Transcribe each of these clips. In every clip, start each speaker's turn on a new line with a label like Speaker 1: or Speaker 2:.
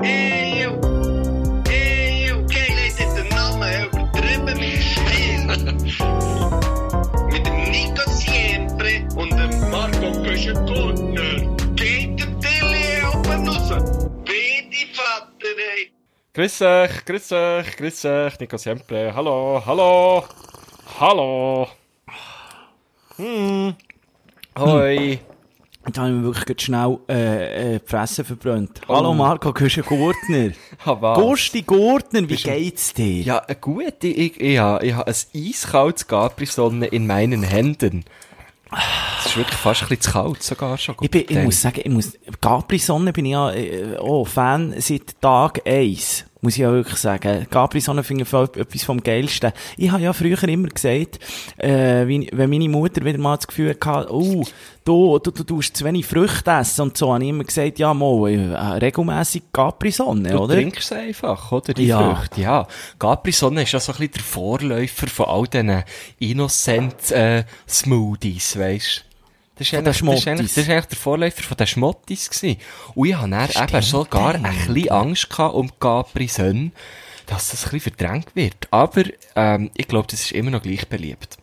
Speaker 1: Eeuw. Eeuw. Kijk, hij zit te namen overdrippen met stil. Met de Nico Siempre en de Marco Pescatone. Kijk de tele op en los. Weet die vatten, hey.
Speaker 2: Grüß euch, grüß euch, grüß euch, Nico Siempre. Hallo, hallo, hallo. Hm. Hoi.
Speaker 3: Jetzt habe ich mir wirklich gerade schnell äh, äh, die Fresse verbrannt.
Speaker 2: Oh.
Speaker 3: Hallo Marco, gehörst du Gurtner?
Speaker 2: Aber
Speaker 3: Gusti Gurtner, wie
Speaker 2: Bist du-
Speaker 3: geht's dir?
Speaker 2: Ja, äh, gut, ich, ich, ich, habe, ich habe ein eiskaltes Capri-Sonne in meinen Händen. Es ist wirklich fast ein bisschen zu kalt sogar schon.
Speaker 3: Ich, bin, ich
Speaker 2: Dann-
Speaker 3: muss sagen, ich muss, Capri Sonne bin ich ja äh, oh, Fan seit Tag 1. Muss ich ja wirklich sagen. Capri Sonne finde ich voll etwas vom Geilsten. Ich habe ja früher immer gesagt, äh, wie, wenn meine Mutter wieder mal das Gefühl hatte, oh, du, du, du tust zu wenig Früchte essen und so, habe ich immer gesagt, ja, mal, äh, regelmässig Capri Sonne,
Speaker 2: Du
Speaker 3: oder?
Speaker 2: trinkst sie einfach, oder? Die
Speaker 3: Ja.
Speaker 2: Früchte, ja. Capri-Sonne ist ja so ein bisschen der Vorläufer von all diesen Innocent-Smoothies, weisst du? Das ist, eigentlich,
Speaker 3: Von den
Speaker 2: das, ist
Speaker 3: Schmottis.
Speaker 2: eigentlich, das ist eigentlich der Vorläufer von den Schmottis gewesen. Und ich hatte dann eben
Speaker 3: Stimmt,
Speaker 2: sogar ein
Speaker 3: ja.
Speaker 2: bisschen Angst gehabt um Capri-Sonne, dass das ein bisschen verdrängt wird. Aber ähm, ich glaube, das ist immer noch gleich beliebt.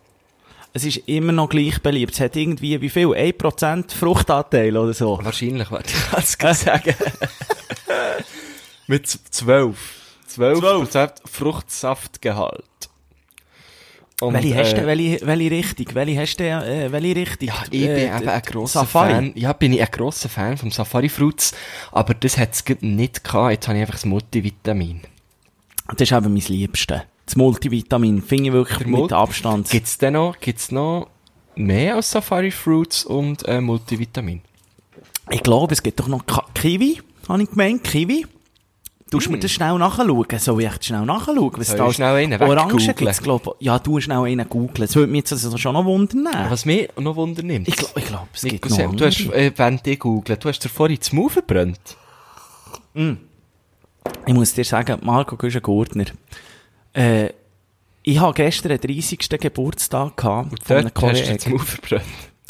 Speaker 3: Es ist immer noch gleich beliebt. Es hat irgendwie, wie viel? 1% Fruchtanteil oder so.
Speaker 2: Wahrscheinlich, warte, ich kann es gerade sagen. Mit z- 12. 12, Prozent Fruchtsaftgehalt. Und,
Speaker 3: welche hast du,
Speaker 2: äh,
Speaker 3: denn? welche, welche Richtung? Welche hast du, denn, äh, welche Richtung?
Speaker 2: Ja, ich bin
Speaker 3: Äh,
Speaker 2: eben
Speaker 3: d-
Speaker 2: ein grosser
Speaker 3: Safari.
Speaker 2: Fan. Ja, bin ich ein grosser Fan vom Safari Fruits. Aber das hat es nicht gehabt. Jetzt habe ich einfach das Multivitamin.
Speaker 3: Das ist eben mein Liebste. Das Multivitamin finde ich wirklich
Speaker 2: Der
Speaker 3: mit
Speaker 2: Multi-
Speaker 3: Abstand.
Speaker 2: Gibt es denn noch, gibt's noch mehr als Safari Fruits und äh, Multivitamin?
Speaker 3: Ich glaube, es gibt doch noch Ka Kiwi, habe ich gemeint. Kiwi. Du musst mir das schnell nachschauen. Soll ich echt schnell nachschauen? Was
Speaker 2: Mm. Soll ich schnell einen
Speaker 3: Orangen
Speaker 2: weggoogeln?
Speaker 3: gibt es, glaube ich. Ja, du schnell einen googeln. Das würde mich jetzt also schon noch wundern.
Speaker 2: Was mich noch wundern nimmt.
Speaker 3: Ich glaube, ich glaub, es gibt
Speaker 2: Nico,
Speaker 3: noch
Speaker 2: Sam, du
Speaker 3: andere.
Speaker 2: hast, äh, wenn du googeln, du hast dir vorhin das Mau verbrannt.
Speaker 3: Ich muss dir sagen, Marco Güsche Gurtner, äh, ich habe gestern den 30. Geburtstag gehabt
Speaker 2: Und
Speaker 3: von einem
Speaker 2: dort hast du dir das
Speaker 3: Kollegen.
Speaker 2: Mau verbrannt.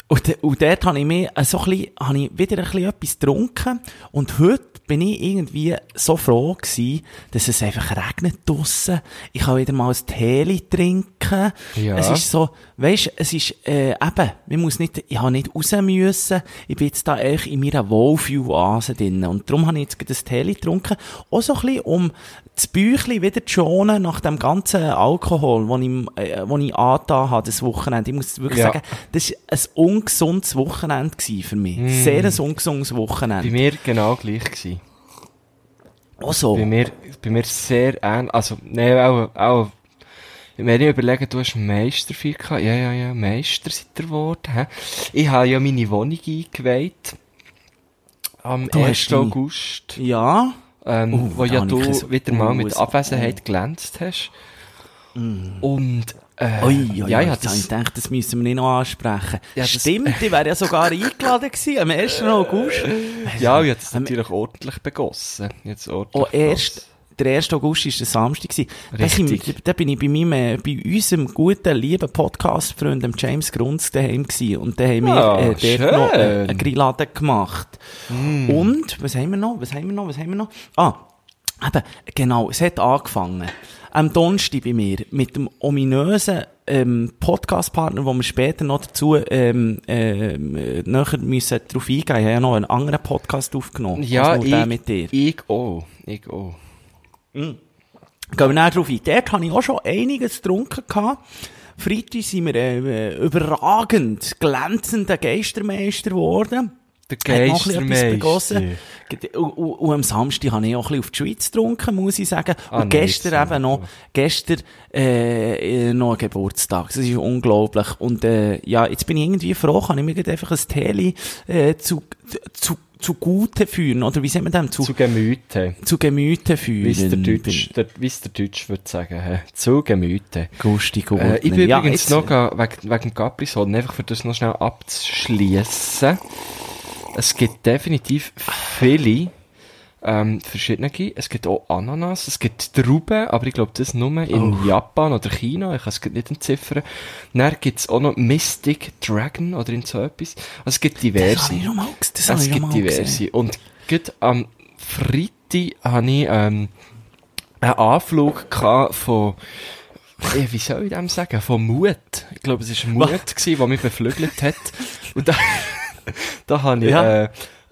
Speaker 3: Und, de- und dort habe ich mir äh, so ein bisschen, habe ich wieder ein bisschen etwas getrunken. Und heute bin ich irgendwie so froh gewesen, dass es einfach regnet draussen. Ich kann wieder mal ein Tee trinken.
Speaker 2: Ja.
Speaker 3: Es ist so, weisst, es ist, äh, eben, ich muss nicht, ich habe nicht raus müssen. Ich bin jetzt da echt in meiner Wohlfühlase drin. Und darum habe ich jetzt gerade ein Tee getrunken. Auch so ein bisschen, um das Bäuchli wieder zu schonen nach dem ganzen Alkohol, den ich, äh, den ich angetan habe, das Wochenende. Ich muss wirklich
Speaker 2: Ja.
Speaker 3: sagen, das war ein ungesundes Wochenende gewesen für mich. Sehr ein ungesundes
Speaker 2: Mm. Bei
Speaker 3: Wochenende.
Speaker 2: mir genau gleich gewesen.
Speaker 3: Auch so.
Speaker 2: Bei mir, bei mir sehr ähnlich. Also, nein, auch, auch, wenn ich überlege, du hast Meister viel gehabt. Ja, ja, ja, Meister seid ihr geworden, hä? Ich habe ja meine Wohnung eingeweiht. Am
Speaker 3: Du hast
Speaker 2: 1.
Speaker 3: deine-
Speaker 2: August.
Speaker 3: Ja.
Speaker 2: Ähm,
Speaker 3: Uh,
Speaker 2: wo
Speaker 3: da
Speaker 2: ja
Speaker 3: hab ich
Speaker 2: du
Speaker 3: kein-
Speaker 2: wieder mal
Speaker 3: Uh,
Speaker 2: mit
Speaker 3: es-
Speaker 2: Abwesenheit glänzt hast.
Speaker 3: Mm.
Speaker 2: Und, äh,
Speaker 3: Ui, ui,
Speaker 2: ja,
Speaker 3: ja,
Speaker 2: ja,
Speaker 3: jetzt habe
Speaker 2: das,
Speaker 3: ich gedacht, das müssen wir nicht noch ansprechen.
Speaker 2: Ja, das-
Speaker 3: Stimmt, ich wäre ja sogar eingeladen gewesen am 1. August.
Speaker 2: ja, ich habe das
Speaker 3: Ähm,
Speaker 2: natürlich ordentlich begossen. Jetzt ordentlich.
Speaker 3: Oh, erst,
Speaker 2: begossen.
Speaker 3: der 1. August war der Samstag. gewesen. Da, sind wir-
Speaker 2: Richtig.
Speaker 3: da bin ich bei meinem, äh, bei unserem guten, lieben Podcast-Freund, dem James Grunz, daheim gewesen. Und da haben wir
Speaker 2: Ah,
Speaker 3: äh, dort
Speaker 2: schön. Mm.
Speaker 3: noch äh, eine Grillade gemacht. Und, was haben wir noch, was haben wir noch, was haben wir noch? Ah, eben, genau, es hat angefangen. Am Donnerstag bei mir, mit dem ominösen ähm, Podcast-Partner, wo wir später noch dazu ähm, ähm, äh, näher müssen drauf eingehen. Ich habe ja noch einen anderen Podcast aufgenommen.
Speaker 2: Ja,
Speaker 3: als nur den
Speaker 2: ich,
Speaker 3: mit dir. Uh.
Speaker 2: ich auch. Ich auch.
Speaker 3: Gehen wir näher drauf ein. Dort hatte ich auch schon einiges getrunken. gehabt. Freitag sind wir äh, äh, überragend glänzender Geistermeister geworden.
Speaker 2: Der
Speaker 3: Hat noch ein bisschen etwas
Speaker 2: Geistermeister.
Speaker 3: begossen. Ge- Und, und, und am Samstag habe ich auch ein bisschen auf die Schweiz getrunken, muss ich sagen. Und
Speaker 2: Ah, nein,
Speaker 3: gestern
Speaker 2: jetzt
Speaker 3: eben noch, gestern äh, äh, noch ein Geburtstag. Das ist unglaublich. Und äh, ja, jetzt bin ich irgendwie froh, kann ich mir gerade einfach ein Teli äh, zu, zu, zu Gute führen. Oder wie sagt man dem? Zu,
Speaker 2: Zu
Speaker 3: zu,
Speaker 2: Gemüte.
Speaker 3: Gemüte führen.
Speaker 2: Wie es der Deutsch, der, wie es der Deutsch würde sagen, hä? zu Gemüte.
Speaker 3: Gustig und
Speaker 2: Äh, ich bin
Speaker 3: Ja,
Speaker 2: übrigens
Speaker 3: jetzt-
Speaker 2: noch ga- wegen, wegen dem Capri-Sonnen, einfach für das noch schnell abzuschliessen. Es gibt definitiv viele ähm, verschiedene. Es gibt auch Ananas, es gibt Trauben, aber ich glaube, das nur in Japan oder China. Ich kann es grad nicht entziffern. Dann gibt es auch noch Mystic Dragon oder in so etwas. Also es gibt
Speaker 3: Das
Speaker 2: diverse.
Speaker 3: Ah, habe ich schon mal, ges- das habe
Speaker 2: Es
Speaker 3: ich schon
Speaker 2: gibt
Speaker 3: mal gesehen.
Speaker 2: diverse. Und gut am Freitag City hatte ich ähm, einen Anflug gehabt von, eh, wie soll ich dem sagen, von Mut. Ich glaube, es war Mut, gewesen, der mich beflügelt hat. Und da, da habe ich
Speaker 3: Ja.
Speaker 2: äh,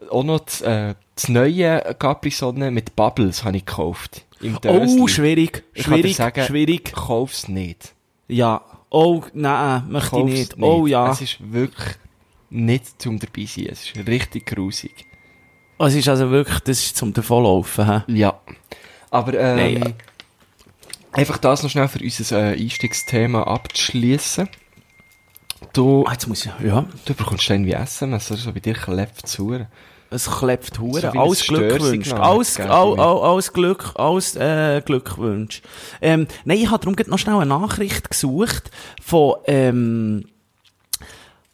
Speaker 2: auch noch das, äh, das neue Capri Sonne mit Bubbles habe ich gekauft. Im
Speaker 3: Oh,
Speaker 2: Dösli.
Speaker 3: schwierig,
Speaker 2: Ich kann dir
Speaker 3: schwierig,
Speaker 2: sagen,
Speaker 3: schwierig.
Speaker 2: Kauf's nicht.
Speaker 3: Ja. Oh, nein, möchte ich
Speaker 2: Kauf's
Speaker 3: nicht. Oh ja.
Speaker 2: Es ist wirklich nicht zum dabei sein. Es ist richtig grusig.
Speaker 3: Oh, es ist also wirklich, das ist zum Davonlaufen. hä?
Speaker 2: Ja. Aber ähm,
Speaker 3: Nein,
Speaker 2: einfach das noch schnell für unser äh, Einstiegsthema abzuschließen. Du,
Speaker 3: Ah, jetzt muss ich, ja.
Speaker 2: du bekommst dann wie SMS, oder so bei dir klebt es hure.
Speaker 3: Es klebt
Speaker 2: So
Speaker 3: hure.
Speaker 2: wie ein
Speaker 3: alles Glück
Speaker 2: Störsignal,
Speaker 3: gewünscht.
Speaker 2: gell,
Speaker 3: Alles,
Speaker 2: gell,
Speaker 3: all,
Speaker 2: Jimmy?
Speaker 3: all, alles Glück, alles äh, Glück gewünscht. Ähm, nein, ich habe darum grad noch schnell eine Nachricht gesucht von, ähm,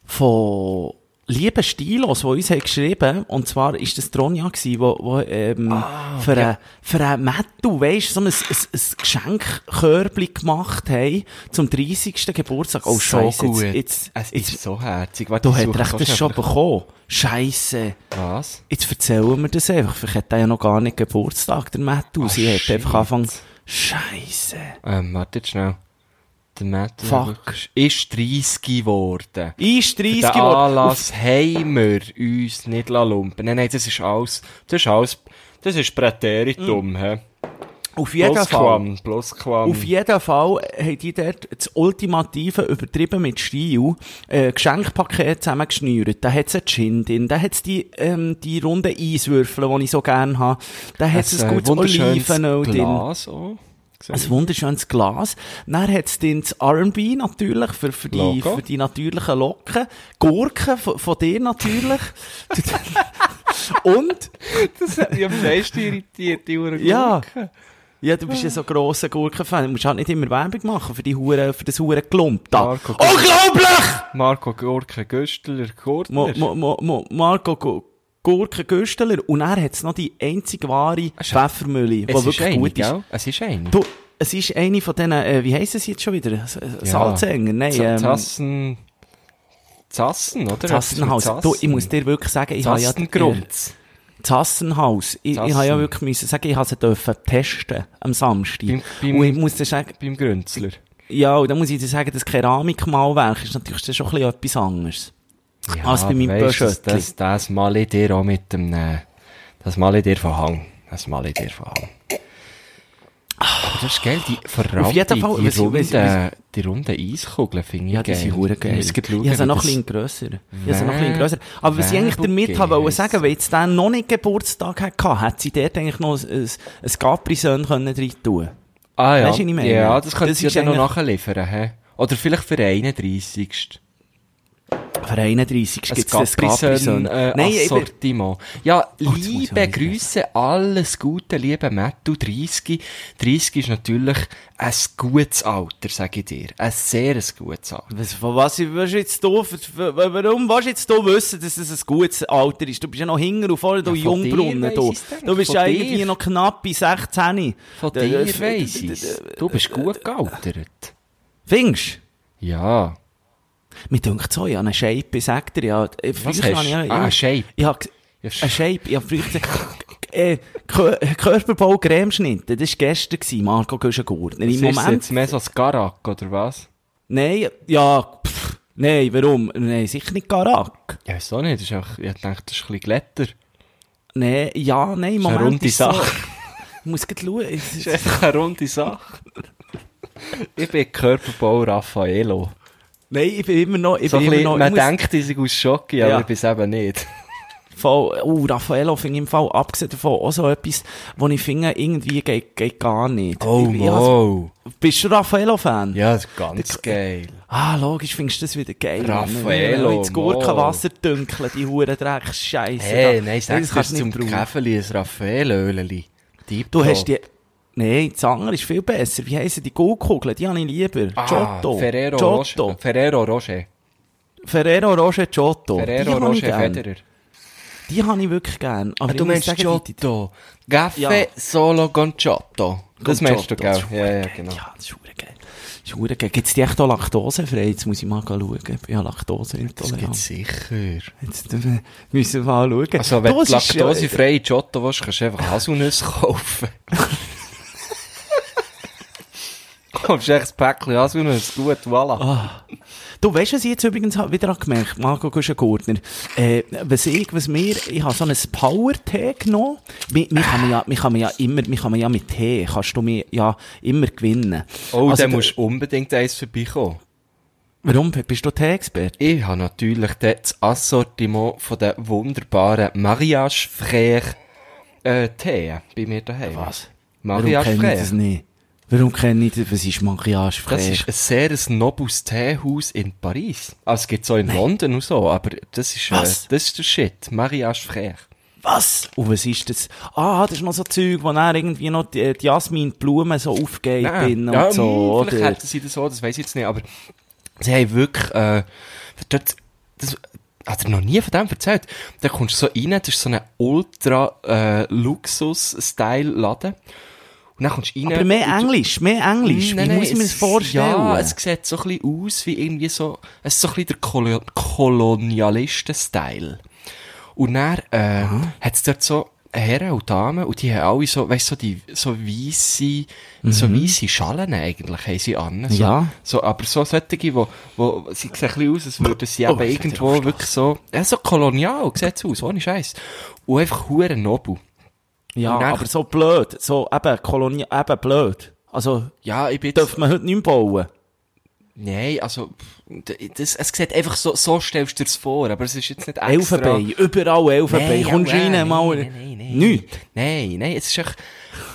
Speaker 3: von lieben Stilos, die uns haben geschrieben Und zwar ist das Tronja gewesen, wo, wo ähm,
Speaker 2: Ah,
Speaker 3: für, ein, für ein Metal, weisst du, so ein, ein, ein Geschenkkörbchen gemacht haben zum 30. Geburtstag. Oh, scheiße, jetzt, jetzt,
Speaker 2: es
Speaker 3: jetzt,
Speaker 2: ist so herzig. Warte,
Speaker 3: du
Speaker 2: ich
Speaker 3: hast
Speaker 2: suche
Speaker 3: recht,
Speaker 2: so
Speaker 3: das
Speaker 2: schnell
Speaker 3: schon
Speaker 2: nach-
Speaker 3: bekommen. äh, Scheiße.
Speaker 2: Was?
Speaker 3: Jetzt erzählen wir das einfach. Vielleicht hat er ja noch gar nicht Geburtstag, der Mattu. Sie hat
Speaker 2: shit.
Speaker 3: einfach angefangen. Scheiße.
Speaker 2: Ähm, warte jetzt schnell. Der Matt
Speaker 3: Fuck.
Speaker 2: ist 30 geworden.
Speaker 3: Ist 30
Speaker 2: Der
Speaker 3: geworden.
Speaker 2: Anlass haben wir uns nicht lumpen. Nein, nein, das ist alles, das ist alles, das ist Präteritum, hä?
Speaker 3: Auf, auf jeden
Speaker 2: Plus
Speaker 3: Fall.
Speaker 2: Quam, plus Quam.
Speaker 3: Mm. Auf jeden Fall haben die dort das ultimative, übertrieben mit Stil, äh, Geschenkpaket zusammengeschnürt. Da hat's einen Gin drin, da hat's die, ähm, die runden Eiswürfel, die ich so gerne habe. Da hat's
Speaker 2: äh,
Speaker 3: ein gutes
Speaker 2: wunderschönes
Speaker 3: Olivenöl drin.
Speaker 2: Glas auch. Gesehen.
Speaker 3: Ein wunderschönes Glas. Dann hat's dann das R&B natürlich, für, für, die,
Speaker 2: Logo.
Speaker 3: für die natürlichen Locken. Gurken von, von dir natürlich. Und,
Speaker 2: das hat mich am meisten irritiert, die Uhr.
Speaker 3: ja. Ja, du bist ja so grosser Gurkenfan. Du musst halt nicht immer Werbung machen für die Hure, für das Hure Klump da.
Speaker 2: Marco Gurken.
Speaker 3: Unglaublich!
Speaker 2: Marco Gurke, Güstler,
Speaker 3: Mo,
Speaker 2: Gurtner.
Speaker 3: mo, mo, mo, Marco Gu- Gurken Güsteler. Und er hat's noch die einzig wahre Pfeffermühle, die
Speaker 2: es
Speaker 3: wirklich
Speaker 2: ist eine,
Speaker 3: gut ist.
Speaker 2: gell? Es ist eine.
Speaker 3: Du, es ist eine von diesen, äh, wie heissen sie jetzt schon wieder? S- äh, Salzänger? Nein,
Speaker 2: Z-
Speaker 3: ähm,
Speaker 2: Tassen... Zassen, oder?
Speaker 3: Zassenhaus.
Speaker 2: Etwas mit
Speaker 3: Du, ich
Speaker 2: Zassen.
Speaker 3: muss dir wirklich sagen, ich habe ja...
Speaker 2: Zassengrunz.
Speaker 3: Zassenhaus. Ich, ich habe ja
Speaker 2: Zassen.
Speaker 3: wirklich müssen sagen, ich habe sie dürfen testen am Samstag.
Speaker 2: Beim- beim-
Speaker 3: und ich muss dir sagen,
Speaker 2: Beim Grünzler.
Speaker 3: ja, und dann muss ich dir sagen, das Keramikmalwerk ist natürlich dann schon ein bisschen etwas anderes.
Speaker 2: Ja,
Speaker 3: Als bei meinem
Speaker 2: weisst du,
Speaker 3: Böschöttli.
Speaker 2: Das, das mal ich dir auch mit dem, äh, das mal ich dir von Hang. Das mal ich dir von Hang. Aber das ist geil, die, vor allem
Speaker 3: Auf jeden
Speaker 2: die,
Speaker 3: Fall,
Speaker 2: die,
Speaker 3: was ich-
Speaker 2: runden,
Speaker 3: was ich- was
Speaker 2: die runden Eiskugeln finde ich
Speaker 3: Ja, die
Speaker 2: geil.
Speaker 3: sind hure geil.
Speaker 2: Ich muss
Speaker 3: Ich
Speaker 2: grad schauen,
Speaker 3: habe sie
Speaker 2: wie
Speaker 3: noch ein
Speaker 2: das-
Speaker 3: bisschen grösser. Ich habe sie noch
Speaker 2: Wer-
Speaker 3: ein bisschen grösser. Aber was ich eigentlich damit
Speaker 2: Werbung
Speaker 3: habe wollte
Speaker 2: heisst.
Speaker 3: sagen, weil jetzt der noch nicht Geburtstag hatte, hätte sie dort eigentlich noch ein, ein, ein Capri-Sön können rein tun
Speaker 2: Ah ja,
Speaker 3: Weisst du, was ich meine?
Speaker 2: ja, das könntest du
Speaker 3: Das
Speaker 2: ja
Speaker 3: ist
Speaker 2: dann noch
Speaker 3: eigentlich-
Speaker 2: nachliefern, hä? Oder vielleicht für den 31.
Speaker 3: Für 31
Speaker 2: Ein
Speaker 3: gibt es ein
Speaker 2: Capri-Sön,
Speaker 3: Capri-Sön.
Speaker 2: äh,
Speaker 3: Nein, ich bin-
Speaker 2: Assortiment. Ja,
Speaker 3: muss ich auch
Speaker 2: liebe
Speaker 3: nicht
Speaker 2: Grüße, alles Gute, liebe Mattu, 30. 30 ist natürlich ein gutes Alter, sage ich dir. Ein sehr ein gutes Alter.
Speaker 3: Was, von was willst du jetzt du, warum willst du jetzt du wissen, dass es ein gutes Alter ist? Du bist ja noch hinger und vorher, du
Speaker 2: Ja, von dir
Speaker 3: Jungbrunnen,
Speaker 2: weiss
Speaker 3: du.
Speaker 2: ich's denn.
Speaker 3: Du bist
Speaker 2: Von
Speaker 3: ja
Speaker 2: dir.
Speaker 3: irgendwie noch knapp bei 16.
Speaker 2: Von
Speaker 3: D-
Speaker 2: dir
Speaker 3: d-
Speaker 2: weiss
Speaker 3: d- d-
Speaker 2: ich's. Du bist gut gealtert.
Speaker 3: Findest
Speaker 2: Ja.
Speaker 3: du? Mir denkt so, ich habe einen Shape bei Sektor. Ja, äh,
Speaker 2: Was
Speaker 3: früher
Speaker 2: hast
Speaker 3: habe ich
Speaker 2: du?
Speaker 3: ja-
Speaker 2: Ah, ein Shape.
Speaker 3: Ich habe
Speaker 2: Ja,
Speaker 3: einen Shape, ich habe früher gesagt, äh, Kö- Körperbau Cremeschnitte, das war gestern, gewesen, Marco Göschengurtner. Im
Speaker 2: Das ist
Speaker 3: Moment
Speaker 2: jetzt mehr so ein Garak, oder was?
Speaker 3: Nein, ja, pff, nein, warum? Nein, sicher nicht Garak.
Speaker 2: Ja, weiss auch nicht. Das ist einfach, ich dachte, das ist ein bisschen glätter.
Speaker 3: Nein, ja, nein, im
Speaker 2: Das ist eine
Speaker 3: Moment
Speaker 2: runde
Speaker 3: ist so,
Speaker 2: Sache.
Speaker 3: Ich muss gleich schauen. Es ist-
Speaker 2: Das ist einfach eine runde Sache. ich bin Körperbau Raffaello.
Speaker 3: Nein, ich bin immer noch, ich
Speaker 2: So ein
Speaker 3: bin immer
Speaker 2: bisschen,
Speaker 3: noch,
Speaker 2: man
Speaker 3: ich muss-
Speaker 2: denkt, ich sei aus Schocke, aber
Speaker 3: Ja.
Speaker 2: ich bin es eben nicht.
Speaker 3: voll, oh, Raffaello finde ich im Fall, abgesehen davon, auch so etwas, wo ich finde, irgendwie geht, geht gar nicht. ich, ich has- bist du Raffaello-Fan?
Speaker 2: Oh, Ja, das ist ganz geil.
Speaker 3: Ah, logisch, findest du das wieder geil.
Speaker 2: Raffaello,
Speaker 3: Wenn ins Gurkenwasser dünkeln, die Huren Drecksscheiße.
Speaker 2: Hey, nein, sag
Speaker 3: kannst
Speaker 2: das
Speaker 3: du
Speaker 2: zum
Speaker 3: nicht brauchen.
Speaker 2: Käfeli, ein Raffaelöli.
Speaker 3: Du hast die. Nein, das andere ist viel besser. Wie heissen die Goldkugeln? Die habe ich lieber.
Speaker 2: Ah,
Speaker 3: Giotto.
Speaker 2: Ferrero
Speaker 3: Giotto.
Speaker 2: Rocher. Ferrero Rocher.
Speaker 3: Ferrero Rocher Giotto.
Speaker 2: Ferrero
Speaker 3: die habe ich
Speaker 2: Rocher
Speaker 3: gern.
Speaker 2: Federer.
Speaker 3: Die habe ich wirklich gern.
Speaker 2: du
Speaker 3: Aber ich muss
Speaker 2: meinst
Speaker 3: sagen, die- die-
Speaker 2: Giotto. Gaffe
Speaker 3: Ja.
Speaker 2: Solo con Giotto. Das
Speaker 3: Gott,
Speaker 2: meinst du,
Speaker 3: Giotto, das
Speaker 2: gell?
Speaker 3: ist
Speaker 2: Ja, ja,
Speaker 3: verdammt
Speaker 2: genau.
Speaker 3: geil. Ja, das ist verdammt geil. Das ist verdammt geil. Gibt's die echt auch laktosefrei? Jetzt muss ich mal schauen. Ich bin ja laktoseintolerant.
Speaker 2: sicher.
Speaker 3: Jetzt äh, müssen wir mal schauen.
Speaker 2: Also, wenn du
Speaker 3: Das ist, äh,
Speaker 2: laktosefreie Giotto willst, kannst du einfach Haselnüsse kaufen. Kommst du echt ein Päckchen Haselnüsse? Gut, voilà.
Speaker 3: Du weißt, was ich jetzt übrigens hab wieder gemerkt Marco Guschen-Gurtner. Äh, was ich, was mir, ich habe so ein Power-Tee genommen. Mich, mich kann man ja, mich kann man ja immer, mich kann man ja mit Tee, kannst du mir ja immer gewinnen.
Speaker 2: Oh,
Speaker 3: Also,
Speaker 2: dann
Speaker 3: da-
Speaker 2: musst du unbedingt eins vorbeikommen.
Speaker 3: Warum? Bist du Tee-Experte?
Speaker 2: Ich habe natürlich dort das Assortiment von den wunderbaren Mariage Frère äh, Tee bei mir daheim.
Speaker 3: Warum
Speaker 2: Mariage
Speaker 3: kenne ich das
Speaker 2: Frère.
Speaker 3: nicht? Warum kenne ich das? Was ist Mariage
Speaker 2: Das
Speaker 3: Frère?
Speaker 2: ist ein sehr ein nobles Teehaus in Paris. Also, es gibt so in London und so, aber das ist, äh, das
Speaker 3: Was?
Speaker 2: ist der Shit. Mariage Frère.
Speaker 3: Was? Und was ist das? Ah, das ist noch so Zeug, wo dann irgendwie noch die, die Jasmin-Blumen so aufgeht drin und
Speaker 2: ja,
Speaker 3: so,
Speaker 2: mh, vielleicht
Speaker 3: oder?
Speaker 2: hätten sie das so, das weiß ich jetzt nicht, aber sie haben wirklich, äh, dort, das hat er noch nie von dem erzählt. Da kommst du so rein, das ist so ein ultra, äh, Luxus-Style-Laden. Und dann kommst du rein.
Speaker 3: Aber mehr
Speaker 2: und du-
Speaker 3: Englisch, mehr Englisch. Wie
Speaker 2: Hm, Nein, nein,
Speaker 3: muss ich mir das
Speaker 2: es-
Speaker 3: vorstellen?
Speaker 2: Ja, es sieht so ein bisschen aus wie irgendwie so, es ist so ein bisschen der Kolo Kolonialisten-Style. Und dann, äh, hat's dort so Herren und Damen, und die haben alle so, weißt so die, so weisse, so weisse Schalen eigentlich, haben sie an. So,
Speaker 3: Mhm. Ja.
Speaker 2: So, aber so solche, wo, wo, sie sehen ein bisschen aus, als würden sie
Speaker 3: Oh,
Speaker 2: eben
Speaker 3: ich
Speaker 2: irgendwo wirklich so, ja, so kolonial sieht's aus, ohne Scheiß. Und einfach huren nobel.
Speaker 3: Ja,
Speaker 2: Und dann-
Speaker 3: aber so blöd. So, eben, Kolonie, eben blöd. Also,
Speaker 2: Ja, ich bin jetzt-
Speaker 3: dürfen wir heute nicht mehr bauen.
Speaker 2: Nein, also, pff, d- das, es sieht einfach so, so stellst du dir vor, aber es ist jetzt nicht extra.
Speaker 3: Elfenbein, überall Elfenbein. Kommst rein, mal.
Speaker 2: Nein, nein, nein.
Speaker 3: Nichts.
Speaker 2: Nein, nein, es ist echt,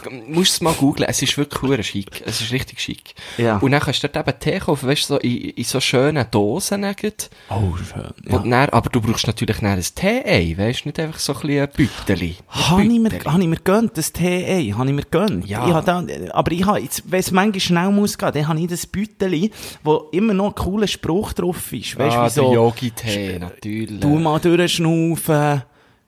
Speaker 2: du musst es mal googeln, es ist wirklich verdammt schick, es ist richtig schick.
Speaker 3: Ja.
Speaker 2: Und dann kannst du dort eben Tee kaufen, weißt du, so in, in so schönen Dosen, nagend.
Speaker 3: Oh, schön.
Speaker 2: Und dann, aber du brauchst natürlich dann ein Tee-Ei, weißt du, nicht einfach so ein bisschen ein Bütteli.
Speaker 3: Habe ich, mir- hab ich mir gönnt, das TE, habe ich mir gönnt.
Speaker 2: Ja.
Speaker 3: Ich hab da, aber ich habe, wenn es manchmal schnell muss gehen, dann habe ich das Bütteli, wo immer noch ein cooler Spruch drauf ist. Weißt du,
Speaker 2: ah,
Speaker 3: wie so,
Speaker 2: der Yogi-Tee, natürlich.
Speaker 3: du mal durchschnaufen,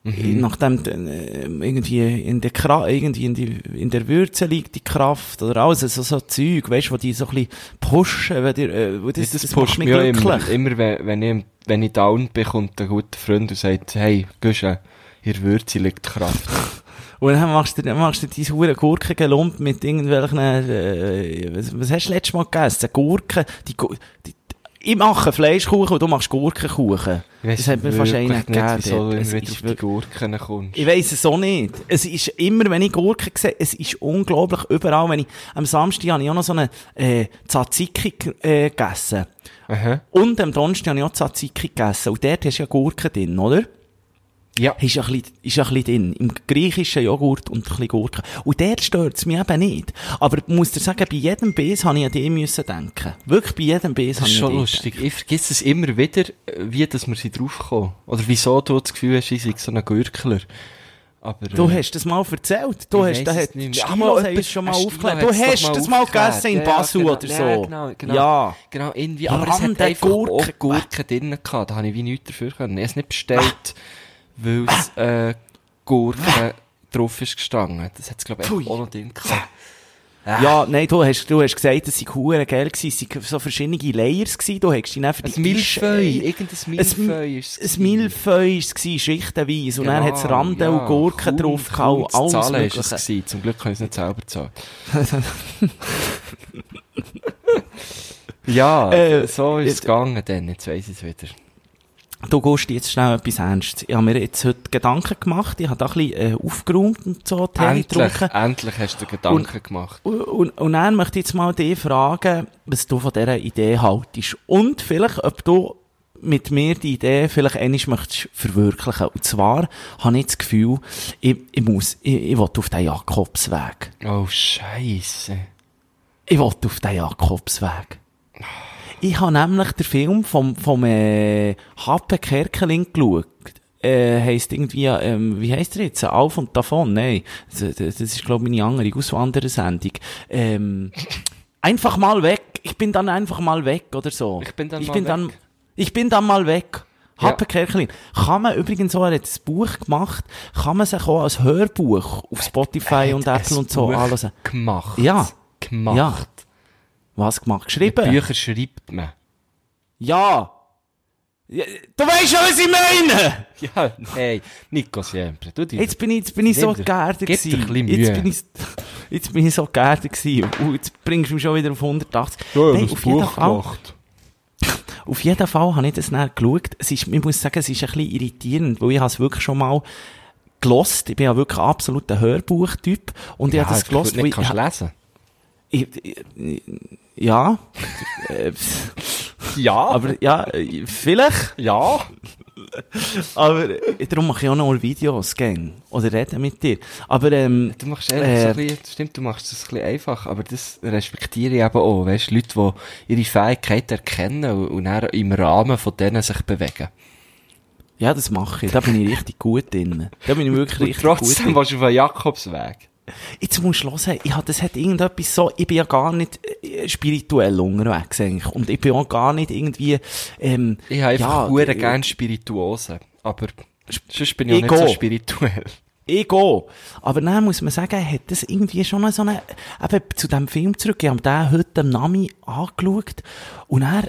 Speaker 2: Mhm.
Speaker 3: nachdem äh, irgendwie in der Kra irgendwie in, die, in der Würze liegt die Kraft oder alles, also so Zeug, weißt du, wo die so ein bisschen pushen, wenn dir, äh, wo das,
Speaker 2: Das,
Speaker 3: das,
Speaker 2: das
Speaker 3: macht
Speaker 2: pusht
Speaker 3: mich
Speaker 2: mich ja immer,
Speaker 3: glücklich.
Speaker 2: immer wenn, wenn, ich, wenn ich down bin, kommt ein guter Freund und sagt, hey, Güsche, hier Würze liegt die Kraft.
Speaker 3: Und dann machst du, dann machst du diese hure Gurken gelumpt mit irgendwelchen, äh, was, was hast du letztes Mal gegessen? Gurken, die, Gu- die, ich mache Fleischkuchen und du machst Gurkenkuchen.
Speaker 2: Ich
Speaker 3: Das hat mir fast einer
Speaker 2: wirklich nicht,
Speaker 3: gegeben.
Speaker 2: wieso du immer
Speaker 3: Es
Speaker 2: wieder
Speaker 3: ist
Speaker 2: auf die
Speaker 3: wirklich-
Speaker 2: Gurken kommst.
Speaker 3: Ich weiss es auch nicht. Es ist immer, wenn ich Gurken sehe, es ist unglaublich überall. Wenn ich, am Samstag habe ich auch noch so eine, äh, Tzatziki, äh, gegessen.
Speaker 2: Aha.
Speaker 3: Und am Donnerstag habe ich auch Tzatziki gegessen. Und dort hast du ja Gurken drin, oder?
Speaker 2: Ja.
Speaker 3: Ist ja ein bisschen, ist ja ein bisschen drin. Im griechischen Joghurt und ein bisschen Gurken. Und dort stört's mich eben nicht. Aber ich muss dir sagen, bei jedem Biss habe ich an dich müssen denken. Wirklich bei jedem Biss
Speaker 2: Das
Speaker 3: habe
Speaker 2: ist
Speaker 3: ich an
Speaker 2: schon
Speaker 3: dich
Speaker 2: lustig. Ich vergesse es immer wieder, äh, wie dass wir sie draufkommen. Oder wieso du das Gefühl hast, ich sei so ein Gürkler. Aber,
Speaker 3: Du
Speaker 2: äh,
Speaker 3: hast das mal erzählt. Du
Speaker 2: Ich
Speaker 3: hast,
Speaker 2: weiss
Speaker 3: da
Speaker 2: es
Speaker 3: hat,
Speaker 2: nicht mehr.
Speaker 3: Stilos
Speaker 2: Ah, mal,
Speaker 3: haben
Speaker 2: jemand-
Speaker 3: uns schon mal
Speaker 2: ein Stilo
Speaker 3: aufgeklärt. Du
Speaker 2: hat's doch
Speaker 3: hast das mal
Speaker 2: aufgeklärt.
Speaker 3: gegessen in
Speaker 2: Ja, ja,
Speaker 3: Basel
Speaker 2: genau,
Speaker 3: oder so.
Speaker 2: Ja, genau, genau.
Speaker 3: Ja.
Speaker 2: Genau, irgendwie. Aber es hat
Speaker 3: Rande
Speaker 2: einfach
Speaker 3: Gurke.
Speaker 2: auch Gurken drin gehabt. Da habe ich wie nichts dafür können. Ich habe es nicht bestellt,
Speaker 3: Ah.
Speaker 2: weil es, äh, Gurken drauf ist gestanden. Das hat es, glaube ich,
Speaker 3: Pfui.
Speaker 2: auch noch drin gehabt. Ah.
Speaker 3: Ja, nein, du hast, du hast gesagt, es sind Huren geil gewesen, es sind so verschiedene Layers gewesen, du hast dich dann für
Speaker 2: Ein
Speaker 3: die
Speaker 2: Milchfeu,
Speaker 3: Tisch-
Speaker 2: irgendein Milchfeu ist es.
Speaker 3: Ein Milchfeu ist es gewesen, schichtenweise, und dann hat es Rande und Gurken drauf gehauen, alles
Speaker 2: Zahlen ist es
Speaker 3: Mögliche.
Speaker 2: gewesen. Zum Glück kann ich es nicht selber zahlen. ja,
Speaker 3: Äh,
Speaker 2: so ist es
Speaker 3: jetzt-
Speaker 2: gegangen dann. Jetzt weiss ich es wieder.
Speaker 3: Du gehst jetzt schnell etwas ernst. Ich habe mir jetzt heute Gedanken gemacht, ich habe da ein bisschen äh, aufgeräumt und so, Tee
Speaker 2: Endlich,
Speaker 3: getrunken.
Speaker 2: endlich hast du dir Gedanken gemacht.
Speaker 3: Und, und, und dann möchte ich jetzt mal dich fragen, was du von dieser Idee haltest. Und vielleicht, ob du mit mir die Idee vielleicht einmal möchtest verwirklichen. Und zwar habe ich das Gefühl, ich, ich muss, ich, ich will auf den Jakobsweg.
Speaker 2: Oh, Scheiße.
Speaker 3: Ich will auf den Jakobsweg. Ich habe nämlich den Film vom, vom, äh, H.P. Kerkeling geschaut. Äh, heisst irgendwie, ähm, wie heisst er jetzt? Auf und davon? Nein. Das, das das ist, glaube ich, meine andere Auswanderersendung. Ähm, einfach mal weg. Ich bin dann einfach mal weg, oder so.
Speaker 2: Ich bin dann
Speaker 3: ich
Speaker 2: mal
Speaker 3: bin
Speaker 2: weg.
Speaker 3: Dann, ich bin dann mal weg. Happenkerklin. Kann man übrigens auch, er hat ein Buch gemacht, kann man sich auch als Hörbuch auf Spotify und
Speaker 2: Ein
Speaker 3: Apple und so
Speaker 2: Buch
Speaker 3: anhören.
Speaker 2: Gemacht.
Speaker 3: Ja.
Speaker 2: Gemacht.
Speaker 3: Ja. Was gemacht? Geschrieben?
Speaker 2: Bücher schreibt man.
Speaker 3: Ja. ja. Du weißt schon, was ich meine!
Speaker 2: Ja, hey, Nico Siempre, du dir.
Speaker 3: Jetzt bin ich, jetzt bin ich so
Speaker 2: Nimm dir-
Speaker 3: geerdet
Speaker 2: gib dir ein bisschen
Speaker 3: gewesen.
Speaker 2: Mühe.
Speaker 3: Jetzt bin ich, jetzt bin ich so geerdet gewesen. Und jetzt bringst du mich schon wieder auf 180. Nein, auf jeden Fall. Auf jeden Fall habe ich das dann geschaut. Es ist, ich muss sagen, es ist ein bisschen irritierend, weil ich habe es wirklich schon mal gelost. Ich bin ja wirklich absolut ein Hörbuchtyp. Und ich
Speaker 2: Ja,
Speaker 3: habe das
Speaker 2: das
Speaker 3: gelost,
Speaker 2: nicht
Speaker 3: weil ich,
Speaker 2: kannst lesen.
Speaker 3: ich, ich, ich, ja. Äh,
Speaker 2: Ja, aber,
Speaker 3: aber, ja, äh, vielleicht.
Speaker 2: ja.
Speaker 3: Aber, äh, darum mache ich auch noch Videos, gang. Oder reden mit dir. Aber, ähm,
Speaker 2: Du machst ehrlich, so
Speaker 3: Äh.
Speaker 2: ein bisschen, stimmt, du machst es ein bisschen einfach, aber das respektiere ich eben auch, weißt, Leute, die ihre Fähigkeiten erkennen und, und dann im Rahmen von denen sich bewegen.
Speaker 3: ja, das mache ich. Da bin ich richtig gut drin. Da bin ich wirklich
Speaker 2: Und
Speaker 3: richtig gut drin.
Speaker 2: trotzdem warst du auf den Jakobsweg.
Speaker 3: Jetzt musst du hören, ich hab, das hat irgendetwas so, ich bin ja gar nicht äh, spirituell unterwegs eigentlich. Und ich bin auch gar nicht irgendwie, ähm,
Speaker 2: Ich habe einfach
Speaker 3: ja,
Speaker 2: hure
Speaker 3: äh,
Speaker 2: gern Spirituosen, aber sonst bin ich
Speaker 3: Ich
Speaker 2: auch nicht so
Speaker 3: gehe.
Speaker 2: spirituell.
Speaker 3: Ich gehe. Aber dann muss man sagen, hat das irgendwie schon so eine, eben zu dem Film zurück, ich habe den heute am Nami angeschaut und er,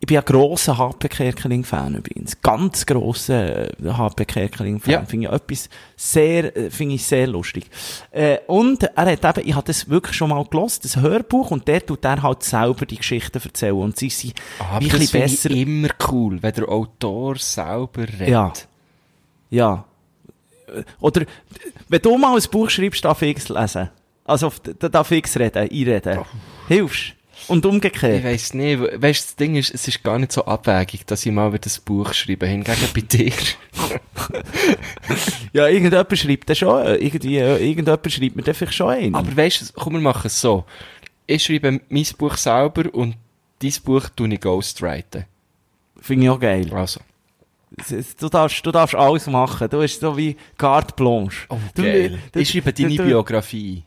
Speaker 3: ich bin ein grosser HP Kerkeling-Fan übrigens. Ganz grosser äh, HP Kerkeling-Fan.
Speaker 2: Ja.
Speaker 3: Finde ich etwas sehr, äh, finde ich sehr lustig. Äh, und er hat eben, ich habe das wirklich schon mal gelesen, das Hörbuch, und der tut er halt selber die Geschichten erzählen und sie sind
Speaker 2: Ah, Aber
Speaker 3: wie
Speaker 2: das
Speaker 3: ein bisschen
Speaker 2: finde
Speaker 3: besser.
Speaker 2: ich immer cool, wenn der Autor selber redet.
Speaker 3: Ja. Ja. Äh, Oder, äh, wenn du mal ein Buch schreibst, darf ich es lesen. Also, auf- da darf ich es reden, einreden. Hilfst. Und
Speaker 2: Ich
Speaker 3: umgekehrt.
Speaker 2: weiss nicht, we- weisst, das Ding ist, es ist gar nicht so abwägig, dass ich mal wieder ein Buch schreibe, hingegen bei dir.
Speaker 3: Ja, irgendjemand schreibt dann schon, äh, irgendwie, äh, irgendjemand schreibt mir dann vielleicht schon einen.
Speaker 2: Aber weisst, du, komm, wir machen es so. Ich schreibe mein Buch selber und dein Buch tue ich ghostwriten.
Speaker 3: Finde ich auch geil.
Speaker 2: Also.
Speaker 3: Es- es- Du darfst, du darfst alles machen. Du bist so wie carte blanche. du, äh, du-
Speaker 2: Oh, Ich schreibe deine
Speaker 3: du-
Speaker 2: Biografie.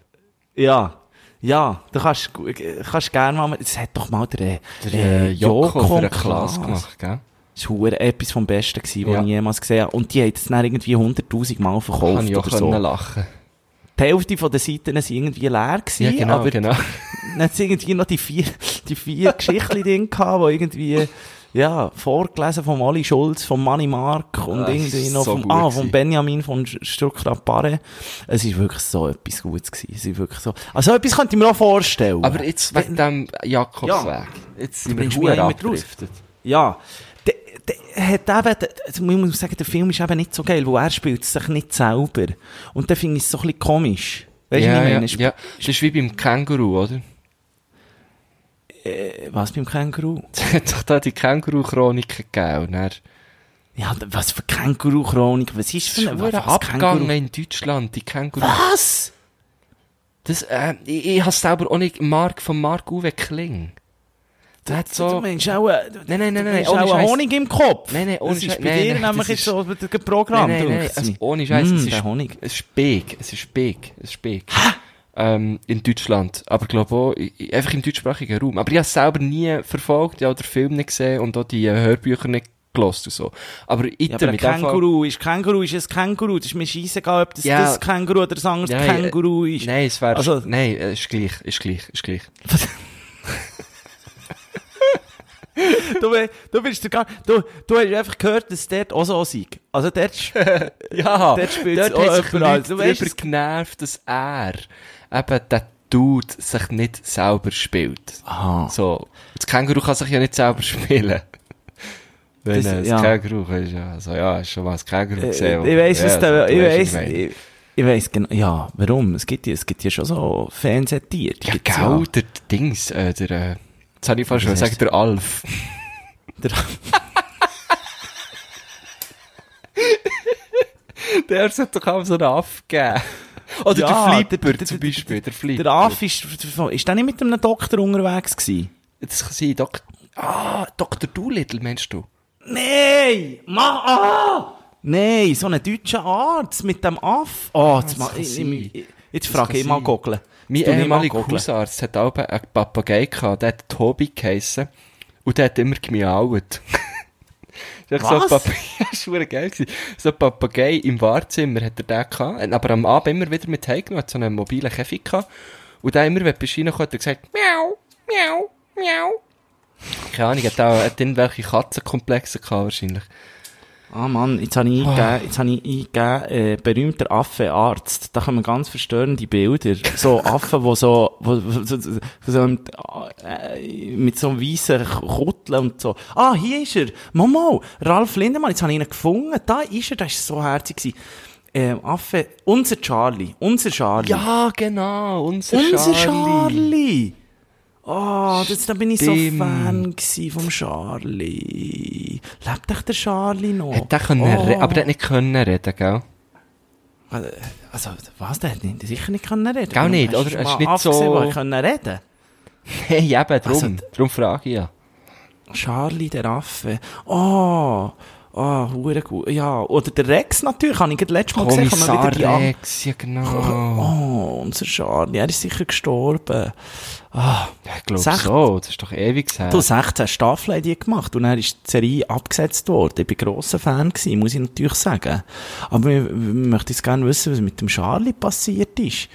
Speaker 3: Ja. Ja, du kannst, gu- äh, kannst gerne mal, das hat doch mal der,
Speaker 2: Der äh, Joko für eine Klasse
Speaker 3: Klaas.
Speaker 2: gemacht, gell?
Speaker 3: Das war verdammt etwas vom Besten, gewesen, was
Speaker 2: Ja.
Speaker 3: ich jemals gesehen habe. Und die haben es dann irgendwie 100.000 Mal
Speaker 2: Kann
Speaker 3: verkauft
Speaker 2: ich auch
Speaker 3: oder
Speaker 2: können
Speaker 3: so.
Speaker 2: lachen.
Speaker 3: Die Hälfte von den Seiten sind irgendwie leer gewesen,
Speaker 2: Ja, genau,
Speaker 3: aber
Speaker 2: genau.
Speaker 3: dann hat es irgendwie noch die vier, die vier Geschichten drin gehabt, die irgendwie, ja, vorgelesen vom Oli Schulz, vom Manni Mark und
Speaker 2: Ah, das
Speaker 3: irgendwie
Speaker 2: ist
Speaker 3: noch
Speaker 2: so
Speaker 3: vom,
Speaker 2: gut
Speaker 3: ah,
Speaker 2: gewesen.
Speaker 3: vom Benjamin von Struckrapare. Es ist wirklich so etwas Gutes gewesen. Es ist wirklich so. Also etwas könnte ich mir auch vorstellen.
Speaker 2: Aber jetzt wegen dem Jakobsweg.
Speaker 3: Ja.
Speaker 2: Jetzt
Speaker 3: Du
Speaker 2: sind wir
Speaker 3: bringst mich
Speaker 2: verdammt
Speaker 3: auch immer draus.
Speaker 2: abgedriftet.
Speaker 3: Ja, der, der hat eben, der, also ich muss sagen, der Film ist eben nicht so geil, weil er spielt sich nicht selber. Und dann finde ich es so ein bisschen komisch. Weißt du,
Speaker 2: ja,
Speaker 3: was ich meine?
Speaker 2: ja, ja. Das ist wie beim Känguru, oder?
Speaker 3: Äh, Was beim Känguru?
Speaker 2: Es hat doch da die Känguru-Chroniken gegeben. Und dann-
Speaker 3: Ja, d- was für Känguru-Chronik? Was ist
Speaker 2: Das ist
Speaker 3: für
Speaker 2: verdammt
Speaker 3: was
Speaker 2: abgegangen in Deutschland, die Känguru.
Speaker 3: Was?
Speaker 2: Das, äh, ich, ich hab's selber auch nicht, Mark, von Mark Uwe Kling. Der hat
Speaker 3: So. Du
Speaker 2: so,
Speaker 3: meinst auch, äh, du-
Speaker 2: Nein, nein, nein,
Speaker 3: du
Speaker 2: nein,
Speaker 3: meinst
Speaker 2: ohne
Speaker 3: auch
Speaker 2: Scheiß.
Speaker 3: Honig im Kopf.
Speaker 2: Nein, nein, ohne
Speaker 3: Das
Speaker 2: Scheiß.
Speaker 3: ist bei
Speaker 2: Nein,
Speaker 3: dir
Speaker 2: nein,
Speaker 3: nämlich
Speaker 2: das
Speaker 3: jetzt
Speaker 2: ist-
Speaker 3: so mit dem Programm.
Speaker 2: nein, nein, nein,
Speaker 3: dunkt's
Speaker 2: also,
Speaker 3: mir.
Speaker 2: ohne Scheiß,
Speaker 3: Mm,
Speaker 2: es
Speaker 3: der
Speaker 2: ist,
Speaker 3: Honig.
Speaker 2: es ist Big, es ist Big, es ist Big. Ähm, in Deutschland. Aber glaub auch, i- i- einfach im deutschsprachigen Raum. Aber ich hab's selber nie verfolgt, ich hab auch den Film nicht gesehen und auch die äh, Hörbücher nicht gelost und so. Aber ich
Speaker 3: Ja, aber ein Känguru ist, Känguru ist ein Känguru. Das ist mir scheißegal, ob das
Speaker 2: Ja.
Speaker 3: das Känguru oder das andere
Speaker 2: Nein, äh,
Speaker 3: Känguru ist.
Speaker 2: Nein, es wäre,
Speaker 3: Also-
Speaker 2: nein, äh, ist gleich, ist gleich, ist gleich.
Speaker 3: Du, we- du bist der gar, du, du hast einfach gehört, dass dort auch so sei. Also dort, sch-
Speaker 2: Ja,
Speaker 3: Dort spielt's
Speaker 2: dort
Speaker 3: auch
Speaker 2: hat sich
Speaker 3: jemand
Speaker 2: Leute
Speaker 3: als- Du weißt
Speaker 2: darüber
Speaker 3: es-
Speaker 2: genervt, dass er eben der Dude sich nicht selber spielt.
Speaker 3: Aha.
Speaker 2: So. Das Känguru kann sich ja nicht selber spielen. Wenn
Speaker 3: Das-
Speaker 2: äh, das
Speaker 3: ja.
Speaker 2: Känguru ist, ja, so, ja, ist schon mal das Känguru
Speaker 3: äh,
Speaker 2: gesehen.
Speaker 3: ich weiss,
Speaker 2: ja,
Speaker 3: was
Speaker 2: so,
Speaker 3: der,
Speaker 2: du
Speaker 3: ich
Speaker 2: weisst, was
Speaker 3: weiss,
Speaker 2: ich meine.
Speaker 3: ich, ich weiss genau, ja, warum? Es gibt ja, es gibt ja schon so Fans hat dir.
Speaker 2: Ja, genau, der Dings, äh, der, äh, jetzt hab ich fast
Speaker 3: Das
Speaker 2: schon sagen,
Speaker 3: heißt-
Speaker 2: der Alf.
Speaker 3: Der,
Speaker 2: Der sollte doch auch so einen Aff geben. Oder
Speaker 3: Ja,
Speaker 2: der Flipper
Speaker 3: der- der-
Speaker 2: zum
Speaker 3: der-
Speaker 2: Beispiel, der Flipper.
Speaker 3: der Affe ist, ist der nicht mit einem Doktor unterwegs gewesen?
Speaker 2: Das kann sein, Dok ah, Dr. Doolittle, meinst du?
Speaker 3: Nein! Mach, ah! Nein, so ein deutscher Arzt mit dem Aff. Oh, jetzt,
Speaker 2: das
Speaker 3: ma,
Speaker 2: kann
Speaker 3: ich,
Speaker 2: sein.
Speaker 3: ich, jetzt
Speaker 2: Das
Speaker 3: frage
Speaker 2: kann
Speaker 3: ich mal
Speaker 2: sein.
Speaker 3: googeln.
Speaker 2: Mein
Speaker 3: Tu ich mal
Speaker 2: ehemaliger
Speaker 3: googeln.
Speaker 2: Hausarzt hat auch einen Papagei gehabt, der hat Tobi geheissen. Und der hat immer gemiaut. Das ist echt so ein
Speaker 3: Was?
Speaker 2: Papagei, das war verdammt geil. gewesen. So ein Papagei im Wahrzimmer hat er den gehabt, hat ihn aber am Abend immer wieder mit heimgenommen, hat so einen mobilen Käfig gehabt. Und dann immer, wenn du reinkommst, hat er gesagt, miau, miau, miau. Keine Ahnung, hat auch, hat irgendwelche Katzenkomplexe gehabt, wahrscheinlich.
Speaker 3: Ah Mann, jetzt habe ich eingegeben, jetzt habe ich eingegeben, äh, berühmter Affenarzt. Da kommen ganz verstörende Bilder. So Affen, die so, wo, wo, so, so, so mit, äh, mit so einem weissen Kuttel und so. Ah, hier ist er. Momo, Ralf Lindemann, jetzt habe ich ihn gefunden. Da ist er, der ist so herzig gewesen. Ähm, Affe, unser Charlie, unser Charlie.
Speaker 2: Ja, genau, unser,
Speaker 3: unser
Speaker 2: Charlie.
Speaker 3: Charlie. Oh, das, da bin ich
Speaker 2: Stimmt.
Speaker 3: so Fan gewesen vom Charlie. Lebt echt der Charlie noch?
Speaker 2: Hat der können
Speaker 3: Oh.
Speaker 2: re- aber der hat nicht können reden, gell?
Speaker 3: Also, also, was, der hat nicht, sicher nicht können reden.
Speaker 2: Gell nicht, oder?
Speaker 3: du
Speaker 2: Es ist
Speaker 3: mal
Speaker 2: nicht
Speaker 3: abgesehen,
Speaker 2: so-
Speaker 3: wo er können reden
Speaker 2: Hey, eben, drum,
Speaker 3: Also,
Speaker 2: drum frage ich ja.
Speaker 3: Charlie, der Affe. Oh, oh, hure gut. Ja, oder der Rex natürlich, habe ich gerade letztes Mal gesehen. Oh, kann man
Speaker 2: Kommissar
Speaker 3: wieder die An-
Speaker 2: Rex, ja genau.
Speaker 3: Oh, unser Charlie, er ist sicher gestorben.
Speaker 2: Ja, ich glaube
Speaker 3: Sech-
Speaker 2: so, das ist doch ewig her.
Speaker 3: Du, 16 Staffeln haben die gemacht und dann ist die Serie abgesetzt worden. Ich war grosser Fan, gewesen, muss ich natürlich sagen. Aber wir, wir möchten jetzt gerne wissen, was mit dem Charlie passiert ist.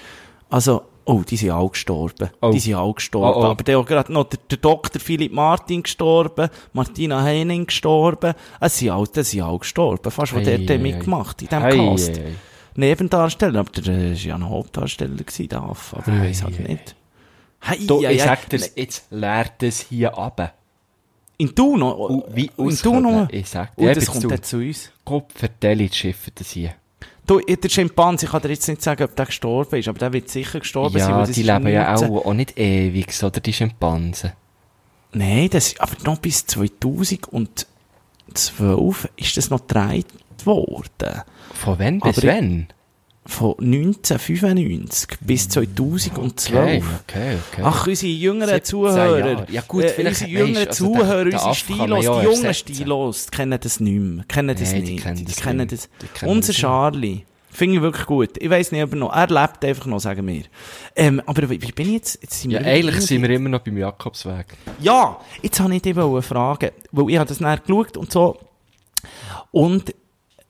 Speaker 3: Also, oh, die sind alle gestorben.
Speaker 2: Oh.
Speaker 3: Die sind alle gestorben.
Speaker 2: Oh, oh.
Speaker 3: Aber der auch gerade noch der, der Dr. Philipp Martin gestorben, Martina Henning gestorben. Es sind alle, das sind alle gestorben. Fast, was
Speaker 2: Ei,
Speaker 3: der
Speaker 2: ei,
Speaker 3: der
Speaker 2: ei.
Speaker 3: mitgemacht in diesem
Speaker 2: Ei,
Speaker 3: Cast.
Speaker 2: ei, ei.
Speaker 3: Nebendarsteller, aber der äh, ist ja ein Hauptdarsteller gewesen, der Affe. Aber ich weiß halt
Speaker 2: Ei, ei,
Speaker 3: nicht. Hey,
Speaker 2: Du, ich sag dir's, jetzt leert es hier ab.
Speaker 3: In Thun, oh,
Speaker 2: Und wie
Speaker 3: in
Speaker 2: auskühlen,
Speaker 3: Thun, oh.
Speaker 2: ich sag dir,
Speaker 3: Und
Speaker 2: bis
Speaker 3: das kommt
Speaker 2: zu-
Speaker 3: dann zu uns.
Speaker 2: Gott, vertelle die Schiffe das hier.
Speaker 3: Du, eh, der Schimpanse, ich kann dir jetzt nicht sagen, ob der gestorben ist, aber der wird sicher gestorben sein,
Speaker 2: ja,
Speaker 3: weil das
Speaker 2: die
Speaker 3: ist
Speaker 2: leben ja
Speaker 3: 19
Speaker 2: auch, auch nicht ewig, so, oder? Die Schimpansen.
Speaker 3: Nein, das ist, aber noch bis 2012 ist das noch gedreht worden.
Speaker 2: Von wann bis
Speaker 3: Aber ich-
Speaker 2: wann?
Speaker 3: Von 1995 bis 2012.
Speaker 2: Okay, okay, okay.
Speaker 3: Ach, unsere jüngeren
Speaker 2: 17
Speaker 3: Zuhörer. Äh,
Speaker 2: Jahre. Ja gut, vielleicht-
Speaker 3: unsere jüngeren
Speaker 2: weisst, also
Speaker 3: Zuhörer,
Speaker 2: den- den
Speaker 3: unsere
Speaker 2: Aff kann man
Speaker 3: Stilos,
Speaker 2: ja
Speaker 3: die jungen
Speaker 2: ersetzen.
Speaker 3: Stilos, die kennen das nicht mehr. Kennen das
Speaker 2: Nein,
Speaker 3: nicht.
Speaker 2: die kennen das nicht.
Speaker 3: das.
Speaker 2: Die kennen
Speaker 3: Unser
Speaker 2: das nicht.
Speaker 3: Charlie. Finde ich wirklich gut. Ich weiss nicht, ob er noch, er lebt einfach noch, sagen wir. Ähm, aber wie, wie bin ich jetzt? jetzt sind
Speaker 2: ja,
Speaker 3: wir
Speaker 2: eigentlich sind wir immer noch beim Jakobsweg.
Speaker 3: ja, jetzt habe ich dich eine Frage, weil ich habe das nachher geschaut und so. Und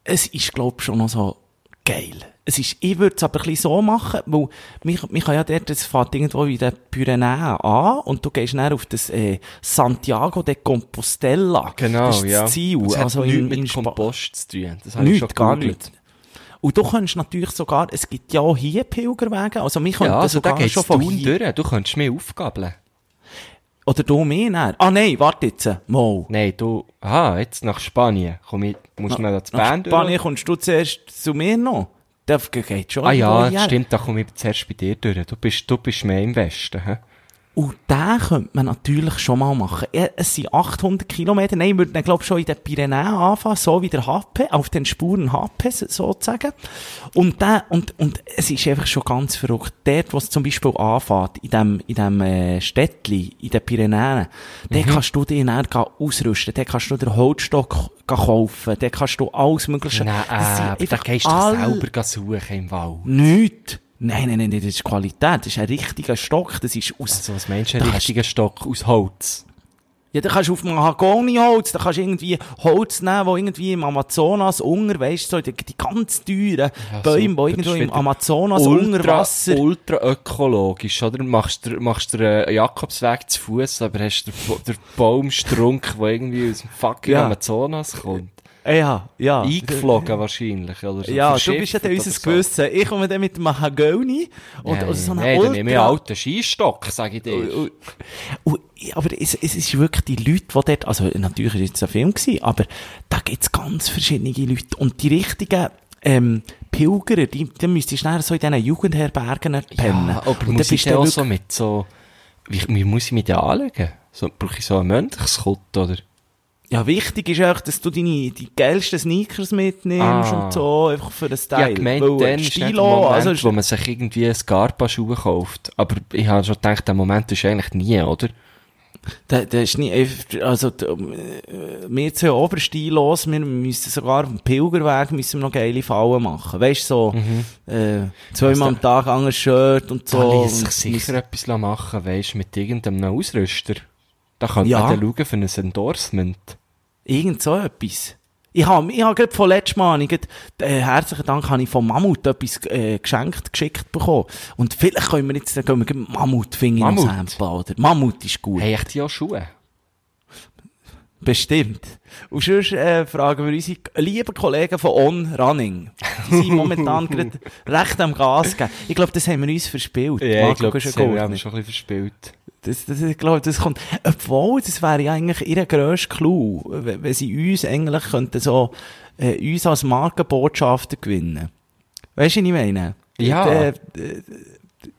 Speaker 3: es ist, glaube ich, schon noch so geil. Es ist, ich würde es aber ein bisschen so machen, weil mich, mich kann ja dort, das fährt irgendwo in den Pyrenäen an und du gehst dann auf das äh, Santiago de Compostela.
Speaker 2: Genau,
Speaker 3: das ist
Speaker 2: ja.
Speaker 3: Das Ziel.
Speaker 2: Das hat
Speaker 3: also
Speaker 2: nichts
Speaker 3: in,
Speaker 2: mit
Speaker 3: in Spa-
Speaker 2: Kompost zu tun. Das habe ich schon
Speaker 3: Nichts, gar
Speaker 2: gegoogelt.
Speaker 3: nichts. Und du kannst natürlich sogar, es gibt ja auch hier Pilgerwege, also mich
Speaker 2: Ja, also da
Speaker 3: sogar
Speaker 2: geht's
Speaker 3: schon von
Speaker 2: Thun
Speaker 3: hier
Speaker 2: durch. Du könntest mich aufgabeln.
Speaker 3: Oder du mir dann. Ah nein, warte jetzt, mal.
Speaker 2: Nein, du... Aha, jetzt nach Spanien. Komm, ich muss schnell an die
Speaker 3: Nach
Speaker 2: Band
Speaker 3: Spanien kommst du zuerst zu mir noch. Das geht schon.
Speaker 2: Ah ja,
Speaker 3: irgendwo her.
Speaker 2: stimmt, da komme ich zuerst bei dir durch. Du bist, du bist mehr im Westen. He?
Speaker 3: Und den könnte man natürlich schon mal machen. Ja, Es sind 800 Kilometer. Nein, ich würde dann, glaube ich, schon in den Pyrenäen anfangen, so wie der Happe, auf den Spuren Happe so- sozusagen. Und, der, und, und es ist einfach schon ganz verrückt. Dort, wo es zum Beispiel anfängt, in dem, in dem äh, Städtli, in den Pyrenäen, dort
Speaker 2: Mhm.
Speaker 3: kannst du dich dann gehen ausrüsten, dort kannst du den Holzstock gehen kaufen, dort kannst du alles Mögliche...
Speaker 2: Nein, äh,
Speaker 3: Das sind
Speaker 2: aber da
Speaker 3: einfach
Speaker 2: gehst du
Speaker 3: all-
Speaker 2: doch selber gehen suchen im Wald.
Speaker 3: Nichts. Nein, nein, nein, das ist Qualität. Das ist ein richtiger Stock. Das ist aus...
Speaker 2: Also was meinst du, ein
Speaker 3: Da
Speaker 2: richtiger Stock aus Holz?
Speaker 3: Ja, da kannst du auf Mahagoni-Holz, da kannst du irgendwie Holz nehmen, wo irgendwie im Amazonas unter, weißt du, so die, die ganz teuren
Speaker 2: super,
Speaker 3: Bäume, die irgendwo
Speaker 2: das ist
Speaker 3: im
Speaker 2: wieder
Speaker 3: Amazonas unter Wasser.
Speaker 2: ultra ökologisch, oder? Machst du machst dir einen Jakobsweg zu Fuß, aber hast den, Bo- den Baumstrunk, der irgendwie aus dem fucking
Speaker 3: Ja.
Speaker 2: Amazonas kommt.
Speaker 3: Ja, ja.
Speaker 2: Eingeflogen wahrscheinlich, oder? So
Speaker 3: Ah. Ja, du
Speaker 2: verschifft
Speaker 3: bist ja dann
Speaker 2: oder
Speaker 3: unser
Speaker 2: so.
Speaker 3: Gewissen. Ich komme dann mit dem Mahagoni und
Speaker 2: Nein,
Speaker 3: oder so einer
Speaker 2: nein, dann nehme ich einen
Speaker 3: ultra-
Speaker 2: alten Skistock, sage ich dir.
Speaker 3: Und- und- Aber es, es ist wirklich die Leute, die dort, also natürlich ist jetzt ein Film gewesen, aber da gibt's ganz verschiedene Leute und die richtigen, ähm, Pilgerer, die, die müsstest du nachher so in diesen Jugendherbergen pennen.
Speaker 2: Ja, aber
Speaker 3: und
Speaker 2: muss ich
Speaker 3: dann
Speaker 2: dann auch so mit so... Wie, wie muss ich mich da anlegen? So, brauche ich so einen Mönchskott, oder?
Speaker 3: Ja, wichtig ist auch, dass du deine, die geilsten Sneakers mitnimmst
Speaker 2: Ah.
Speaker 3: und so, einfach für den Style.
Speaker 2: Ja, gemeint,
Speaker 3: Weil äh,
Speaker 2: dann ist nicht der
Speaker 3: Stilo,
Speaker 2: Moment,
Speaker 3: also,
Speaker 2: wo man sich irgendwie Scarpa-Schuhe kauft. Aber ich habe schon gedacht, der Moment ist eigentlich nie, oder?
Speaker 3: da, da ist nicht, einfach- also, da, äh, wir sind ja oberstil los, wir müssen sogar auf dem Pilgerweg müssen wir noch geile Fallen machen. Weißt du, so, äh, zweimal am Tag an ein Shirt und
Speaker 2: Mhm. Da
Speaker 3: so.
Speaker 2: ließ sich
Speaker 3: und
Speaker 2: sicher etwas machen, weisst mit irgendeinem Ausrüster. Da könnte
Speaker 3: Ja.
Speaker 2: man dann schauen für ein Endorsement.
Speaker 3: Irgend so etwas. Ich habe, ich habe gerade von letztem Mal, ich grad, äh, herzlichen Dank, habe ich von Mammut etwas äh, geschenkt, geschickt bekommen. Und vielleicht können wir jetzt, dann gehen wir gleich Mammut finger
Speaker 2: Mammut?
Speaker 3: Mammut. Sample, oder? Mammut ist gut.
Speaker 2: Hey, ich die auch Schuhe.
Speaker 3: Bestimmt. Und sonst äh, fragen wir unsere lieben Kollegen von On Running. Die sind momentan gerade recht am Gas geben. Ich glaube, das haben wir uns verspielt. Marco Kuschelgurtner.
Speaker 2: haben wir schon ein bisschen verspielt.
Speaker 3: Das, das, ich glaube, das kommt, obwohl, das wäre ja eigentlich ihr grösster Clou, wenn wenn sie uns eigentlich könnten so, äh, uns als Markenbotschafter gewinnen. Weißt du, was ich meine?
Speaker 2: Ja.
Speaker 3: Äh, äh,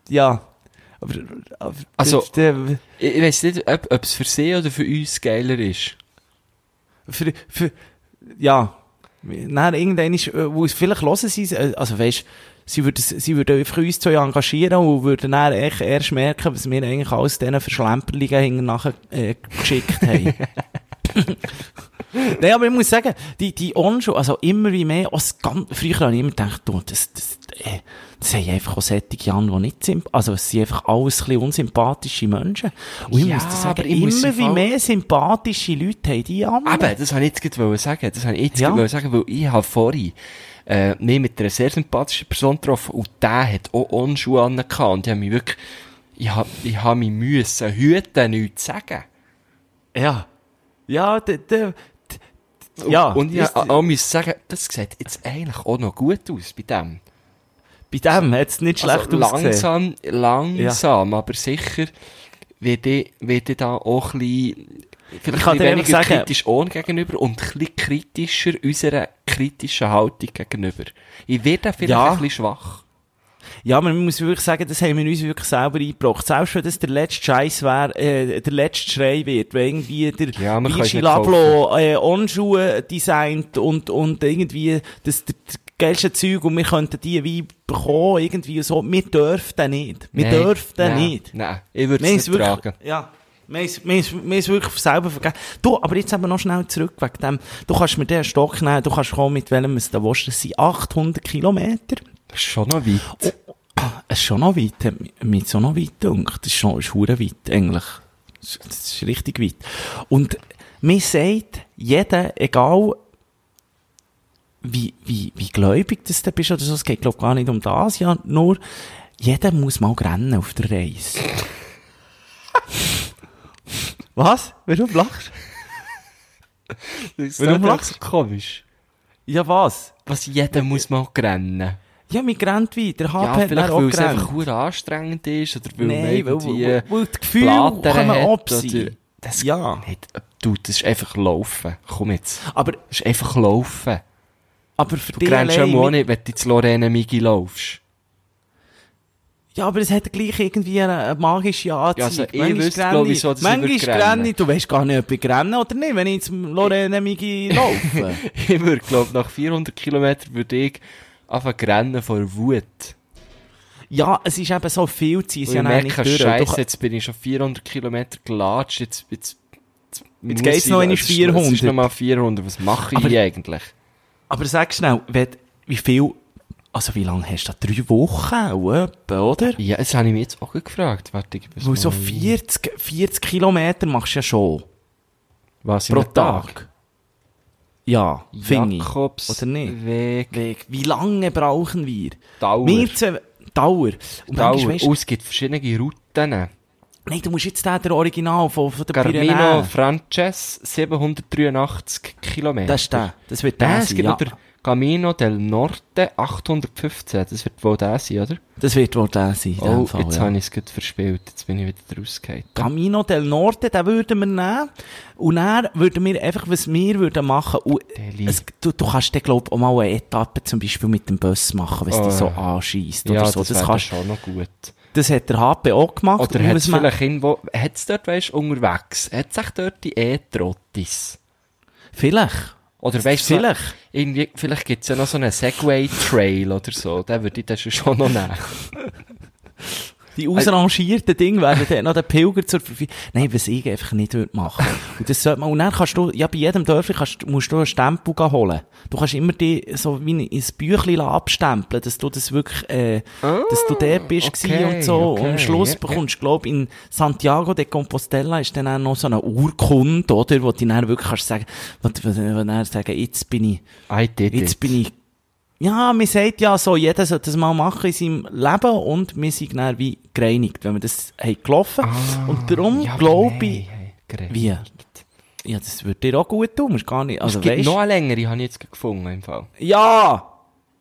Speaker 3: ja. Aber, aber
Speaker 2: Also-
Speaker 3: das- äh,
Speaker 2: Ich, ich weiss nicht, ob, ob es für sie oder für uns geiler ist.
Speaker 3: für, für, ja. Nein, irgendwann ist, äh, wo es- vielleicht hören sie es, äh, also weisst, sie würden, sie würden einfach uns zwei engagieren und würden dann echt erst merken, was wir eigentlich alles diesen Verschlemperlungen hinten nachher, äh, geschickt haben. Nein, aber ich muss sagen, die, die Onschuhe, also immer wie mehr, als ganz, früher habe ich immer gedacht, du, das, das, äh, das haben einfach auch solche an, die nicht sind, also es sind einfach alles ein bisschen unsympathische Menschen. Und ich
Speaker 2: Ja,
Speaker 3: muss dir sagen,
Speaker 2: aber ich muss
Speaker 3: immer
Speaker 2: im
Speaker 3: wie
Speaker 2: Fall-
Speaker 3: mehr sympathische Leute haben die an.
Speaker 2: Eben, das wollte ich jetzt gerade sagen. Das wollte ich jetzt
Speaker 3: Ah, Ja.
Speaker 2: gerade sagen, weil ich habe vorhin äh, mich mit einer sehr sympathischen Person getroffen und der hat auch Onschuhe an und ich habe mich wirklich, ich habe, ich habe mich müssen hüten, nichts zu sagen.
Speaker 3: Ja. Ja, der, der, d- ja.
Speaker 2: Und ich
Speaker 3: ist-
Speaker 2: habe auch müssen sagen, das sieht jetzt eigentlich auch noch gut aus bei dem.
Speaker 3: bei dem hat es nicht schlecht ausgesehen.
Speaker 2: Also langsam, langsam, aber sicher wird ich, wird ich da auch ein bisschen, vielleicht ein bisschen
Speaker 3: kann dir einfach
Speaker 2: weniger
Speaker 3: sagen-
Speaker 2: kritisch ohne gegenüber und ein bisschen kritischer unserer kritischen Haltung gegenüber. Ich werde da vielleicht
Speaker 3: Ja.
Speaker 2: ein bisschen schwach.
Speaker 3: Ja, aber man muss wirklich sagen, das haben wir uns wirklich selber eingebracht. Selbst wenn das der letzte Scheiß wäre, äh, der letzte Schrei wird, wenn irgendwie der
Speaker 2: Ja, man kann's
Speaker 3: Vichy
Speaker 2: nicht
Speaker 3: Lablo äh, Onschuhe designt und, und irgendwie das, das, das geilste Zeug und wir könnten die wie bekommen, irgendwie und so. Wir dürften nicht. Wir
Speaker 2: Nein,
Speaker 3: dürften
Speaker 2: nein,
Speaker 3: nicht.
Speaker 2: Nein, ich würde
Speaker 3: Wir
Speaker 2: es
Speaker 3: haben
Speaker 2: nicht
Speaker 3: es
Speaker 2: tragen.
Speaker 3: wirklich- Ja. Wir haben es- wir haben es- wir haben es wirklich selber vergessen. Du, aber jetzt eben noch schnell zurück wegen dem. Du kannst mir den Stock nehmen, du kannst kommen, mit welchem es da willst. Das sind 800 Kilometer.
Speaker 2: Das ist schon noch weit.
Speaker 3: Ah, Es ist schon noch weit, hat mi- mich so noch weit gedacht. Das ist schon, ist hure weit, eigentlich. Das ist- Das ist richtig weit. Und mir sagt jeder, egal, wie, wie, wie gläubig das du bist oder so, es geht, glaub gar nicht um das, ja, nur, jeder muss mal rennen auf der Reise. Was? Warum lachst
Speaker 2: Das
Speaker 3: Warum
Speaker 2: doch
Speaker 3: lachst
Speaker 2: so komisch?
Speaker 3: du? Ja, was?
Speaker 2: Was jeder muss mal rennen.
Speaker 3: Ja, wir rennen weiter.
Speaker 2: Ja,
Speaker 3: Hab hat
Speaker 2: vielleicht
Speaker 3: dann auch
Speaker 2: weil es
Speaker 3: gerannt.
Speaker 2: einfach hure anstrengend ist oder weil man
Speaker 3: Nein, weil,
Speaker 2: irgendwie...
Speaker 3: weil, weil die Gefühle
Speaker 2: Blattern
Speaker 3: kommen
Speaker 2: hat
Speaker 3: ab
Speaker 2: oder-
Speaker 3: sein.
Speaker 2: Das-
Speaker 3: Ja.
Speaker 2: Nicht, du, das ist einfach laufen. Komm jetzt.
Speaker 3: Aber,
Speaker 2: Das ist einfach laufen.
Speaker 3: aber für
Speaker 2: Du
Speaker 3: dich
Speaker 2: grennst
Speaker 3: allein
Speaker 2: schon mal nicht,
Speaker 3: mit-
Speaker 2: wenn du zu Lorena Migi laufst.
Speaker 3: Ja, aber es hat gleich irgendwie eine, eine magische Anziehung.
Speaker 2: Ja, also ich
Speaker 3: Manchmal
Speaker 2: wüsste,
Speaker 3: renne
Speaker 2: glaub ich,
Speaker 3: ich-
Speaker 2: so, dass ich
Speaker 3: Manchmal
Speaker 2: würde rennen.
Speaker 3: renne ich- du weißt gar nicht, ob ich renne oder nicht, wenn ich jetzt Lorena Migi laufe.
Speaker 2: Ich würde, glaub, nach 400 Kilometern würde ich anfangen zu rennen vor Wut.
Speaker 3: ja, es ist eben so viel zu sein,
Speaker 2: Und
Speaker 3: es ist
Speaker 2: ich
Speaker 3: ja dann
Speaker 2: merke,
Speaker 3: nicht durch.
Speaker 2: Scheiße,
Speaker 3: Du-
Speaker 2: jetzt bin ich schon 400 Kilometer gelatscht, jetzt, jetzt, jetzt, muss
Speaker 3: geht's
Speaker 2: ich-
Speaker 3: noch einmal
Speaker 2: es ist-
Speaker 3: 400.
Speaker 2: Es ist nochmal 400, was mache ich
Speaker 3: Aber-
Speaker 2: eigentlich?
Speaker 3: Aber sag schnell, wenn, wie viel, also wie lange hast du da? Drei Wochen auch etwa, oder?
Speaker 2: Ja, das habe ich mich jetzt auch gefragt. Warte, ich muss
Speaker 3: Weil so
Speaker 2: mal-
Speaker 3: 40, 40 Kilometer machst du ja schon.
Speaker 2: Was, in
Speaker 3: Pro
Speaker 2: einem Tag?
Speaker 3: Tag. Ja, finde ich.
Speaker 2: Jakobs
Speaker 3: Oder nicht?
Speaker 2: Weg.
Speaker 3: Weg. Wie lange brauchen wir?
Speaker 2: Dauer.
Speaker 3: Wir zwei, Dauer. Und
Speaker 2: Dauer.
Speaker 3: manchmal weisst
Speaker 2: Oh, es gibt verschiedene Routen.
Speaker 3: Nein, du musst jetzt den, der Original von, von der
Speaker 2: Carmino
Speaker 3: Pyrenäen.
Speaker 2: Frances, 783 Kilometer.
Speaker 3: Das ist der. Das wird der
Speaker 2: Das
Speaker 3: sein,
Speaker 2: gibt
Speaker 3: ja.
Speaker 2: noch der Camino del Norte 815. Das wird wohl der sein, oder?
Speaker 3: Das wird wohl der sein, in
Speaker 2: Oh,
Speaker 3: dem Fall,
Speaker 2: jetzt
Speaker 3: ja.
Speaker 2: habe ich es gut verspielt. Jetzt bin ich wieder rausgehauen.
Speaker 3: Camino del Norte, den würden wir nehmen. Und dann würden wir einfach, was wir würden machen. Und
Speaker 2: Deli.
Speaker 3: es, du, du kannst dann, glaub ich, auch mal eine Etappe zum Beispiel mit dem Bus machen, wenn es
Speaker 2: Oh,
Speaker 3: dich so
Speaker 2: ja.
Speaker 3: anschießt
Speaker 2: Ja,
Speaker 3: oder so.
Speaker 2: das,
Speaker 3: Das,
Speaker 2: das wäre
Speaker 3: kannst,
Speaker 2: schon noch gut.
Speaker 3: das hat der HP auch gemacht.
Speaker 2: Oder
Speaker 3: Und
Speaker 2: hat
Speaker 3: was
Speaker 2: es
Speaker 3: man-
Speaker 2: vielleicht irgendwo, hat es dort, weisst du, unterwegs, hat es echt dort die E-Trottis?
Speaker 3: Vielleicht.
Speaker 2: Oder weißt du,
Speaker 3: Vielleicht.
Speaker 2: so- irgendwie, vielleicht gibt es ja noch so einen Segway-Trail oder so. Den würde ich dann schon noch nehmen.
Speaker 3: Die ausrangierten Dinge werden dann noch den Pilger zur Verfügung. Nein, was ich einfach nicht würde machen. Und das sollte man, und dann kannst du, ja, bei jedem Dörfli kannst, musst du einen Stempel gehen holen. Du kannst immer die, so wie ein Büchlein abstempeln, dass du das wirklich, äh, dass du der bist
Speaker 2: okay,
Speaker 3: okay, und so.
Speaker 2: okay,
Speaker 3: und am Schluss
Speaker 2: ja,
Speaker 3: bekommst du, glaub, in Santiago de Compostela ist dann auch noch so eine Urkunde, oder? Wo du dann wirklich kannst sagen, wo du wo du dann sagen, jetzt bin ich,
Speaker 2: I did
Speaker 3: Jetzt
Speaker 2: it.
Speaker 3: bin ich. Ja, man sagt ja so, jeder sollte das mal machen in seinem Leben und wir sind dann wie gereinigt, wenn wir das haben gelaufen. und darum
Speaker 2: Ah, aber
Speaker 3: glaube
Speaker 2: nein,
Speaker 3: ich,
Speaker 2: hey, gerechnet.
Speaker 3: wie? Ja, das würde dir auch gut tun, musst gar nicht, also
Speaker 2: es gibt
Speaker 3: weißt,
Speaker 2: noch eine längere, habe ich jetzt gefunden im Fall.
Speaker 3: ja!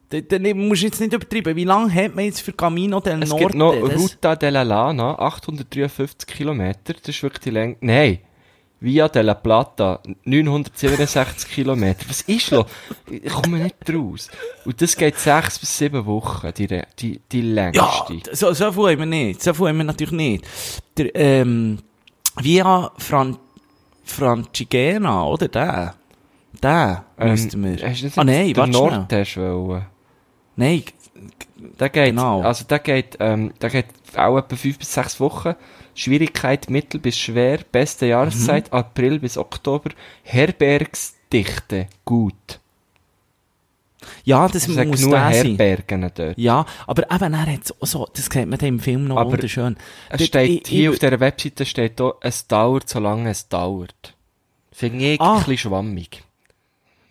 Speaker 3: Da, da nicht- musst du jetzt nicht übertreiben. Wie lange hat man jetzt für Camino del
Speaker 2: Es
Speaker 3: Norte?
Speaker 2: gibt noch
Speaker 3: Das-
Speaker 2: Ruta della Lana, 853 Kilometer, das ist wirklich die Länge. Nein, Via della Plata, 967 Kilometer. Was ist los? Ich komme nicht raus. Und das geht sechs bis sieben Wochen, die, Re- die, die
Speaker 3: Ja,
Speaker 2: längste. Ähm,
Speaker 3: so, so viel haben wir nicht. So viel haben wir natürlich nicht. Der, ähm, Via Fran Francigena, oder? Der. Der müssten wir.
Speaker 2: Ähm, hast du jetzt
Speaker 3: ah,
Speaker 2: nicht
Speaker 3: nein,
Speaker 2: den
Speaker 3: warte schnell.
Speaker 2: Nordtest wollen?
Speaker 3: Nein,
Speaker 2: Der geht,
Speaker 3: Genau.
Speaker 2: also der geht, ähm, der geht auch etwa fünf bis sechs Wochen. Schwierigkeit mittel bis schwer, beste
Speaker 3: Mhm.
Speaker 2: Jahreszeit April bis Oktober, Herbergsdichte gut.
Speaker 3: ja, das
Speaker 2: Es hat
Speaker 3: muss
Speaker 2: genug
Speaker 3: der sein.
Speaker 2: Herbergen dort.
Speaker 3: Ja, aber eben, er hat so, so, das sieht man dann im Film noch
Speaker 2: Aber
Speaker 3: wunderschön.
Speaker 2: Es
Speaker 3: Dort-
Speaker 2: steht
Speaker 3: ich-
Speaker 2: hier
Speaker 3: ich-
Speaker 2: auf dieser Webseite steht auch, es dauert, solange es dauert. Finde ich
Speaker 3: Ah.
Speaker 2: ein bisschen schwammig.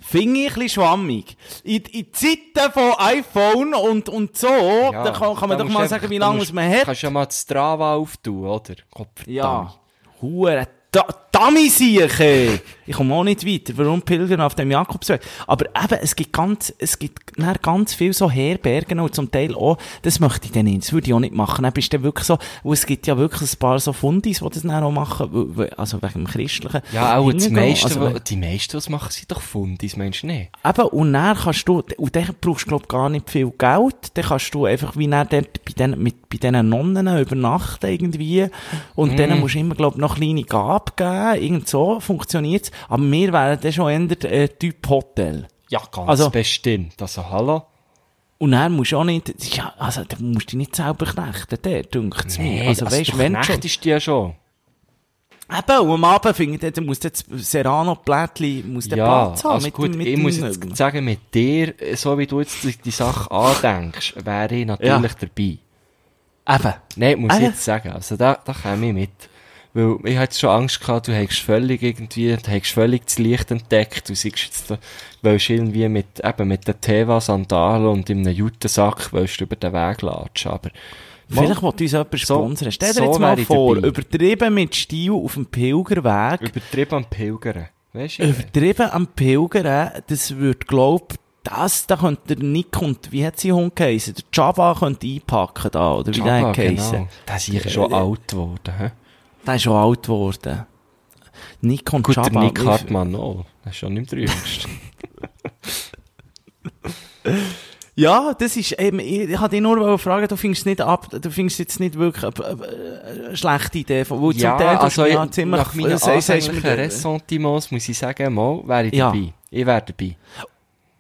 Speaker 3: Finde ich ein bisschen schwammig. In, in Zeiten von iPhone und, und so, da kann, kann man
Speaker 2: da
Speaker 3: doch
Speaker 2: musst
Speaker 3: mal
Speaker 2: einfach-
Speaker 3: sagen, wie
Speaker 2: da
Speaker 3: lange
Speaker 2: musst-
Speaker 3: muss man hat.
Speaker 2: Kannst ja mal die Strava auftun, oder? Kopf,
Speaker 3: Ja. Hure. Da, Damisieche! Ich komme auch nicht weiter. Warum pilgern auf dem Jakobsweg? Aber eben, es gibt ganz, es gibt dann ganz viel so Herbergen und zum Teil auch, das möchte ich dann nicht, das würde ich auch nicht machen. Dann bist du dann wirklich so, wo es gibt ja wirklich ein paar so Fundis, die das dann auch machen, wo- wo- also wegen dem Christlichen.
Speaker 2: Ja, auch das
Speaker 3: Hingehen,
Speaker 2: meiste,
Speaker 3: also-
Speaker 2: wo- die meisten, was machen, sind doch Fundis, meinst du nicht?
Speaker 3: Eben, und dann kannst du, und dann brauchst du, glaub, gar nicht viel Geld. Dann kannst du einfach wie dann dort bei den, mit, bei diesen Nonnen übernachten irgendwie. Und
Speaker 2: Mhm.
Speaker 3: denen musst du immer, glaub, noch kleine Gabe geben. Irgend so funktioniert's. Aber wir wären dann schon eher der, äh, Typ Hotel.
Speaker 2: Ja, ganz
Speaker 3: Also-
Speaker 2: bestimmt. Also, hallo?
Speaker 3: Und dann musst du auch nicht, das ist ja, also, da musst du dich nicht selber knechten, der, dünkt's mir. Also, weißt,
Speaker 2: du
Speaker 3: wenn schon.
Speaker 2: knechtest die ja schon.
Speaker 3: Eben, und am Abend finde ich, dann muss das Serrano-Plättchen, muss der
Speaker 2: Ja,
Speaker 3: Platz haben.
Speaker 2: also
Speaker 3: mit
Speaker 2: gut,
Speaker 3: dem- mit
Speaker 2: ich
Speaker 3: dem-
Speaker 2: muss jetzt sagen, mit dir, äh, so wie du jetzt die, die Sache andenkst, wäre ich natürlich dabei.
Speaker 3: Eben.
Speaker 2: Nein, muss ich
Speaker 3: Ah, ja.
Speaker 2: jetzt sagen, also da, da käme ich mit. Weil ich hatte schon Angst gehabt, du hättest völlig irgendwie, du hättest völlig das Licht entdeckt, du siehst jetzt da, willst irgendwie mit, eben mit den Teva-Sandalen und in einem Jutensack, willst du über den Weg latschen, aber
Speaker 3: Vielleicht will uns jemand
Speaker 2: So-
Speaker 3: sponsern. Stell dir
Speaker 2: so
Speaker 3: jetzt mal
Speaker 2: wäre ich
Speaker 3: vor,
Speaker 2: dabei.
Speaker 3: übertrieben mit Stil auf dem Pilgerweg,
Speaker 2: übertrieben am Pilgern, weißt du?
Speaker 3: übertrieben am Pilgern, das würde, glaub, das, da könnte der Nick und, wie hat sie Hund geheissen? Der Jabba könnte einpacken da, oder wie der
Speaker 2: Jabba,
Speaker 3: hat geheissen.
Speaker 2: genau. Der ist sicher schon
Speaker 3: Äh,
Speaker 2: alt geworden, hä?
Speaker 3: Der ist schon alt geworden. Nick und
Speaker 2: Gut, der
Speaker 3: Jabba.
Speaker 2: Nick Hartmann auch. Das ist schon nicht mehr der Jüngste.
Speaker 3: Ja, eh, das ist eben, ich, ich hatte dich nur fragen, du findest nicht ab, du findest jetzt nicht wirklich eine, eine, eine schlechte eh, Idee von, weil zum Teil tust du mir ja ziemlich,
Speaker 2: also nach also meinen
Speaker 3: äh, sagst- sagst mir
Speaker 2: anfänglichen
Speaker 3: dann-
Speaker 2: Ressentiments muss ich sagen, mal wäre ich
Speaker 3: Ja.
Speaker 2: dabei. Ich wäre dabei.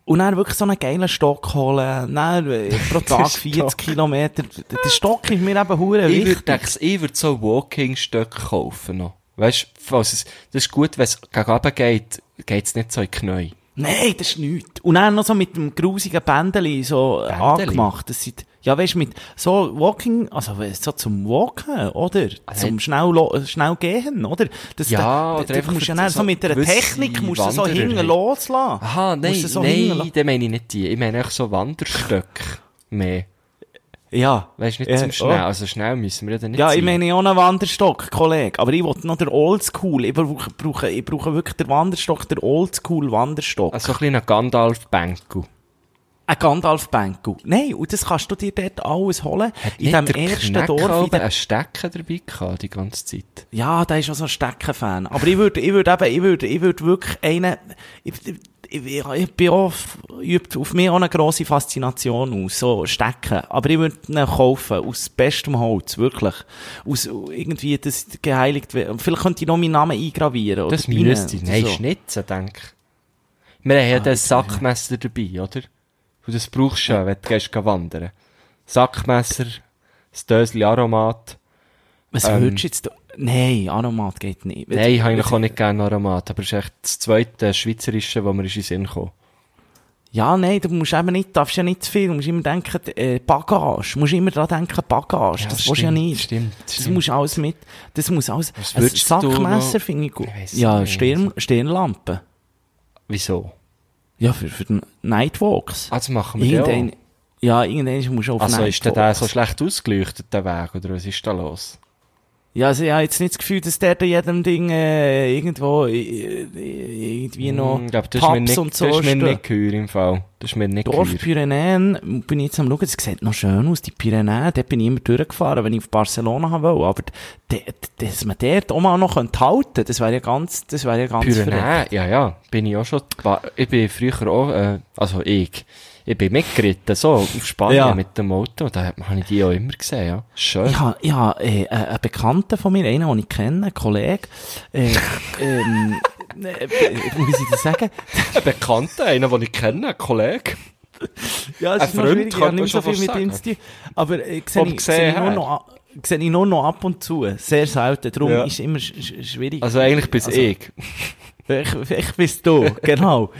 Speaker 3: Und dann wirklich so einen geilen Stock holen. Dann äh, pro Tag
Speaker 2: Stock.
Speaker 3: 40 Kilometer. D- Der Stock ist mir eben hure
Speaker 2: Ich
Speaker 3: wichtig.
Speaker 2: würde ich würd so Walking-Stöcke kaufen noch. Weißt du, es, das ist gut, wenn es gegen oben geht, geht es nicht so in die Knie.
Speaker 3: Nein, das ist nichts. Und dann noch so mit dem grusigen Bändeli so äh,
Speaker 2: Bändeli?
Speaker 3: angemacht. Das sind, ja weißt mit so Walking, also weißt, so zum Walken, oder?
Speaker 2: Also
Speaker 3: zum schnell, lo- äh, schnell gehen, oder? Das,
Speaker 2: Ja,
Speaker 3: da,
Speaker 2: oder
Speaker 3: da,
Speaker 2: einfach
Speaker 3: du musst ja
Speaker 2: für
Speaker 3: dann
Speaker 2: so
Speaker 3: so mit einer
Speaker 2: gewisse
Speaker 3: Technik, musst du so
Speaker 2: Wanderer
Speaker 3: hinten
Speaker 2: haben.
Speaker 3: loslassen.
Speaker 2: Aha, nein,
Speaker 3: Musst du so hinten
Speaker 2: nein,
Speaker 3: lassen.
Speaker 2: dann meine ich nicht die. Ich meine eigentlich so Wanderstöcke mehr.
Speaker 3: Ja.
Speaker 2: Weißt du, nicht
Speaker 3: Ja,
Speaker 2: zum
Speaker 3: oh.
Speaker 2: Schnell. Also schnell müssen wir ja dann nicht
Speaker 3: Ja,
Speaker 2: sein.
Speaker 3: ich meine auch einen Wanderstock, Kollege. Aber ich will noch den Oldschool. Ich brauche, brauche, ich brauche wirklich den Wanderstock, den Oldschool-Wanderstock.
Speaker 2: Also ein kleiner Gandalf-Bänkel.
Speaker 3: Ein Gandalf-Bänkel. Nein, und das kannst du dir dort alles holen. in dem ersten Dorf. In
Speaker 2: Ich
Speaker 3: dem
Speaker 2: einen Stecken dabei gehabt, die ganze Zeit.
Speaker 3: ja, da ist auch so ein Steckenfan. Aber ich würde, ich würde eben, ich würde, ich würde wirklich einen, ich, ich, ich, ich bin auch, übt auf mich auch eine grosse Faszination aus, so Stecken. Aber ich würde ihn kaufen, aus bestem Holz, wirklich. Aus, irgendwie, das geheiligt wird. Vielleicht könnte ich noch meinen Namen eingravieren, oder?
Speaker 2: Das
Speaker 3: Bienen
Speaker 2: müsste ich.
Speaker 3: oder
Speaker 2: Nein,
Speaker 3: so. Ah,
Speaker 2: schnitzen, denke ich. Wir haben ja das Sackmesser dabei, oder? Und das brauchst du ja, wenn du gehst gehen wandern. Sackmesser, das Dösli Aromat.
Speaker 3: Was
Speaker 2: Ähm.
Speaker 3: würdest du jetzt da? Nein, Aromat geht nicht.
Speaker 2: Nein, ich habe eigentlich auch nicht gerne Aromat, aber es ist echt das zweite Schweizerische, das mir ist in den Sinn gekommen.
Speaker 3: Ja, nein, du musst eben nicht, darfst ja nicht zu viel, du musst immer denken, äh, Bagage, du musst immer dran denken, Bagage, das willst du ja nicht.
Speaker 2: Stimmt,
Speaker 3: Das
Speaker 2: stimmt.
Speaker 3: muss alles mit, das muss alles,
Speaker 2: Was
Speaker 3: ein
Speaker 2: würdest du
Speaker 3: Sackmesser
Speaker 2: noch-
Speaker 3: finde ich gut.
Speaker 2: Ich weiss
Speaker 3: Ja,
Speaker 2: nicht.
Speaker 3: Stirn, Stirnlampe.
Speaker 2: Wieso?
Speaker 3: Ja, für, für den Nightwalks.
Speaker 2: Also machen wir den
Speaker 3: Irgendein, ja, irgendwann musst du auf
Speaker 2: auch. Also ist der, der
Speaker 3: Nightwalks.
Speaker 2: so schlecht ausgeleuchtet, der Weg, oder was ist da los?
Speaker 3: Ja, also ich habe jetzt nicht das Gefühl, dass der da jedem Ding äh, irgendwo äh, äh, irgendwie noch
Speaker 2: Hm, Ich glaube, das ist mir
Speaker 3: Pubs
Speaker 2: nicht,
Speaker 3: und so
Speaker 2: das ist mir
Speaker 3: stehen.
Speaker 2: nicht geheuer im Fall. Das ist mir nicht
Speaker 3: Dorf
Speaker 2: geheuer.
Speaker 3: Pyrenäen, bin ich jetzt am schauen, das sieht noch schön aus, die Pyrenäen, dort bin ich immer durchgefahren, wenn ich auf Barcelona haben wollte, aber dort, dass man dort auch mal noch halten könnte, das wäre ja ganz, das wäre ja ganz verrückt.
Speaker 2: Pyrenäen, ja, ja, bin ich auch schon, ba- ich bin früher auch, äh, also ich, ich bin mitgeritten, so, auf Spanien
Speaker 3: Ja.
Speaker 2: mit dem Auto, da hat- habe ich die auch immer gesehen, ja. Schön.
Speaker 3: Ich habe, ich habe äh, äh, einen Bekannten von mir, einen, den ich kenne, einen Kollegen, äh, ähm, äh, wie soll ich das sagen?
Speaker 2: Ein Bekannter, einer, den ich kenne, ein Kollege.
Speaker 3: Ja, es
Speaker 2: Ein
Speaker 3: ist noch
Speaker 2: Freund
Speaker 3: schwierig, ich
Speaker 2: könnte
Speaker 3: habe
Speaker 2: man
Speaker 3: nicht so
Speaker 2: schon
Speaker 3: viel mit
Speaker 2: fast
Speaker 3: ihm zu
Speaker 2: sagen.
Speaker 3: tun. Aber äh, sehe
Speaker 2: Vom
Speaker 3: ich,
Speaker 2: Gesehen
Speaker 3: sehe ich nur
Speaker 2: her.
Speaker 3: noch, a- sehe ich nur noch ab und zu, sehr selten, darum
Speaker 2: Ja.
Speaker 3: ist es immer sch sch- schwierig.
Speaker 2: Also eigentlich bis
Speaker 3: Also-
Speaker 2: ich.
Speaker 3: Ich, ich bist du, genau.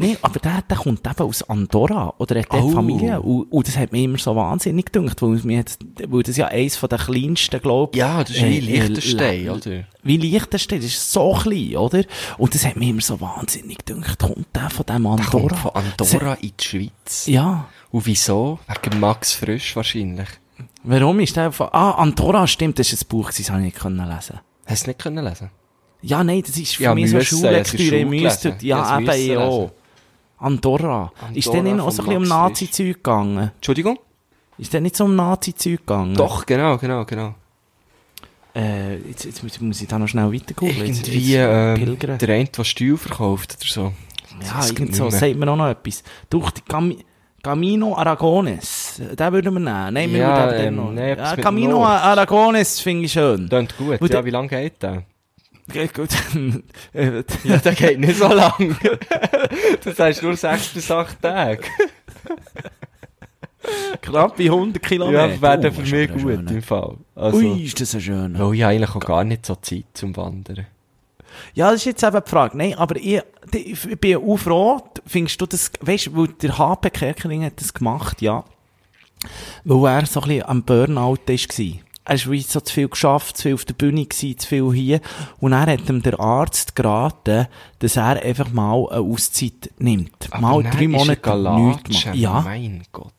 Speaker 3: Nee, aber der, der kommt eben aus Andorra oder hat dort
Speaker 2: Oh.
Speaker 3: Familie. Und, und das hat mir immer so wahnsinnig gedacht, weil, mir jetzt, weil das ja eins von den kleinsten, glaube
Speaker 2: Ja, das ist wie Liechtenstein, oder?
Speaker 3: Wie Liechtenstein, das ist so klein, oder? Und das hat mir immer so wahnsinnig gedacht, kommt der von dem Andorra?
Speaker 2: Kommt von
Speaker 3: Das hat-
Speaker 2: Andorra in die Schweiz.
Speaker 3: Ja.
Speaker 2: Und wieso? Wegen Max Frisch wahrscheinlich.
Speaker 3: Warum ist der von... Ah, Andorra, stimmt, das ist ein Buch, gewesen, das habe ich nicht können lesen.
Speaker 2: Hast du nicht können lesen?
Speaker 3: Ja, nein, das ist für
Speaker 2: Ja,
Speaker 3: mich so
Speaker 2: müssen, es ist
Speaker 3: Schullektüre.
Speaker 2: Schule
Speaker 3: ich müsste-
Speaker 2: gelesen. Ich
Speaker 3: Ja,
Speaker 2: hab's
Speaker 3: eben,
Speaker 2: müssen
Speaker 3: ja.
Speaker 2: lesen.
Speaker 3: Andorra. Ist
Speaker 2: Andorra
Speaker 3: denn nicht auch so
Speaker 2: von
Speaker 3: ein bisschen um
Speaker 2: Max Frisch.
Speaker 3: Nazi-Zeug gegangen?
Speaker 2: Entschuldigung?
Speaker 3: Ist denn nicht so um Nazi-Zeug gegangen?
Speaker 2: Doch, genau, genau, genau.
Speaker 3: Äh, jetzt, jetzt muss- muss ich da noch schnell weitergehen.
Speaker 2: Irgendwie, ähm,
Speaker 3: Pilgern.
Speaker 2: der eine, der Stuhl verkauft oder so.
Speaker 3: Ja,
Speaker 2: es gibt
Speaker 3: irgend so.
Speaker 2: nicht mehr.
Speaker 3: Sagt mir auch noch etwas. Durch die Cam Camino Aragones. äh, Den würden wir nehmen. Nein, wir
Speaker 2: Ja,
Speaker 3: würden den
Speaker 2: ähm,
Speaker 3: noch.
Speaker 2: nein, etwas
Speaker 3: ja,
Speaker 2: mit
Speaker 3: Camino
Speaker 2: Nord.
Speaker 3: Aragones finde ich schön.
Speaker 2: Klingt gut,
Speaker 3: Und
Speaker 2: ja,
Speaker 3: der-
Speaker 2: wie lange geht der?
Speaker 3: Ja, gut. Äh,
Speaker 2: Ja, der geht nicht so lang. das heißt nur sechs bis acht Tage.
Speaker 3: Knappe 100 Kilometer.
Speaker 2: Ja, wäre dann
Speaker 3: Oh,
Speaker 2: für
Speaker 3: ist
Speaker 2: mich
Speaker 3: aber ein
Speaker 2: gut
Speaker 3: schöner.
Speaker 2: im Fall. Also,
Speaker 3: Ui, ist das ein schöner.
Speaker 2: Weil ich habe eigentlich auch gar nicht so Zeit zum Wandern.
Speaker 3: Ja, das ist jetzt eben die Frage. Nein, aber ich, ich bin auch froh, findest du das, weißt du, weil der HP Kerkeling hat das gemacht, ja. Weil er so ein bisschen am Burnout war. Er ist wie so zu viel geschafft, zu viel auf der Bühne gewesen, zu viel hier. Und er hat ihm der Arzt geraten, dass er einfach mal eine Auszeit nimmt. mal
Speaker 2: dann
Speaker 3: drei
Speaker 2: ist er
Speaker 3: Monate nichts
Speaker 2: Galatschen,
Speaker 3: machen. Ja.
Speaker 2: Mein Gott.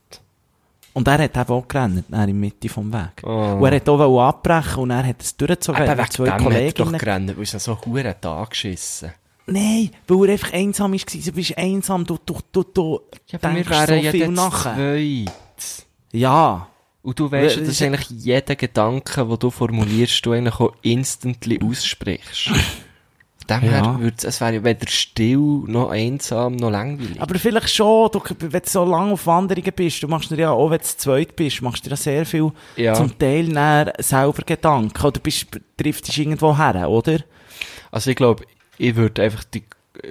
Speaker 3: Und er hat eben auch gerannt, dann in der Mitte vom Weg.
Speaker 2: Oh.
Speaker 3: Und er hat auch wollen abbrechen und er hat es durchgezogen.
Speaker 2: Eben
Speaker 3: Er hat
Speaker 2: wegen
Speaker 3: zwei
Speaker 2: dem hat er
Speaker 3: Kolleginnen
Speaker 2: doch gerannt, weil es ihn so verdammt angeschissen
Speaker 3: Nein, weil er einfach einsam war. Du bist einsam, du, du, du, du denkst so viel
Speaker 2: Eh.
Speaker 3: nachher.
Speaker 2: zweit.
Speaker 3: Ja.
Speaker 2: Und du weißt,
Speaker 3: Weil-
Speaker 2: ja, dass eigentlich jeder Gedanke, den du formulierst, du eigentlich auch instantly aussprichst. Dem
Speaker 3: Ja.
Speaker 2: her würde es wäre ja weder still, noch einsam, noch langweilig.
Speaker 3: Aber vielleicht schon, du, wenn du so lange auf Wanderungen bist, du machst dir ja, auch wenn du zu zweit bist, machst dir ja sehr viel
Speaker 2: Ja.
Speaker 3: zum Teil näher selber Gedanken. Oder bist, triffst dich irgendwo her, oder?
Speaker 2: Also ich glaube, ich würde einfach die,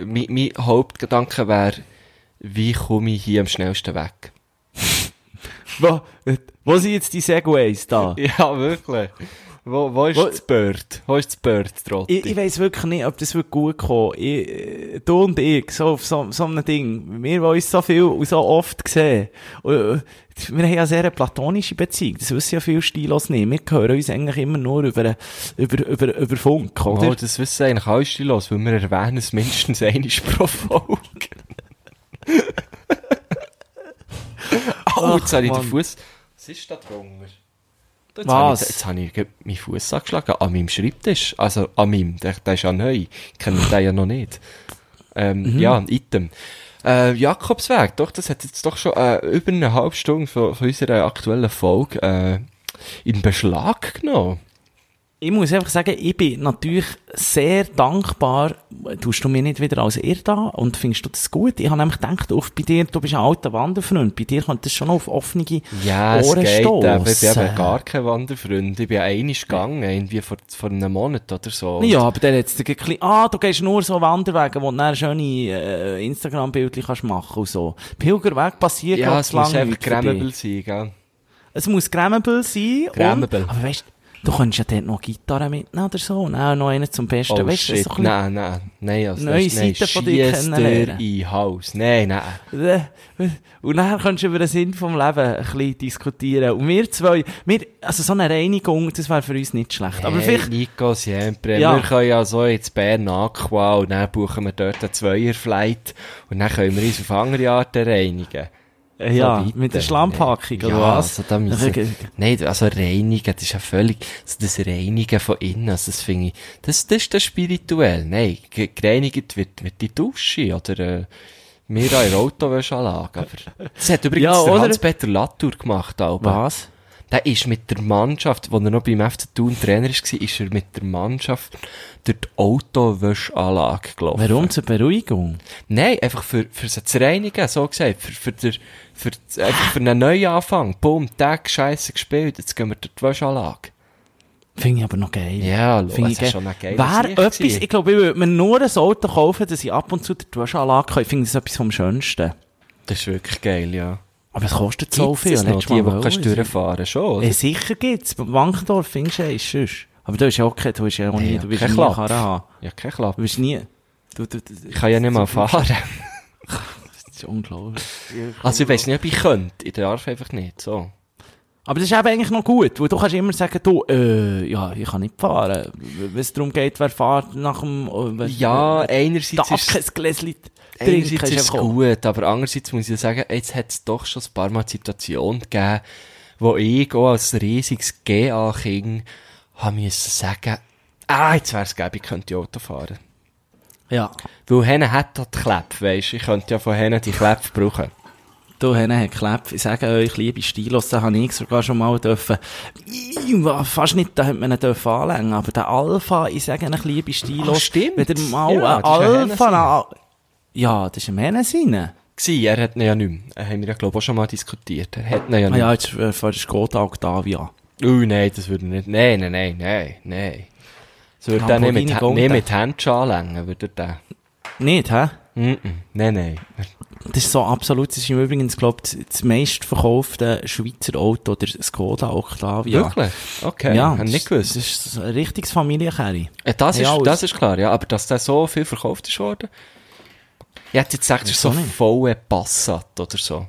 Speaker 2: mein, mein Hauptgedanke wäre, wie komme ich hier am schnellsten weg?
Speaker 3: Wo, wo sind jetzt die Segways da?
Speaker 2: Ja, wirklich. Wo, wo ist
Speaker 3: Wo-
Speaker 2: das Bird? Wo ist das Bird, Trotti?
Speaker 3: Ich, ich weiss wirklich nicht, ob das wird gut kommen. Ich, äh, du und ich, so auf so, so einem Ding. Wir, die uns so viel und so oft sehen. Und, äh, wir haben ja sehr eine platonische Beziehung. Das wissen ja viele Stilos nicht. Wir hören uns eigentlich immer nur über, über, über, über Funk, oder?
Speaker 2: Oh, das wissen eigentlich alle los, weil wir erwähnen es mindestens einmal pro Folge. oh, jetzt
Speaker 3: Ach,
Speaker 2: habe ich den
Speaker 3: Mann.
Speaker 2: Fuß. Was ist da drunter? Jetzt
Speaker 3: Was?
Speaker 2: Habe ich, jetzt habe ich gerade meinen Fuß angeschlagen. An meinem Schreibtisch. Also an meinem. Der, der ist ja neu. Ich kenne den ja noch nicht. Ähm,
Speaker 3: Mhm.
Speaker 2: Ja, ein Item. Äh, Jakobsweg, doch, das hat jetzt doch schon äh, über eine halbe Stunde von, von unserer aktuellen Folge äh, in Beschlag genommen.
Speaker 3: Ich muss einfach sagen, ich bin natürlich sehr dankbar. Tust du mir nicht wieder als ihr da und findest du das gut? Ich habe nämlich gedacht, auf, bei dir, du bist ein alter Wanderfreund, bei dir könnte das schon auf offene
Speaker 2: Ja, es
Speaker 3: Ohren
Speaker 2: geht. aber Ich bin
Speaker 3: stossen.
Speaker 2: eben gar kein Wanderfreund. Ich bin einmal gegangen, irgendwie vor, vor einem Monat oder so.
Speaker 3: Ja, aber dann hat's dir gekli- Ah, du gehst nur so Wanderwege, wo du dann schöne äh, Instagram-Bildchen kannst machen und so. Pilgerweg passiert
Speaker 2: ja
Speaker 3: ganz
Speaker 2: es muss
Speaker 3: lange
Speaker 2: einfach
Speaker 3: nichts für
Speaker 2: grammable sein,
Speaker 3: dich.
Speaker 2: gell?
Speaker 3: Es muss grammable sein.
Speaker 2: Grammable.
Speaker 3: Und, aber weißt du, du könntest ja dort noch Gitarre mitnehmen oder so. Und auch noch einen zum Besten.
Speaker 2: Oh
Speaker 3: weißt du,
Speaker 2: shit,
Speaker 3: so ein
Speaker 2: nein, nein, nein, also,
Speaker 3: Neue
Speaker 2: das- nein,
Speaker 3: Seite von dir
Speaker 2: schiess dir
Speaker 3: kennenlernen.
Speaker 2: in Haus. Nein, nein.
Speaker 3: bisschen- Äh, Und dann kannst du über den Sinn vom Leben ein bisschen diskutieren. Und wir zwei, wir, also so eine Reinigung, das wäre für uns nicht schlecht. Aber
Speaker 2: Hey,
Speaker 3: vielleicht,
Speaker 2: Nico, siempre.
Speaker 3: Ja.
Speaker 2: Wir können ja so ins Bern Aqua und dann buchen wir dort einen Zweierflight und dann können wir uns auf andere Arten reinigen.
Speaker 3: äh, ja,
Speaker 2: So weiter.
Speaker 3: mit der Schlammpackung
Speaker 2: ja,
Speaker 3: oder was?
Speaker 2: Also da müssen, nein, also reinigen, das ist ja völlig, also das Reinigen von innen, also das finde ich, das, das ist das spirituell. Nein, ge- gereinigt wird, wird die Dusche oder, äh, wir an der Autowäschanlage, aber das hat übrigens
Speaker 3: Ja,
Speaker 2: der
Speaker 3: oder?
Speaker 2: Hans-Peter Latour gemacht, Alba.
Speaker 3: was?
Speaker 2: Der ist mit der Mannschaft, als er noch beim FC Thun Trainer war, ist er mit der Mannschaft durch die Autowäschanlage gelaufen.
Speaker 3: Warum zur Beruhigung?
Speaker 2: Nein, einfach für, für sie zu reinigen, so gesagt. Für, für, der, für, einfach für einen neuen Anfang. Boom, Tag, Scheiße gespielt, jetzt gehen wir durch die Wäschanlage.
Speaker 3: Finde ich aber noch geil.
Speaker 2: Ja, lo,
Speaker 3: Finde
Speaker 2: es ist
Speaker 3: geil.
Speaker 2: schon ein geiles
Speaker 3: Wäre
Speaker 2: Licht
Speaker 3: etwas,
Speaker 2: gewesen.
Speaker 3: ich glaube, ich würde mir nur ein Auto kaufen, dass ich ab und zu die Duschanlage kann. Ich finde das etwas vom Schönsten.
Speaker 2: Das ist wirklich geil, ja.
Speaker 3: Aber es kostet so
Speaker 2: Gibt's
Speaker 3: viel.
Speaker 2: das noch,
Speaker 3: Letztes
Speaker 2: die,
Speaker 3: Mal
Speaker 2: die kannst
Speaker 3: wollen.
Speaker 2: durchfahren, schon, oder?
Speaker 3: Äh, sicher gibt's. Wankendorf findest du eins, sonst. Aber du bist ja okay, du bist ja auch nie,
Speaker 2: ja,
Speaker 3: du bist
Speaker 2: kein
Speaker 3: nie
Speaker 2: Klapp.
Speaker 3: Karre haben.
Speaker 2: Ja, kein Klapp.
Speaker 3: Du bist nie, du, du, du,
Speaker 2: Ich kann ja nicht mal fahren.
Speaker 3: das ist unglaublich.
Speaker 2: Also ich weiss nicht, ob ich könnte. Ich darf einfach nicht, so.
Speaker 3: Aber das ist eben eigentlich noch gut, weil du kannst immer sagen, du, äh, ja, ich kann nicht fahren. Wenn es darum geht, wer fährt nach dem, äh, wer-
Speaker 2: Ja, einerseits
Speaker 3: darf
Speaker 2: ist
Speaker 3: kein Gläschen trinken,
Speaker 2: Einerseits ist es
Speaker 3: einfach-
Speaker 2: gut, aber andererseits muss ich ja sagen, jetzt hat es doch schon ein paar Mal Situationen gegeben, wo ich auch als riesiges GA-Kind habe müssen sagen, ah, jetzt wär's gäbe, ich könnte Auto fahren.
Speaker 3: Ja.
Speaker 2: Weil Henne hat da die Klappe, weisst, ich könnte ja von Henne die Klappe brauchen.
Speaker 3: Du, Herr Herr Klepp, ich sage euch, liebe Stilos, da habe ich sogar schon mal dürfen, Ih, wa- fast nicht, da hätte man ihn dürfen anlängen, aber der Alpha, ich sage euch, liebe Stilos,
Speaker 2: Ah, stimmt.
Speaker 3: wenn der mal
Speaker 2: Ja,
Speaker 3: ein
Speaker 2: das ist ein
Speaker 3: Alpha, na- ja, das ist ein Männersinn.
Speaker 2: Gsi, er hat ihn ja nicht mehr. Äh, Haben wir ja, glaube ich, auch schon mal diskutiert. Er hat ihn ja
Speaker 3: Ah
Speaker 2: nicht
Speaker 3: ja,
Speaker 2: mehr.
Speaker 3: jetzt äh, fährst du Skoda Octavia.
Speaker 2: Oh, nein, das würde er nicht. Nein, nein, nein, nein, nein. Das würde
Speaker 3: Aber
Speaker 2: er nicht mit,
Speaker 3: deine
Speaker 2: Hä-
Speaker 3: Gunde.
Speaker 2: nicht mit Händchen anlängen, würde er den.
Speaker 3: Nicht, hä?
Speaker 2: Mm-mm. Nein, nein.
Speaker 3: Das ist so absolut, das ist im Übrigen, glaube ich, das meistverkaufte Schweizer Auto, der Skoda Octavia.
Speaker 2: Wirklich? Okay,
Speaker 3: Ja,
Speaker 2: hab
Speaker 3: das-
Speaker 2: nicht gewusst.
Speaker 3: Das ist so ein richtiges Familienkerry.
Speaker 2: Ja, Äh, das,
Speaker 3: Ja,
Speaker 2: ist,
Speaker 3: alles.
Speaker 2: das ist klar, ja. Aber dass der so viel verkauft ist worden. Ich hätte jetzt gesagt, es ist so
Speaker 3: Wieso
Speaker 2: ein
Speaker 3: nicht?
Speaker 2: voller Passat oder so.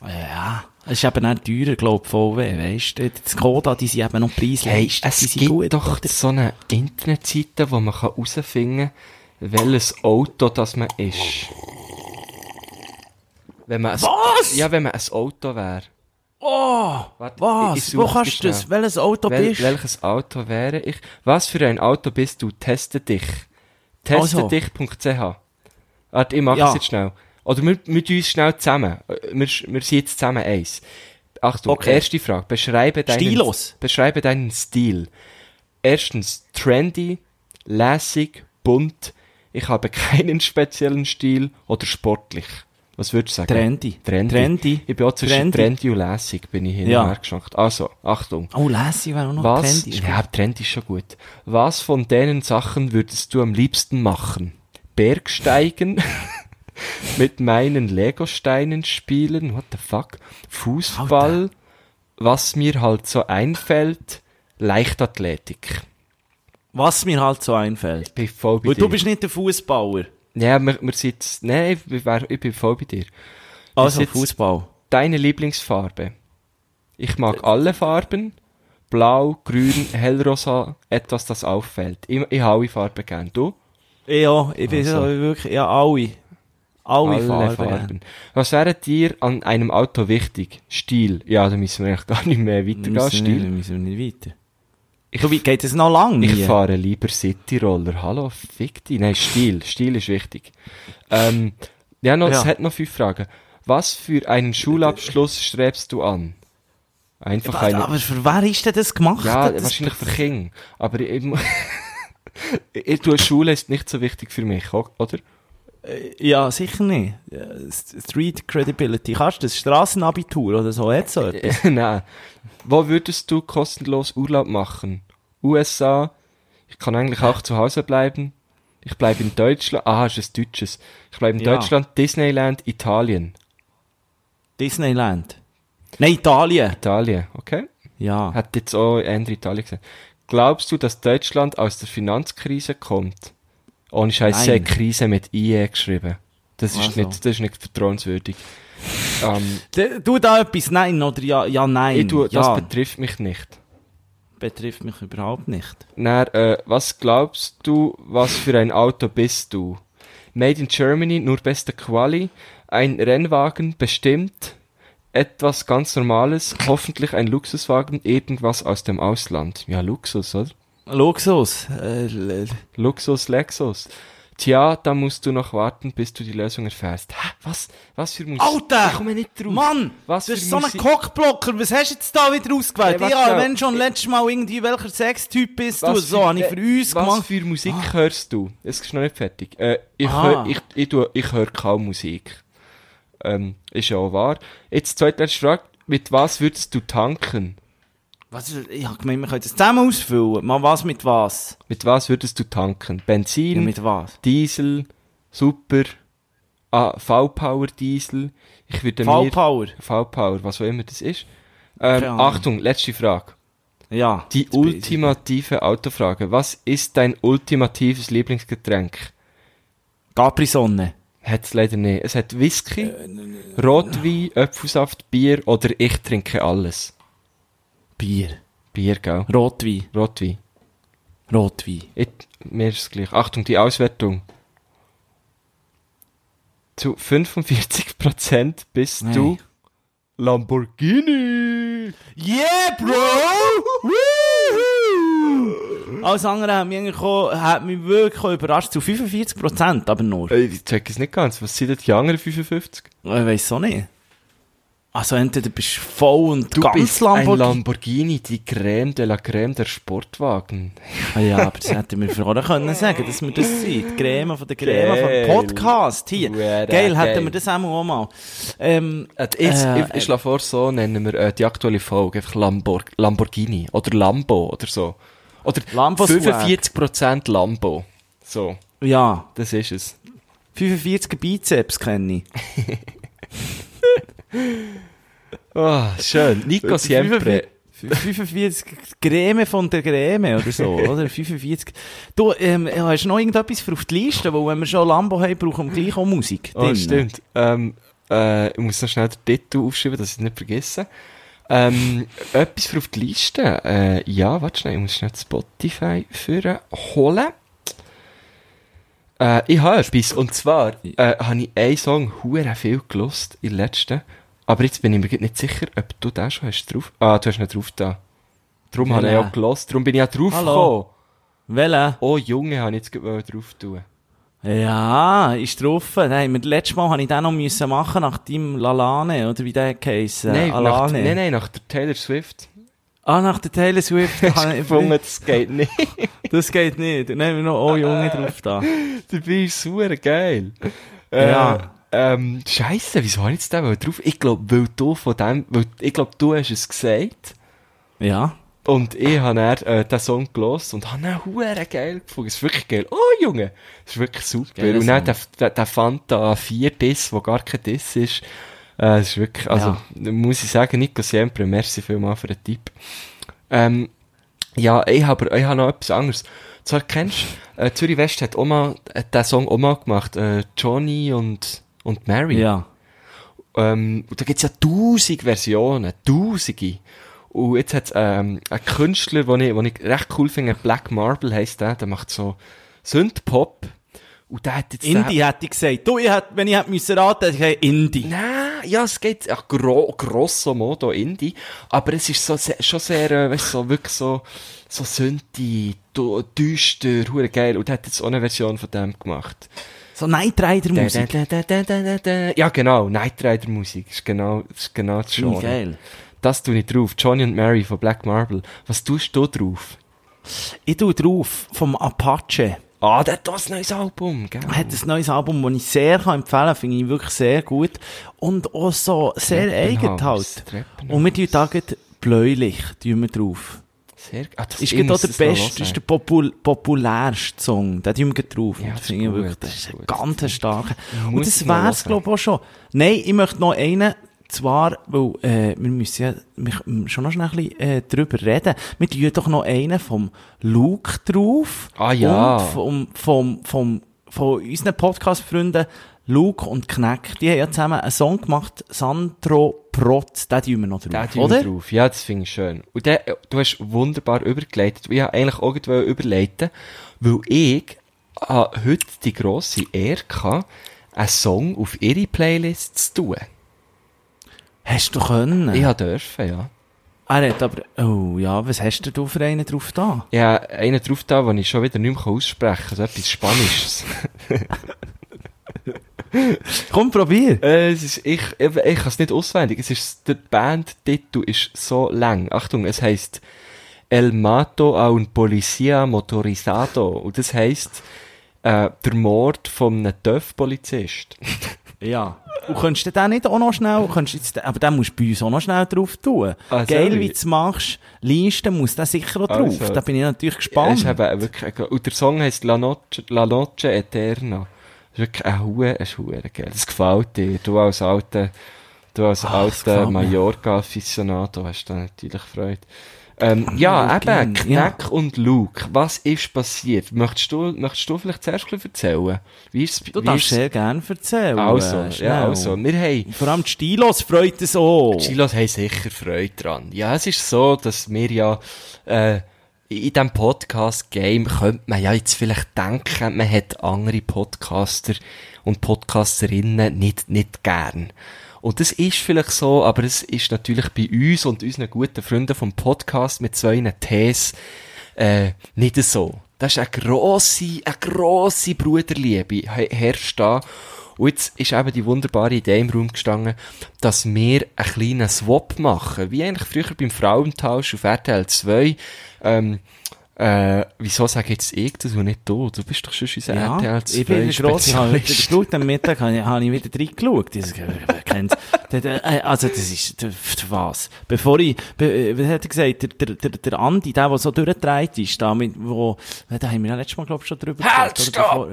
Speaker 3: Ja, es ist eben auch teurer, glaub ich, VW, weisst du. Die Skoda, die sind eben noch preislich.
Speaker 2: Hey, es
Speaker 3: die sind
Speaker 2: gibt
Speaker 3: gut,
Speaker 2: doch
Speaker 3: oder?
Speaker 2: so eine Internetseite, wo man kann herausfinden kann, welches Auto das man ist. Wenn man ein,
Speaker 3: Was?
Speaker 2: Ja, wenn man ein Auto wäre.
Speaker 3: Oh,
Speaker 2: Warte, ich- ich
Speaker 3: was?
Speaker 2: such
Speaker 3: Wo
Speaker 2: dich
Speaker 3: kannst du das?
Speaker 2: schnell.
Speaker 3: Welches Auto
Speaker 2: Wel
Speaker 3: bist du?
Speaker 2: welches Auto wäre ich? Was für ein Auto bist du? Teste dich. Teste
Speaker 3: Also.
Speaker 2: dich.ch. Warte, ich mach's
Speaker 3: Ja.
Speaker 2: jetzt schnell. Oder wir, wir tun uns schnell zusammen. Äh, Wir, sch- wir sind jetzt zusammen eins. Achtung,
Speaker 3: Okay.
Speaker 2: erste Frage. Beschreibe deinen,
Speaker 3: Stilos.
Speaker 2: Beschreibe deinen Stil. Erstens, trendy, lässig, bunt. Ich habe keinen speziellen Stil oder sportlich. Was würdest du sagen?
Speaker 3: Trendy.
Speaker 2: Trendy.
Speaker 3: Trendy.
Speaker 2: Ich bin auch zwischen trendy,
Speaker 3: Trendy.
Speaker 2: trendy und lässig, bin ich hin
Speaker 3: Ja.
Speaker 2: und her geschwankt. Also, Achtung.
Speaker 3: Oh, Lassie wäre auch noch
Speaker 2: Was?
Speaker 3: trendy.
Speaker 2: ja, Ah, Trend ist schon gut. Was von diesen Sachen würdest du am liebsten machen? Bergsteigen? mit meinen Legosteinen spielen? What the fuck? Fußball? Was mir halt so einfällt? Leichtathletik.
Speaker 3: Was mir halt so einfällt.
Speaker 2: Ich bin voll bei
Speaker 3: Weil
Speaker 2: dir.
Speaker 3: du bist nicht der Fußballer.
Speaker 2: ja, wir, wir sind jetzt, nein, ich, bin- wär- ich bin voll bei dir.
Speaker 3: Also
Speaker 2: jetzt-
Speaker 3: Fußball.
Speaker 2: Deine Lieblingsfarbe? Ich mag alle Farben. Blau, grün, hellrosa, etwas, das auffällt. Ich, ich habe alle Farben gern. Du?
Speaker 3: Ja, ich bin
Speaker 2: Also.
Speaker 3: so wirklich, ja, alle. Alle, Farben.
Speaker 2: Was wäre dir an einem Auto wichtig? Stil. Ja, da müssen wir eigentlich gar nicht mehr
Speaker 3: Wir
Speaker 2: weitergehen.
Speaker 3: müssen, nicht, wir
Speaker 2: Stil.
Speaker 3: müssen nicht weiter.
Speaker 2: Ich,
Speaker 3: Du, wie geht es noch lang?
Speaker 2: ich
Speaker 3: hier?
Speaker 2: fahre lieber Cityroller. Hallo, fick dich. Nein, Stil. Stil ist wichtig. Ähm, ja, noch, es
Speaker 3: Ja.
Speaker 2: hat noch fünf Fragen. Was für einen Schulabschluss strebst du an? Einfach eine.
Speaker 3: Aber für wer ist denn das gemacht?
Speaker 2: Ja,
Speaker 3: das
Speaker 2: wahrscheinlich für Kinder. Aber ich, ich tue Schule ist nicht so wichtig für mich, o- oder?
Speaker 3: Äh, Ja, sicher nicht. Ja, S- Street Credibility. Kannst du das? Straßenabitur oder so? Jetzt so etwas?
Speaker 2: Äh, Nein. Wo würdest du kostenlos Urlaub machen? USA. Ich kann eigentlich auch zu Hause bleiben. Ich bleibe in Deutschland. Ah, ist ein deutsches. Ich bleibe in
Speaker 3: Ja.
Speaker 2: Deutschland, Disneyland, Italien.
Speaker 3: Disneyland. Nein, Italien.
Speaker 2: Italien, okay.
Speaker 3: Ja.
Speaker 2: Hat jetzt auch andere Italien gesehen. Glaubst du, dass Deutschland aus der Finanzkrise kommt? Ohne Scheiß, sie
Speaker 3: Nein.
Speaker 2: hat Krise mit IE geschrieben. Das ist,
Speaker 3: Also.
Speaker 2: nicht, das ist nicht vertrauenswürdig. Ähm,
Speaker 3: D- Du da etwas Nein oder Ja, ja Nein?
Speaker 2: ich tue,
Speaker 3: ja,
Speaker 2: Das betrifft mich nicht.
Speaker 3: betrifft mich überhaupt nicht.
Speaker 2: Na, äh, was glaubst du, was für ein Auto bist du? Made in Germany, nur beste Quali, ein Rennwagen bestimmt, etwas ganz Normales, hoffentlich ein Luxuswagen, irgendwas aus dem Ausland. Ja, Luxus, oder?
Speaker 3: Luxus. Äh, l- l-
Speaker 2: Luxus, Lexus. Tja, da musst du noch warten, bis du die Lösung erfährst. Hä? Was? Was für Musik?
Speaker 3: Alter!
Speaker 2: Ich komme nicht drauf.
Speaker 3: Mann!
Speaker 2: Was
Speaker 3: das
Speaker 2: für
Speaker 3: ist so ein
Speaker 2: Musik-
Speaker 3: Cockblocker. Was hast du jetzt da wieder ausgewählt?
Speaker 2: Hey, warte
Speaker 3: ja,
Speaker 2: schnell.
Speaker 3: wenn schon letztes Mal irgendwie welcher Sextyp bist du,
Speaker 2: Was äh,
Speaker 3: so habe ich für uns
Speaker 2: was
Speaker 3: gemacht.
Speaker 2: für Musik hörst du? Es ist noch nicht fertig. Äh, ich
Speaker 3: Ah.
Speaker 2: höre ich, ich, tue- ich hör kaum Musik. Ähm, ist ja auch wahr. Jetzt zweitletzte Frage. Mit was würdest du tanken?
Speaker 3: Was, ist- ich habe gemeint, wir können das zusammen ausfüllen. Mal was mit was?
Speaker 2: Mit was würdest du tanken? Benzin,
Speaker 3: Ja, mit was?
Speaker 2: Diesel, Super, ah, V-Power Diesel. Ich würde mir...
Speaker 3: V-Power.
Speaker 2: V-Power, was auch immer das ist. Ähm,
Speaker 3: Keine Ahnung.
Speaker 2: Achtung, letzte Frage.
Speaker 3: Ja.
Speaker 2: Die
Speaker 3: Jetzt bin ich-
Speaker 2: ultimative Autofrage. Was ist dein ultimatives Lieblingsgetränk?
Speaker 3: Capri-Sonne.
Speaker 2: Hat es leider nicht. Es hat Whisky, Rotwein, Apfelsaft, Bier oder ich trinke alles.
Speaker 3: Bier.
Speaker 2: Bier, gell?
Speaker 3: Rotwein.
Speaker 2: Rotwein.
Speaker 3: Rotwein.
Speaker 2: Ich, mir ist es gleich. Achtung, die Auswertung. Zu 45% bist
Speaker 3: Nein.
Speaker 2: du Lamborghini!
Speaker 3: Yeah, Bro! Woohoo! Alles andere hat mich, eigentlich auch, hat mich wirklich auch überrascht. Zu 45% aber nur.
Speaker 2: Ey, Ich check es nicht ganz. Was sind denn die anderen 55?
Speaker 3: Ich weiss auch nicht. Also entweder bist du voll und
Speaker 2: Du
Speaker 3: ganz
Speaker 2: bist ein
Speaker 3: Lamborghini.
Speaker 2: Lamborghini, die Creme de la Creme der Sportwagen.
Speaker 3: Ah ja, aber das hätte mir vorher können sagen, dass wir das sind. Die Creme von der Creme
Speaker 2: Geil.
Speaker 3: vom Podcast hier.
Speaker 2: Ura,
Speaker 3: Geil, hätten wir
Speaker 2: geil.
Speaker 3: das auch mal. auch mal. Ähm,
Speaker 2: Äh, Jetzt,
Speaker 3: Äh,
Speaker 2: ich, ich schlage vor, so nennen wir äh, die aktuelle Folge einfach Lambor Lamborghini oder Lambo oder so. Oder
Speaker 3: Lambo
Speaker 2: 45% Lambo. So,
Speaker 3: ja,
Speaker 2: das ist es.
Speaker 3: 45 Bizeps kenne ich.
Speaker 2: Ah, schön. Nico Siempre.
Speaker 3: 45 Creme von der Creme oder so, oder? 45. Du, ähm, hast du noch irgendetwas für auf die Liste? Weil wenn wir schon Lambo haben, brauchen wir gleich auch Musik.
Speaker 2: Oh,
Speaker 3: drin.
Speaker 2: stimmt.
Speaker 3: ne?
Speaker 2: Ähm, äh, ich muss noch schnell den Titel aufschreiben, dass ich es nicht vergesse. Ähm, etwas für auf die Liste. Äh, ja, warte schnell, ich muss schnell Spotify führen, holen. Äh, ich habe etwas, und zwar äh, habe ich einen Song hure viel gelost in der letzten, aber jetzt bin ich mir grad nicht sicher, ob du den schon hast drauf. Ah, du hast nicht drauf da. Darum habe ich
Speaker 3: Welchen?
Speaker 2: auch gelost, darum bin ich auch drauf
Speaker 3: Genau. Hallo.
Speaker 2: gekommen.
Speaker 3: Welche?
Speaker 2: Oh Junge, habe ich jetzt gerade drauf tun.
Speaker 3: Ja, ist drauf. Nein, wir- letztes Mal habe ich den noch müssen machen nach deinem Lalane, oder wie der geheißen?
Speaker 2: nein, nach,
Speaker 3: Alane.
Speaker 2: nein, nein, nach der Taylor Swift.
Speaker 3: Ah, nach der Taylor Swift. habe ich-
Speaker 2: gefunden, das geht nicht.
Speaker 3: das geht nicht. Dann haben wir noch «Oh Junge» drauf da.
Speaker 2: Dabei ist es super geil. Äh,
Speaker 3: Ja.
Speaker 2: Ähm, Scheiße, wieso habe ich jetzt den wohl drauf? Ich glaube, weil du von dem, weil, ich glaube, du hast es gesagt.
Speaker 3: Ja.
Speaker 2: Und ich habe dann, äh, den Song gelost und habe ihn hure geil gefunden. Es ist wirklich geil. Oh, Junge! Es ist wirklich super.
Speaker 3: Geiler
Speaker 2: und dann der, der, der Fanta 4 Diss, der gar kein Diss ist. Äh, es ist wirklich, also, muss ich sagen, Nico Siempre, merci vielmals für den Tipp. Ähm, ja, ich habe, ich habe noch etwas anderes. Zwar kennst du, äh, Zürich West hat Oma, hat den Song Oma gemacht, äh, Johnny und, und Mary.
Speaker 3: Ja.
Speaker 2: Ähm, und da gibt's ja tausend Versionen, tausende. Und jetzt hat's ähm, einen Künstler, den ich, den ich recht cool finde, Black Marble heisst der, der macht so Synthpop. Und der hat jetzt... den-
Speaker 3: Indie hätte ich gesagt. Du, ich hätte, wenn ich hätte müssen raten, hätte ich gesagt Indie.
Speaker 2: Nein, ja, es geht ja, gro grosso modo Indie, aber es ist so, se- schon sehr, äh, weißt, so, wirklich so, so Synthi, du- düster, hure geil. Und der hat jetzt auch eine Version von dem gemacht.
Speaker 3: So Night Rider
Speaker 2: Da,
Speaker 3: Musik.
Speaker 2: da, da, da, da, da, da. Ja, genau, Night Rider Musik, ist genau, ist genau das Genre.
Speaker 3: Finde ich geil.
Speaker 2: Das tue ich drauf. Johnny und Mary von Black Marble. Was tust du drauf?
Speaker 3: Ich tue drauf vom Apache.
Speaker 2: Ah, der hat das neues Album, gell?
Speaker 3: Er hat ein neues Album, das ich sehr kann empfehlen kann, finde ich wirklich sehr gut. Und auch so sehr eigen
Speaker 2: Treppenhaus,
Speaker 3: halt.
Speaker 2: Treppenhaus.
Speaker 3: Und wir tun da gerade Bläulicht tun wir drauf.
Speaker 2: Sehr ah, das
Speaker 3: Ist
Speaker 2: ich
Speaker 3: gerade auch
Speaker 2: muss
Speaker 3: der
Speaker 2: das noch
Speaker 3: beste, ist
Speaker 2: hören.
Speaker 3: der popul populärste Song. Den tun wir gerade drauf.
Speaker 2: Ja,
Speaker 3: Und
Speaker 2: das ist
Speaker 3: finde ich
Speaker 2: gut,
Speaker 3: wirklich,
Speaker 2: das
Speaker 3: das
Speaker 2: ist
Speaker 3: ist ein
Speaker 2: gut.
Speaker 3: ganz starker. Und
Speaker 2: muss
Speaker 3: das
Speaker 2: mal
Speaker 3: wär's,
Speaker 2: hören.
Speaker 3: glaube ich, auch schon. Nein, ich möchte noch einen zwar, weil, äh, wir müssen ja wir- schon noch schnell ein bisschen, äh, drüber reden. Wir tun doch noch einen vom Luke drauf.
Speaker 2: Ah, ja.
Speaker 3: Und vom, vom, vom, von unseren Podcast-Freunden Luke und Kneck. Die haben ja zusammen einen Song gemacht, Sandro Protz. Den tun wir noch
Speaker 2: Da
Speaker 3: drauf,
Speaker 2: tun
Speaker 3: oder?
Speaker 2: wir drauf. Ja, das finde ich schön. Und der, äh, du hast wunderbar übergeleitet. Ich wollte eigentlich auch gerade überleiten, weil ich habe heute die grosse Ehre hatte, einen Song auf ihre Playlist zu tun.
Speaker 3: Hast du können?
Speaker 2: Ich habe dürfen, ja.
Speaker 3: Er hat aber, oh ja, was hast denn du für einen drauf da?
Speaker 2: Ich habe einen drauf da, den ich schon wieder nicht mehr aussprechen kann. So etwas Spanisches.
Speaker 3: Komm, probier!
Speaker 2: Äh, es ist, ich, ich, ich kann es nicht auswendig. Es ist, der Bandtitel ist so lang. Achtung, es heißt El Mato a un Policía Motorizado. Und das heißt äh, der Mord von einem TÜV-Polizist.
Speaker 3: Ja. Und könntest du den nicht auch noch schnell, könntest du jetzt, aber den musst du bei uns auch noch schnell drauf tun.
Speaker 2: Ah,
Speaker 3: Geil,
Speaker 2: sorry.
Speaker 3: wie du es machst, Liste muss der sicher auch drauf.
Speaker 2: Also.
Speaker 3: Da bin ich natürlich gespannt.
Speaker 2: Es ist eben wirklich, ein- und der Song heißt La Noche, La Noche Eterna. Das ist wirklich ein Hure, ein Hure, gell. Das gefällt dir. Du als alter, du als
Speaker 3: Ah, das
Speaker 2: alter
Speaker 3: gefällt mir.
Speaker 2: Mallorca-Aficionado hast da natürlich Freude. Ähm, ja,
Speaker 3: Luke,
Speaker 2: eben,
Speaker 3: ja.
Speaker 2: Knack und Luke. Was ist passiert? Möchtest du, möchtest du vielleicht zuerst ein bisschen erzählen? Wie ist
Speaker 3: du darfst sehr gerne erzählen. äh,
Speaker 2: Also,
Speaker 3: schnell.
Speaker 2: ja, also. Wir haben,
Speaker 3: Und Vor allem die Stilos freut es auch.
Speaker 2: die Chilos haben sicher Freude dran. Ja, es ist so, dass wir ja äh, in diesem Podcast-Game könnte man ja jetzt vielleicht denken, man hat andere Podcaster und Podcasterinnen nicht, nicht gern. Und das ist vielleicht so, aber es ist natürlich bei uns und unseren guten Freunden vom Podcast mit so einer These äh, nicht so. Das ist eine grosse, eine grosse Bruderliebe he- herrscht da. Und jetzt ist eben die wunderbare Idee im Raum gestanden, dass wir einen kleinen Swap machen. Wie eigentlich früher beim Frauentausch auf RTL 2. Ähm, äh, wieso sage jetzt ich das und nicht du? Du bist doch schon unser
Speaker 3: Ja,
Speaker 2: RTL
Speaker 3: ich bin ein
Speaker 2: 2
Speaker 3: grosser
Speaker 2: Spezialist.
Speaker 3: Heute am Mittag habe ich, habe ich wieder reingeschaut. Ich so, wer kennt's? Der- der- äh, Also, das ist, der- pf, was? Bevor ich, be- äh, was hat er gesagt? Der, der, der, der Andi, der, der so durchgedreht ist, da mit, wo, äh, da haben wir ja letztes Mal, glaube ich, schon drüber
Speaker 2: Halt,
Speaker 3: oder? Bevor-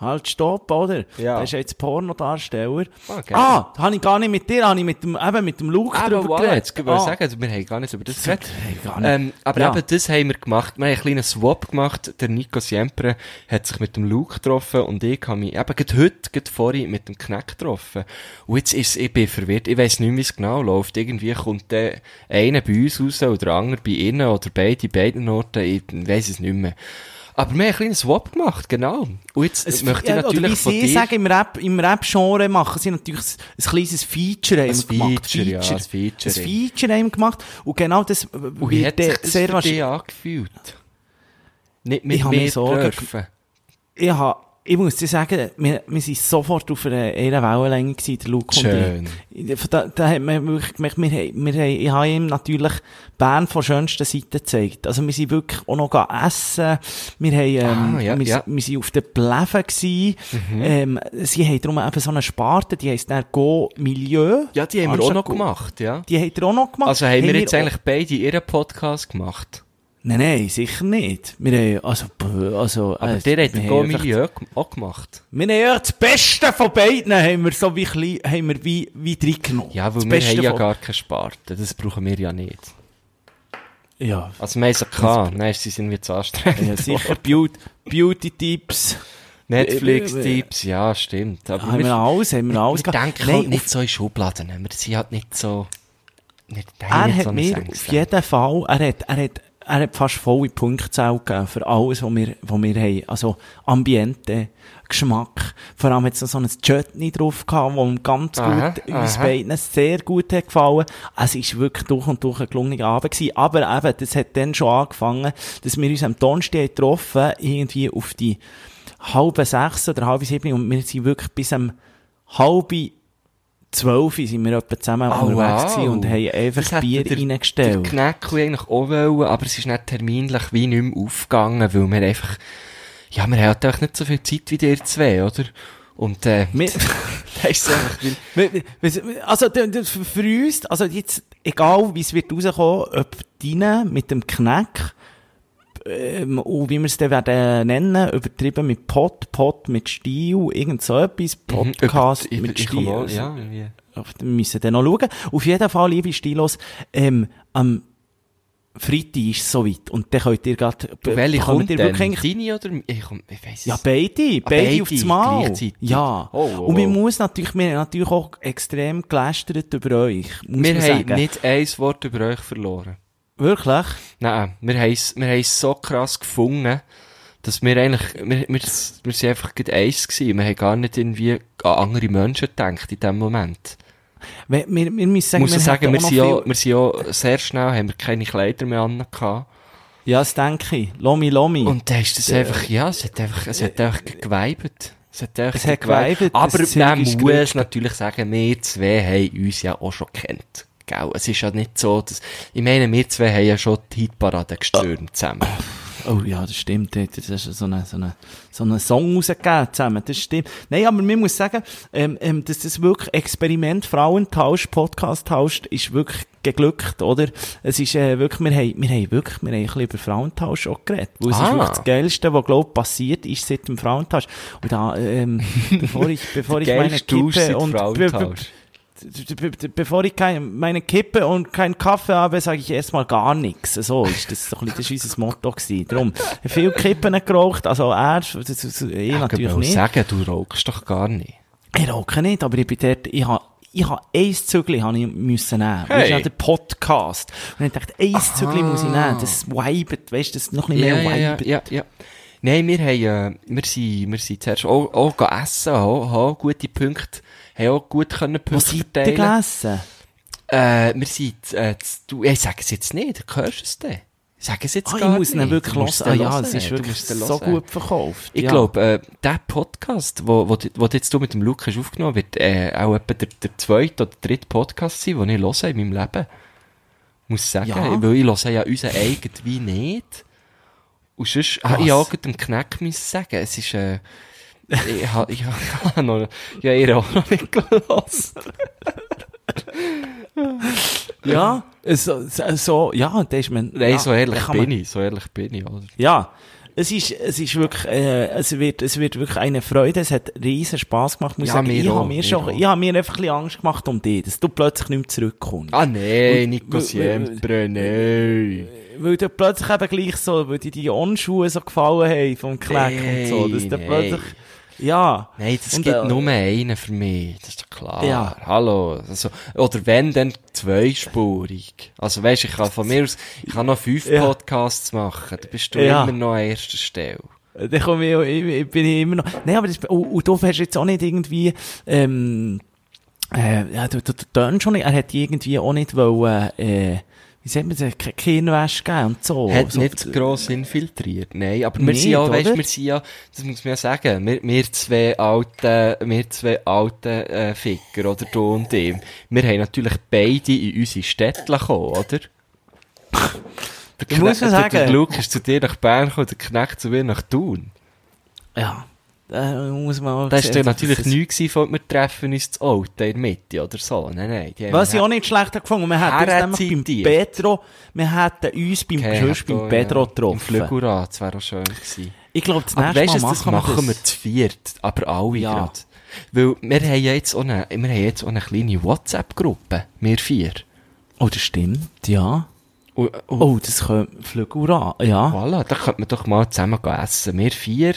Speaker 3: Halt, stopp, oder?
Speaker 2: Ja.
Speaker 3: Der ist ja jetzt Pornodarsteller.
Speaker 2: Ah, geil.
Speaker 3: Ah, da habe ich gar nicht mit dir, habe ich mit dem, eben mit dem Luke
Speaker 2: Aber
Speaker 3: drüber
Speaker 2: voilà, jetzt
Speaker 3: geredet.
Speaker 2: ich wollte
Speaker 3: Ah.
Speaker 2: sagen, also wir haben gar nicht über das geredet.
Speaker 3: Gar nicht.
Speaker 2: Ähm, aber
Speaker 3: Ja.
Speaker 2: eben das haben wir gemacht. Wir haben einen kleinen Swap gemacht. Der Nico Siempre hat sich mit dem Luke getroffen und ich habe mich eben gerade heute, gerade vorhin mit dem Knack getroffen. Und jetzt ist es- ich bin verwirrt. Ich weiss nicht, mehr, wie es genau läuft. Irgendwie kommt der eine bei uns raus oder der andere bei ihnen oder beide in beiden Orten. Ich weiss es nicht mehr. Aber wir haben einen kleinen Swap gemacht, genau. Und jetzt
Speaker 3: Es-
Speaker 2: möchte ich
Speaker 3: ja, oder
Speaker 2: natürlich
Speaker 3: wie
Speaker 2: von
Speaker 3: sie
Speaker 2: dir...
Speaker 3: sagen, im Rap, im Rap-Genre machen sie natürlich s- ein kleines Feature, haben
Speaker 2: Ein
Speaker 3: wir gemacht.
Speaker 2: Feature, ja, ein Feature.
Speaker 3: Ein Feature haben wir gemacht. Und genau das
Speaker 2: Und wie
Speaker 3: wird
Speaker 2: hat sich das
Speaker 3: sehr
Speaker 2: für dich
Speaker 3: wahrscheinlich,
Speaker 2: angefühlt? Nicht mit
Speaker 3: Ich habe mir
Speaker 2: mir
Speaker 3: Sorgen
Speaker 2: dürfen.
Speaker 3: ich, hab- ich muss dir sagen, wir, wir sind sofort auf einer, einer Wellenlänge gewesen, der Luke
Speaker 2: Schön.
Speaker 3: und ich. Von Da, da hat man wirklich gemerkt, wir, haben- wir, haben- ich habe ihm natürlich Bern von schönsten Seiten gezeigt. Also wir sind wirklich auch noch gegangen essen, wir haben, ähm,
Speaker 2: Ah, ja,
Speaker 3: wir,
Speaker 2: ja. Mhm.
Speaker 3: wir sind auf den Pleven gewesen, ähm, sie haben darum eben so eine Sparte, die heisst dann Go Milieu.
Speaker 2: Ja, die haben wir auch
Speaker 3: Anstatt
Speaker 2: noch
Speaker 3: Go-
Speaker 2: gemacht, ja.
Speaker 3: Die habt ihr auch noch gemacht.
Speaker 2: Also haben wir jetzt
Speaker 3: auch-
Speaker 2: eigentlich beide ihren Podcast gemacht.
Speaker 3: Nein, nein, sicher nicht. Wir haben, also, b- also,
Speaker 2: Aber
Speaker 3: äh,
Speaker 2: der hat
Speaker 3: wir
Speaker 2: den
Speaker 3: haben
Speaker 2: Go
Speaker 3: einfach-
Speaker 2: Milieu gem- auch gemacht.
Speaker 3: Wir haben ja das Beste von beiden, haben wir so wie klein, haben wir wie, wie drin genommen.
Speaker 2: Ja, weil
Speaker 3: das
Speaker 2: wir haben ja
Speaker 3: von-
Speaker 2: gar keine Sparte. Das brauchen wir ja nicht.
Speaker 3: Ja,
Speaker 2: Also wir haben sie gehabt. Nein, sie sind wir zu anstrengend.
Speaker 3: ja sicher Beauty, Beauty Tips.
Speaker 2: Netflix-Tipps, ja, stimmt. Aber
Speaker 3: Haben wir
Speaker 2: wir,
Speaker 3: alles, haben wir alles
Speaker 2: wir denken
Speaker 3: Nein,
Speaker 2: halt nicht so in Schubladen. Wir sind halt nicht so... Nicht,
Speaker 3: Er
Speaker 2: nicht so
Speaker 3: hat
Speaker 2: ein
Speaker 3: mir auf
Speaker 2: Sängster.
Speaker 3: jeden Fall, er hat, er hat, er hat fast volle Punktzahl gegeben für alles, was wir, was wir haben. Also, Ambiente, Geschmack. Vor allem hat es noch so ein Chutney drauf gehabt, wo ihm ganz
Speaker 2: Aha,
Speaker 3: gut, uns
Speaker 2: aha.
Speaker 3: beiden sehr gut hat gefallen. Es ist wirklich durch und durch ein gelungener Abend gewesen. Aber eben, das hat dann schon angefangen, dass wir uns am Donnerstag getroffen, irgendwie auf die halbe sechs oder halbe sieben und wir sind wirklich bis am halbe zwölf sind wir etwa zusammen
Speaker 2: Oh,
Speaker 3: unterwegs
Speaker 2: wow.
Speaker 3: gewesen und haben einfach
Speaker 2: Das hat
Speaker 3: Bier
Speaker 2: der- Der
Speaker 3: reingestellt.
Speaker 2: Knäckchen eigentlich auch wollen, aber es ist nicht terminlich wie nicht mehr aufgegangen, weil wir einfach, ja, wir hatten einfach nicht so viel Zeit wie dir zwei, oder? Und, äh,
Speaker 3: Wir-
Speaker 2: da ist es einfach, weil-
Speaker 3: Wir- wir- also, d- d- für für uns, also jetzt, egal wie es wird rauskommen, ob deine mit dem Knack, ähm, und wie wir es dann werden nennen, übertrieben mit Pod, Pod mit Stil, irgend so etwas, Podcast
Speaker 2: Mhm, über-
Speaker 3: mit
Speaker 2: ich, ich komme
Speaker 3: Stil.
Speaker 2: auch, ja, irgendwie.
Speaker 3: Äh, glaube, wir müssen dann noch schauen. Auf jeden Fall, liebe Stilos, ähm, am Freitag ist es soweit. Und dann könnt ihr gerade,
Speaker 2: Welche
Speaker 3: bekommt
Speaker 2: kommt
Speaker 3: ihr
Speaker 2: denn?
Speaker 3: wirklich eigentlich-
Speaker 2: Deine oder... Ich, komm- ich weiss es.
Speaker 3: ja, beide, beide,
Speaker 2: beide
Speaker 3: beide aufs Mal.
Speaker 2: gleichzeitig.
Speaker 3: Ja.
Speaker 2: Oh, oh,
Speaker 3: Und wir
Speaker 2: oh.
Speaker 3: muss natürlich, wir haben natürlich auch extrem gelästert über euch. Muss
Speaker 2: wir
Speaker 3: man
Speaker 2: haben
Speaker 3: sagen.
Speaker 2: nicht ein Wort über euch verloren.
Speaker 3: Wirklich?
Speaker 2: Nein, wir haben es wir haben's so krass gefunden, dass wir eigentlich, wir, wir, wir sind einfach gerade eins gewesen. Wir haben gar nicht irgendwie an andere Menschen gedacht in dem Moment.
Speaker 3: Wir, wir, wir müssen sagen,
Speaker 2: ich muss sagen,
Speaker 3: hatten
Speaker 2: wir
Speaker 3: auch noch
Speaker 2: sind, ja,
Speaker 3: viel-
Speaker 2: wir sind ja sehr schnell, haben wir keine Kleider mehr an gehabt.
Speaker 3: Ja, das denke ich. Lomi, Lomi.
Speaker 2: Und da ist das einfach, dus ja, es hat einfach, es hat einfach geweibet. Es hat, einfach
Speaker 3: Es hat
Speaker 2: geweibt.
Speaker 3: geweibt,
Speaker 2: Aber
Speaker 3: das Zeug
Speaker 2: man
Speaker 3: ist
Speaker 2: muss
Speaker 3: gerutscht.
Speaker 2: natürlich sagen, wir zwei haben uns ja auch schon kennt. Gell? Es ist ja nicht so, dass, ich meine, wir zwei haben ja schon die Hitparade gestürmt zusammen.
Speaker 3: Oh ja, das stimmt. Das ist also so ein so eine, so eine Song rausgegeben zusammen. Das stimmt. Nein, aber man muss sagen, ähm, ähm, dass das wirklich Experiment Frauentausch, Podcast tauscht, ist wirklich geglückt, oder? Es ist äh, wirklich, wir haben, wir haben wirklich, wir haben ein bisschen über Frauentausch auch geredet. Weil es ist
Speaker 2: Ah.
Speaker 3: wirklich das Geilste, was, glaube ich, passiert ist seit dem Frauentausch. Und da, ähm, bevor ich, bevor ich meine
Speaker 2: Geilste Tausch
Speaker 3: Kippe
Speaker 2: seit
Speaker 3: und, be- be-
Speaker 2: Frauentausch.
Speaker 3: be- be- bevor ich kein, meine Kippe und keinen Kaffee habe, sage ich erstmal gar nichts. So ist das doch ein bisschen das ist unser Motto gewesen. Drum, viel Kippen geraucht, also er, das- das- das- ich natürlich
Speaker 2: Ich will
Speaker 3: nicht.
Speaker 2: sagen, du rauchst doch gar nicht.
Speaker 3: Ich rauche nicht, aber ich bin dort, ich habe ich habe ein Zügel habe ich müssen nehmen.
Speaker 2: Hey.
Speaker 3: Das ist ja der Podcast. Und ich dachte, ein Zügel muss ich nehmen. Das vibet, weißt du, das noch ein bisschen mehr
Speaker 2: ja,
Speaker 3: vibet.
Speaker 2: ja, ja. Nein, wir haben, äh, wir sind, wir sind zuerst auch, auch gehen essen, haben auch gute Punkte, haben auch gut können
Speaker 3: Was
Speaker 2: Punkte
Speaker 3: seid ihr
Speaker 2: verteilen.
Speaker 3: gelesen?
Speaker 2: Äh, wir sind, äh, z- du, ich sag es jetzt nicht, du hörst es dann. Ich sag es jetzt
Speaker 3: Ah, ich
Speaker 2: gar
Speaker 3: muss
Speaker 2: nicht.
Speaker 3: ihn wirklich
Speaker 2: Du musst
Speaker 3: hören. Ah,
Speaker 2: den
Speaker 3: ja,
Speaker 2: hören.
Speaker 3: es ist
Speaker 2: Du
Speaker 3: wirklich
Speaker 2: musst den
Speaker 3: so
Speaker 2: hören.
Speaker 3: gut verkauft.
Speaker 2: Ich
Speaker 3: ja.
Speaker 2: glaube, äh, der Podcast, wo, wo, wo jetzt du mit dem Lukas aufgenommen wird, äh, auch etwa der, der zweite oder dritte Podcast sein, den ich höre in meinem Leben. Muss ich sagen,
Speaker 3: Ja.
Speaker 2: weil ich höre ja unseren eigenen wie nicht. Und sonst habe ich
Speaker 3: Was?
Speaker 2: auch gerade dem Knack müssen sagen, es ist, äh, ich habe ich ha, noch, ja, ihr auch noch nicht gelassen.
Speaker 3: Ja, so, so- so ja, da ist man.
Speaker 2: Nein,
Speaker 3: ja,
Speaker 2: so ehrlich
Speaker 3: kann man-
Speaker 2: bin ich, so ehrlich bin ich, oder?
Speaker 3: Ja, es ist, es ist wirklich, äh, es wird, es wird wirklich eine Freude. Es hat riesen Spass gemacht. Muss
Speaker 2: Ja,
Speaker 3: sagen,
Speaker 2: mir
Speaker 3: ich
Speaker 2: auch,
Speaker 3: habe mir
Speaker 2: mir
Speaker 3: schon,
Speaker 2: auch.
Speaker 3: ich habe mir einfach ein bisschen Angst gemacht um dich, dass du plötzlich nicht mehr zurückkommst.
Speaker 2: Ah, nein,
Speaker 3: Und-
Speaker 2: Nico
Speaker 3: weil-
Speaker 2: Siempre, nein.
Speaker 3: Weil dir plötzlich eben gleich so, weil dir die Onschuhe so gefallen haben vom Knack und so, dass du
Speaker 2: Nein,
Speaker 3: plötzlich,
Speaker 2: nein.
Speaker 3: ja.
Speaker 2: Nein, das
Speaker 3: Und,
Speaker 2: gibt
Speaker 3: äh,
Speaker 2: nur einen für mich, das ist doch klar.
Speaker 3: Ja.
Speaker 2: Hallo. Also, oder wenn, dann zweispurig. Also weißt, ich kann von mir aus, ich kann noch fünf
Speaker 3: Ja.
Speaker 2: Podcasts machen, da bist du
Speaker 3: Ja.
Speaker 2: immer noch an erster Stelle.
Speaker 3: Äh, Dann komme ich, auch- ich, ich bin ich immer noch. Nein, aber das, und, und du hast jetzt auch nicht irgendwie, ähm, äh, ja, du, du, du tönst schon nicht, er hat irgendwie auch nicht wollen, äh, wie sagt man das, keine Kinnwäsche gegeben und so.
Speaker 2: Hat
Speaker 3: so,
Speaker 2: nicht zu gross infiltriert, nein. Aber wir
Speaker 3: Nicht,
Speaker 2: sind ja, weißt,
Speaker 3: oder?
Speaker 2: wir sind ja, das muss man ja sagen, wir, wir zwei alten, wir zwei alten äh, Ficker, oder du und ich, wir haben natürlich beide in unsere Städte gekommen, oder? Der,
Speaker 3: Das
Speaker 2: Knecht-
Speaker 3: muss man
Speaker 2: der, der
Speaker 3: sagen.
Speaker 2: Luke ist zu dir nach Bern gekommen, der Knecht zu mir nach Thun.
Speaker 3: Ja. Da muss man auch
Speaker 2: Das war
Speaker 3: sehen,
Speaker 2: ja natürlich
Speaker 3: dass-
Speaker 2: nichts, gewesen, von wir treffen oh, uns zu Alten in der Mitte oder so. Nein, nein. Die haben
Speaker 3: Was ich
Speaker 2: ja
Speaker 3: auch nicht schlecht habe gefunden, wir
Speaker 2: Er hat
Speaker 3: hätten uns nämlich beim
Speaker 2: zitiert.
Speaker 3: Pedro, wir hätten uns beim,
Speaker 2: gehabt,
Speaker 3: sonst beim
Speaker 2: da,
Speaker 3: Pedro
Speaker 2: ja. Im
Speaker 3: getroffen.
Speaker 2: Flügurat, das wäre auch schön gewesen.
Speaker 3: Ich glaube, das
Speaker 2: Aber weißt
Speaker 3: nächste Mal
Speaker 2: du, das
Speaker 3: machen,
Speaker 2: machen
Speaker 3: wir
Speaker 2: wir zu viert, aber alle
Speaker 3: Ja.
Speaker 2: grad. Weil wir haben ja jetzt auch eine, wir haben jetzt auch eine kleine WhatsApp-Gruppe, wir vier.
Speaker 3: Oh, das stimmt, ja.
Speaker 2: Und, und
Speaker 3: Oh, das könnte Flügura, ja.
Speaker 2: voilà, da könnten wir doch mal zusammen gehen essen, wir vier.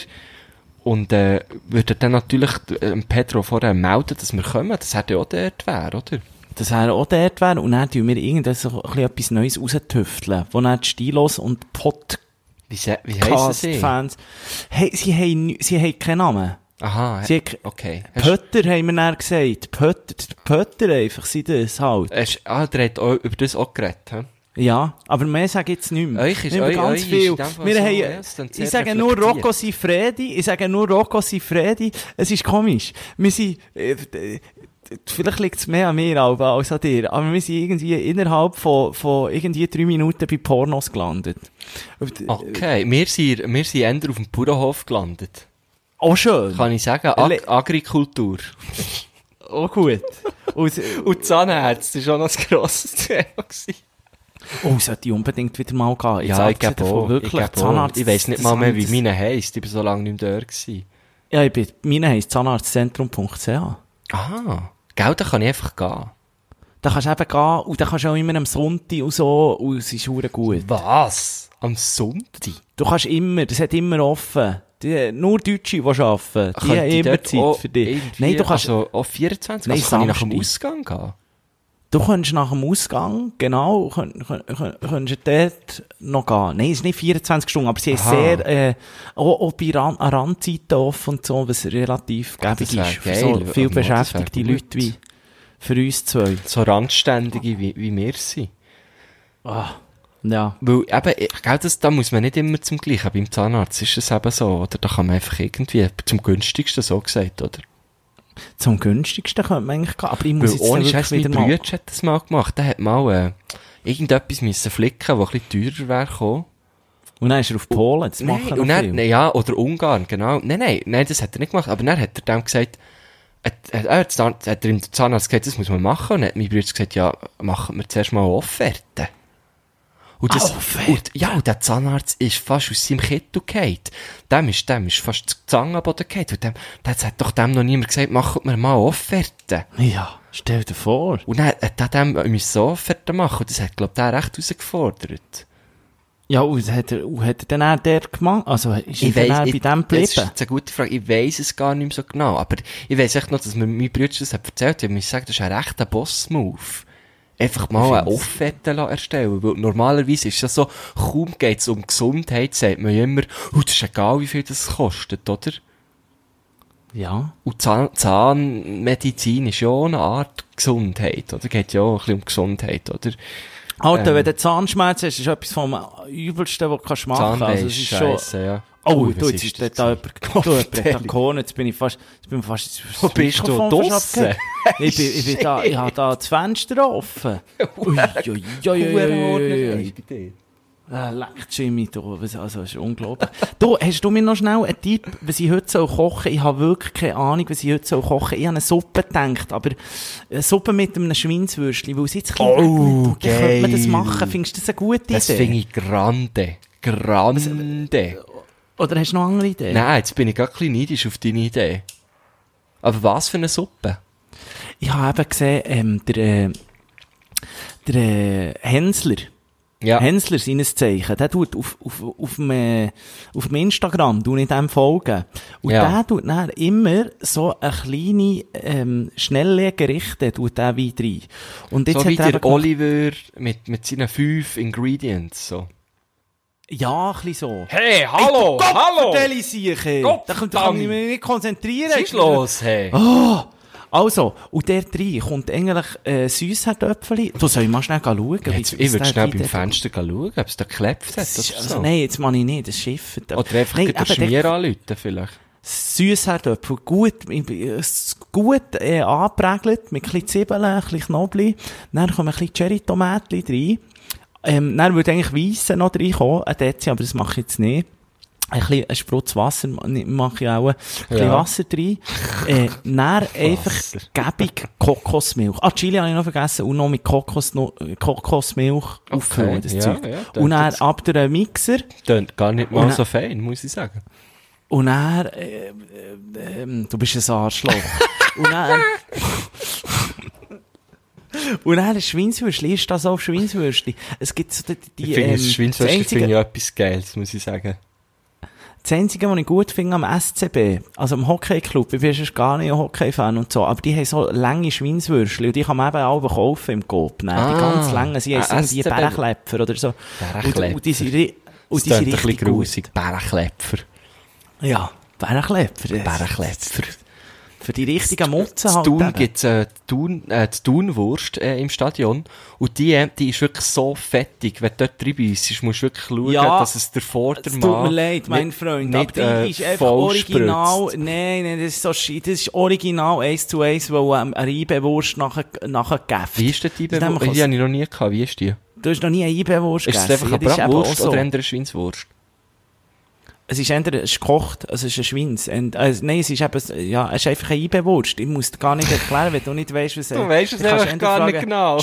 Speaker 2: Und äh, würden dann natürlich äh, Pedro vorher melden, dass wir kommen. Das hätte ja auch dort wäre, oder?
Speaker 3: dass er auch dort wäre und dann tun wir irgendwas, so ein bisschen etwas Neues raustüfteln, wo dann die Stilos und
Speaker 2: Wie, se- wie heisst sie?
Speaker 3: Podcast-Fans, hey, sie haben, ni- sie haben keinen Namen.
Speaker 2: Aha,
Speaker 3: Sie hat-
Speaker 2: okay. Hast-
Speaker 3: Pötter haben wir dann gesagt. Pötter, der Pötter einfach, sind das halt.
Speaker 2: Hast, ah, der hat auch über das auch geredet,
Speaker 3: Äh,
Speaker 2: hä?
Speaker 3: Ja, aber mehr sage ich jetzt nicht mehr.
Speaker 2: Euch ist-
Speaker 3: wir haben
Speaker 2: eu- euch
Speaker 3: ganz
Speaker 2: ist
Speaker 3: viel.
Speaker 2: in dem Fall
Speaker 3: wir
Speaker 2: so,
Speaker 3: haben,
Speaker 2: ja, es klingt sehr
Speaker 3: ich sage nur
Speaker 2: reflektiert.
Speaker 3: Rocco Sifredi, ich sage nur Rocco Sifredi. Es ist komisch. Wir sind, äh, äh, vielleicht liegt es mehr an mir Alba, als an dir, aber wir sind irgendwie innerhalb von, von irgendwie drei Minuten bei Pornos gelandet. äh,
Speaker 2: Okay, wir sind, wir sind eher auf dem Bauernhof gelandet.
Speaker 3: Auch schön.
Speaker 2: Kann ich sagen,
Speaker 3: Äh,
Speaker 2: Ag
Speaker 3: Le-
Speaker 2: Agrikultur.
Speaker 3: Auch gut. Und, äh,
Speaker 2: Und Zahnärzte ist auch noch ein grosses Thema gewesen.
Speaker 3: oh, sollte ich unbedingt wieder mal gehen. Jetzt
Speaker 2: Ja, ich
Speaker 3: abgesehen
Speaker 2: glaube
Speaker 3: davon,
Speaker 2: auch. Ich,
Speaker 3: wirklich.
Speaker 2: glaub auch.
Speaker 3: Zahnarzt-
Speaker 2: ich weiss nicht mal
Speaker 3: das-
Speaker 2: mehr, wie
Speaker 3: das-
Speaker 2: meine heisst. Ich war so lange nicht mehr dort. Gewesen.
Speaker 3: Ja, ich bin, meine heisst zahnarztzentrum.ch.
Speaker 2: Aha. Gell, da kann ich einfach gehen.
Speaker 3: Da kannst du eben gehen und dann kannst du auch immer am Sonntag und so und es ist hure gut.
Speaker 2: Was? Am Sonntag?
Speaker 3: Du kannst immer, das hat immer offen. Die, nur Deutsche, die arbeiten, die haben immer Zeit für dich. Nein, du kannst,
Speaker 2: Also, auch 24?
Speaker 3: Nein,
Speaker 2: also kann ich nach dem
Speaker 3: Samstag.
Speaker 2: Ausgang gehen?
Speaker 3: du kannst nach dem Ausgang, genau, könnt- könnt- könnt- könntest du dort noch gehen. Nein, es ist nicht 24 Stunden, aber sie ist
Speaker 2: Aha.
Speaker 3: sehr, äh, auch, auch bei Ran an Randzeiten offen und so, was relativ
Speaker 2: Ach,
Speaker 3: gäbig
Speaker 2: Ah, das
Speaker 3: ist. Für
Speaker 2: wär
Speaker 3: so
Speaker 2: geil. Ja,
Speaker 3: viel
Speaker 2: das wär
Speaker 3: beschäftigte
Speaker 2: gut.
Speaker 3: Leute wie für uns zwei.
Speaker 2: So Randständige wie, wie wir sind.
Speaker 3: Ja.
Speaker 2: Weil eben, ich- gell, das, da muss man nicht immer zum Gleichen. Beim Zahnarzt ist es eben so, oder? Da kann man einfach irgendwie zum günstigsten so gesagt, oder?
Speaker 3: Zum günstigsten könnte man eigentlich gehen, aber ich muss
Speaker 2: Weil
Speaker 3: jetzt
Speaker 2: ohne
Speaker 3: dann
Speaker 2: Scheiß,
Speaker 3: wirklich
Speaker 2: mein
Speaker 3: wieder mal-
Speaker 2: Bruder hat das mal gemacht. Der hat mal äh, irgendetwas müssen flicken, was ein bisschen teurer wäre gekommen.
Speaker 3: Und dann ist er auf Polen, das machen
Speaker 2: Nein, und
Speaker 3: noch
Speaker 2: dann,
Speaker 3: viele.
Speaker 2: nein, ja, oder Ungarn, genau. Nein, nein, nein, das hat er nicht gemacht. Aber dann hat er dem gesagt, hat- hat- er hat Zahn- hat er im Zahnarzt gesagt, das muss man machen. Und dann hat mein Bruder gesagt, ja, machen wir zuerst mal eine Offerte. Und das,
Speaker 3: Ah, Offerte.
Speaker 2: Und, ja, und der Zahnarzt ist fast aus seinem Kittel gefallen. Dem ist, dem ist fast die Zange an den Boden gefallen. Und dem, das hat doch dem noch niemand gesagt, machen wir mal eine Offerte.
Speaker 3: Ja, stell dir vor.
Speaker 2: Und dann hat er dem äh, müssen eine Offerte machen. Und das hat, glaub ich, der recht herausgefordert.
Speaker 3: Ja, und das hat er, und hat er dann auch dort gemacht? Also, ist er dann
Speaker 2: weiss-
Speaker 3: auch bei dem
Speaker 2: Das ist
Speaker 3: geblieben?
Speaker 2: jetzt eine gute Frage. Ich weiß es gar nicht mehr so genau. Aber ich weiß echt noch, dass mir mein Bruder das hat erzählt hat. Ich muss sagen, das ist ein rechter Boss-Move. Einfach mal eine Offerte lassen erstellen. Weil normalerweise ist das so, kaum geht es um Gesundheit, sagt man ja immer, oh, das ist egal, wie viel das kostet, oder?
Speaker 3: Ja.
Speaker 2: Und Zahn Zahnmedizin ist ja auch eine Art Gesundheit, oder? Geht ja auch ein bisschen um Gesundheit, oder?
Speaker 3: Alter,
Speaker 2: Ähm.
Speaker 3: wenn du Zahnschmerzen hast, ist etwas vom Übelsten, was du kannst machen kannst.
Speaker 2: Zahnweh
Speaker 3: Also, es
Speaker 2: ist
Speaker 3: ist schon...
Speaker 2: scheisse, ja.
Speaker 3: Oh,
Speaker 2: Ui,
Speaker 3: du,
Speaker 2: was
Speaker 3: jetzt ist
Speaker 2: das
Speaker 3: dort da
Speaker 2: gewesen?
Speaker 3: jemand, du, jemand hat da gehauen, jetzt bin ich fast, jetzt bin ich fast, jetzt- das
Speaker 2: bist du?
Speaker 3: Mikrofon fast
Speaker 2: Draussen?
Speaker 3: abgehängt. Ich bin, ich bin da, ich hab da das Fenster offen. Ui, ui, ui, ui, ui, ui, ui. Ah, Leck, Jimmy, du, was, also, das ist unglaublich. du, hast du mir noch schnell einen Tipp, was ich heute soll kochen? Ich habe wirklich keine Ahnung, was ich heute soll kochen. Ich habe eine Suppe gedacht, aber eine Suppe mit einem Schweinswürstchen, weil es jetzt ein bisschen
Speaker 2: Oh,
Speaker 3: regnet. Könnte man das
Speaker 2: geil.
Speaker 3: machen? Findest du das eine gute
Speaker 2: Das finde
Speaker 3: Idee?
Speaker 2: ich grande. Grande.
Speaker 3: Oder hast du noch andere Ideen?
Speaker 2: Nein, jetzt bin ich gar ein bisschen neidisch auf deine Idee. Aber was für eine Suppe?
Speaker 3: Ich habe eben gesehen, ähm, der, äh, der äh, Hensler,
Speaker 2: Ja.
Speaker 3: Hensler seines Zeichen, der tut auf, auf, auf, dem, äh, auf dem Instagram, du nicht dem folgen. Und
Speaker 2: Ja.
Speaker 3: der tut dann immer so eine kleine, ähm, schnelle Gerichte tut der weit rein. Und jetzt
Speaker 2: so
Speaker 3: hat
Speaker 2: wie
Speaker 3: er eben
Speaker 2: der
Speaker 3: gemacht-
Speaker 2: Oliver mit, mit seinen fünf Ingredients. So.
Speaker 3: Ja, ein bisschen so.
Speaker 2: Hey, hallo,
Speaker 3: Vertell ich sich, ey. Da kann da kann ich mich nicht konzentrieren.
Speaker 2: Was ist los, hey?
Speaker 3: Oh, Also, und der rein kommt eigentlich, äh, Süßkartoffeln. Du soll ich mal schnell schauen. wie-
Speaker 2: jetzt,
Speaker 3: was
Speaker 2: ich würde
Speaker 3: der
Speaker 2: schnell
Speaker 3: drin
Speaker 2: beim
Speaker 3: tut.
Speaker 2: Fenster schauen, ob es da geklappt hat
Speaker 3: Das ist,
Speaker 2: oder
Speaker 3: also,
Speaker 2: so.
Speaker 3: nein, jetzt mache ich nicht, das schifft.
Speaker 2: Oder einfach
Speaker 3: nein,
Speaker 2: nee, den
Speaker 3: eben,
Speaker 2: Schmier
Speaker 3: der
Speaker 2: anrufen vielleicht.
Speaker 3: Süßherdöpfel, gut, ich bin, äh, s- gut äh, anprägelt, mit ein bisschen Zwiebeln, ein bisschen Knoblauch, dann kommen ein bisschen Cherry-Tomaten rein, ähm, dann würde eigentlich Weisse noch reinkommen, ein Dezi, aber das mache ich jetzt nicht. Ein bisschen ein Sprutz Wasser ma- ne- mache ich auch, ein bisschen
Speaker 2: Ja.
Speaker 3: Wasser rein, äh, dann einfach gäbig Kokosmilch. Ah, Chili habe ich noch vergessen, und noch mit Kokos, no- Kokosmilch auffüllen, das
Speaker 2: ja,
Speaker 3: Zeug.
Speaker 2: ja,
Speaker 3: und
Speaker 2: das-
Speaker 3: dann ab der Mixer,
Speaker 2: Tönt gar nicht
Speaker 3: Und
Speaker 2: mal
Speaker 3: dann-
Speaker 2: so fein, muss ich sagen.
Speaker 3: und er, äh, äh, ähm, du bist ein Arschloch. und er, und er, ein Schweinswürstchen, ist das auch Schweinswürstchen? Es gibt so die, die ähm,
Speaker 2: Ich finde, das Schweinswürstchen
Speaker 3: das,
Speaker 2: finde ich
Speaker 3: einzige,
Speaker 2: etwas Geiles, muss ich sagen.
Speaker 3: das einzige, was ich gut finde am SCB, also am Hockeyclub, ich bin sonst gar nicht ein Hockey-Fan und so, aber die haben so lange Schweinswürstchen und die kann man eben auch kaufen im Coop. Ne?
Speaker 2: Ah,
Speaker 3: die ganz langen, sie
Speaker 2: ein
Speaker 3: heissen die
Speaker 2: SCB.
Speaker 3: Bärenkläpfer oder so. Und,
Speaker 2: Bärenkläpfer.
Speaker 3: und die sind, ri- und Oh, die
Speaker 2: tönt
Speaker 3: sind
Speaker 2: ein bisschen
Speaker 3: richtig gut.
Speaker 2: grusig. Bärenkläpfer.
Speaker 3: Ja, Bärenkläpfer. das-
Speaker 2: Bärenkläpfer.
Speaker 3: Für die richtigen Mutzen
Speaker 2: Zu
Speaker 3: halt.
Speaker 2: Thun
Speaker 3: eben.
Speaker 2: gibt's äh, die Thun, äh, die Thunwurst äh, im Stadion. Und die, äh, die ist wirklich so fettig. Wenn du dort reinbeißt, musst du wirklich schauen,
Speaker 3: Ja,
Speaker 2: dass es der
Speaker 3: Es
Speaker 2: Vordermann...
Speaker 3: tut mir leid, mein
Speaker 2: nicht-
Speaker 3: Freund,
Speaker 2: nicht,
Speaker 3: aber
Speaker 2: äh,
Speaker 3: die ist einfach
Speaker 2: voll
Speaker 3: original,
Speaker 2: spritzt.
Speaker 3: nein, nein, das ist so shit, das ist original eins zu eins, wo ähm, eine Eibewurst nachher, nachher gegäfft.
Speaker 2: Wie ist denn die
Speaker 3: Das nennt man
Speaker 2: Bewurst? Die
Speaker 3: Kos-
Speaker 2: habe ich noch nie gehabt. Wie ist die?
Speaker 3: Du hast noch nie eine Eibewurst
Speaker 2: Ist es einfach eine
Speaker 3: Ja, das ist eben
Speaker 2: Bratwurst
Speaker 3: auch so.
Speaker 2: oder eher eine Schweinswurst?
Speaker 3: Es ist entweder, es ist gekocht, also es ist ein Schweins. Und, äh, nein, es ist eben, ja, es ist einfach ein Eibewurst. Ich muss dir gar nicht erklären, wenn du nicht weißt, was es
Speaker 2: Du weisst es einfach gar nicht genau.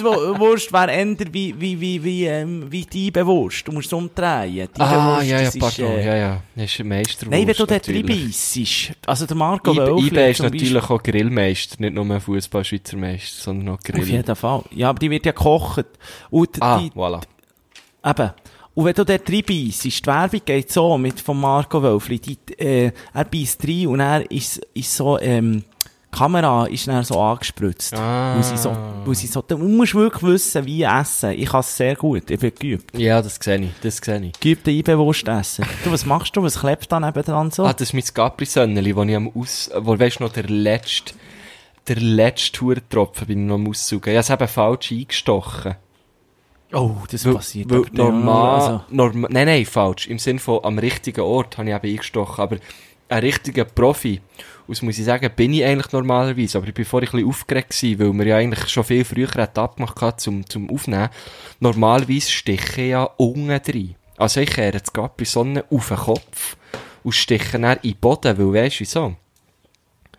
Speaker 3: Schweinswurst wäre entweder wie, wie, wie, wie, ähm, wie die Eibewurst. Du musst es umdrehen. Die
Speaker 2: Ah,
Speaker 3: Eibewurst,
Speaker 2: ja, ja,
Speaker 3: das ist,
Speaker 2: pardon,
Speaker 3: äh,
Speaker 2: ja, ja. Das ist ein Meisterwurst.
Speaker 3: Nein, wenn du dort
Speaker 2: natürlich.
Speaker 3: reinbeissest. Also der Marco
Speaker 2: Ibe,
Speaker 3: Wölfli
Speaker 2: Ibe E ist
Speaker 3: zum Beispiel-
Speaker 2: natürlich auch Grillmeister, nicht nur Fußball-Schweizer Meister, sondern auch
Speaker 3: Auf
Speaker 2: Grill.
Speaker 3: jeden Fall. Ja, aber die wird ja gekocht. Und
Speaker 2: Ah,
Speaker 3: die,
Speaker 2: voilà.
Speaker 3: Eben. Und wenn du dort reinbeissst, die Werbung geht so mit von Marco Wölfli, die, äh, er beisst rein und er ist, ist so, ähm, die Kamera ist dann so angespritzt.
Speaker 2: Ah.
Speaker 3: Weil sie so, weil sie so, du musst wirklich wissen, wie essen. Ich kann es sehr gut. Ich bin geübt.
Speaker 2: Ja, das sehe ich, das sehe ich.
Speaker 3: Geübt einbewusst essen. Du, was machst du? Was klebt da nebenan so?
Speaker 2: Ah, das ist mein Capri-Sönneli, wo ich am Aus... Wo, weisst du noch, der letzte... Der letzte Hurentropfen bin ich noch am Aussaugen. Ich habe es eben falsch eingestochen.
Speaker 3: oh, das
Speaker 2: Weil-
Speaker 3: passiert.
Speaker 2: weil
Speaker 3: aber dann-
Speaker 2: normal...
Speaker 3: also,
Speaker 2: norma- nein, nein, falsch. Im Sinne von, am richtigen Ort habe ich eben eingestochen. Aber ein richtiger Profi, aus muss ich sagen, bin ich eigentlich normalerweise. Aber ich bin vorhin ein bisschen aufgeregt gewesen, weil wir ja eigentlich schon viel früher hätten abgemacht hatten zum, zum Aufnehmen. Normalerweise stiche ich ja unten drin. Also ich kehre das Capri-Sonne auf den Kopf und stiche dann in den Boden, weil weisst du wieso?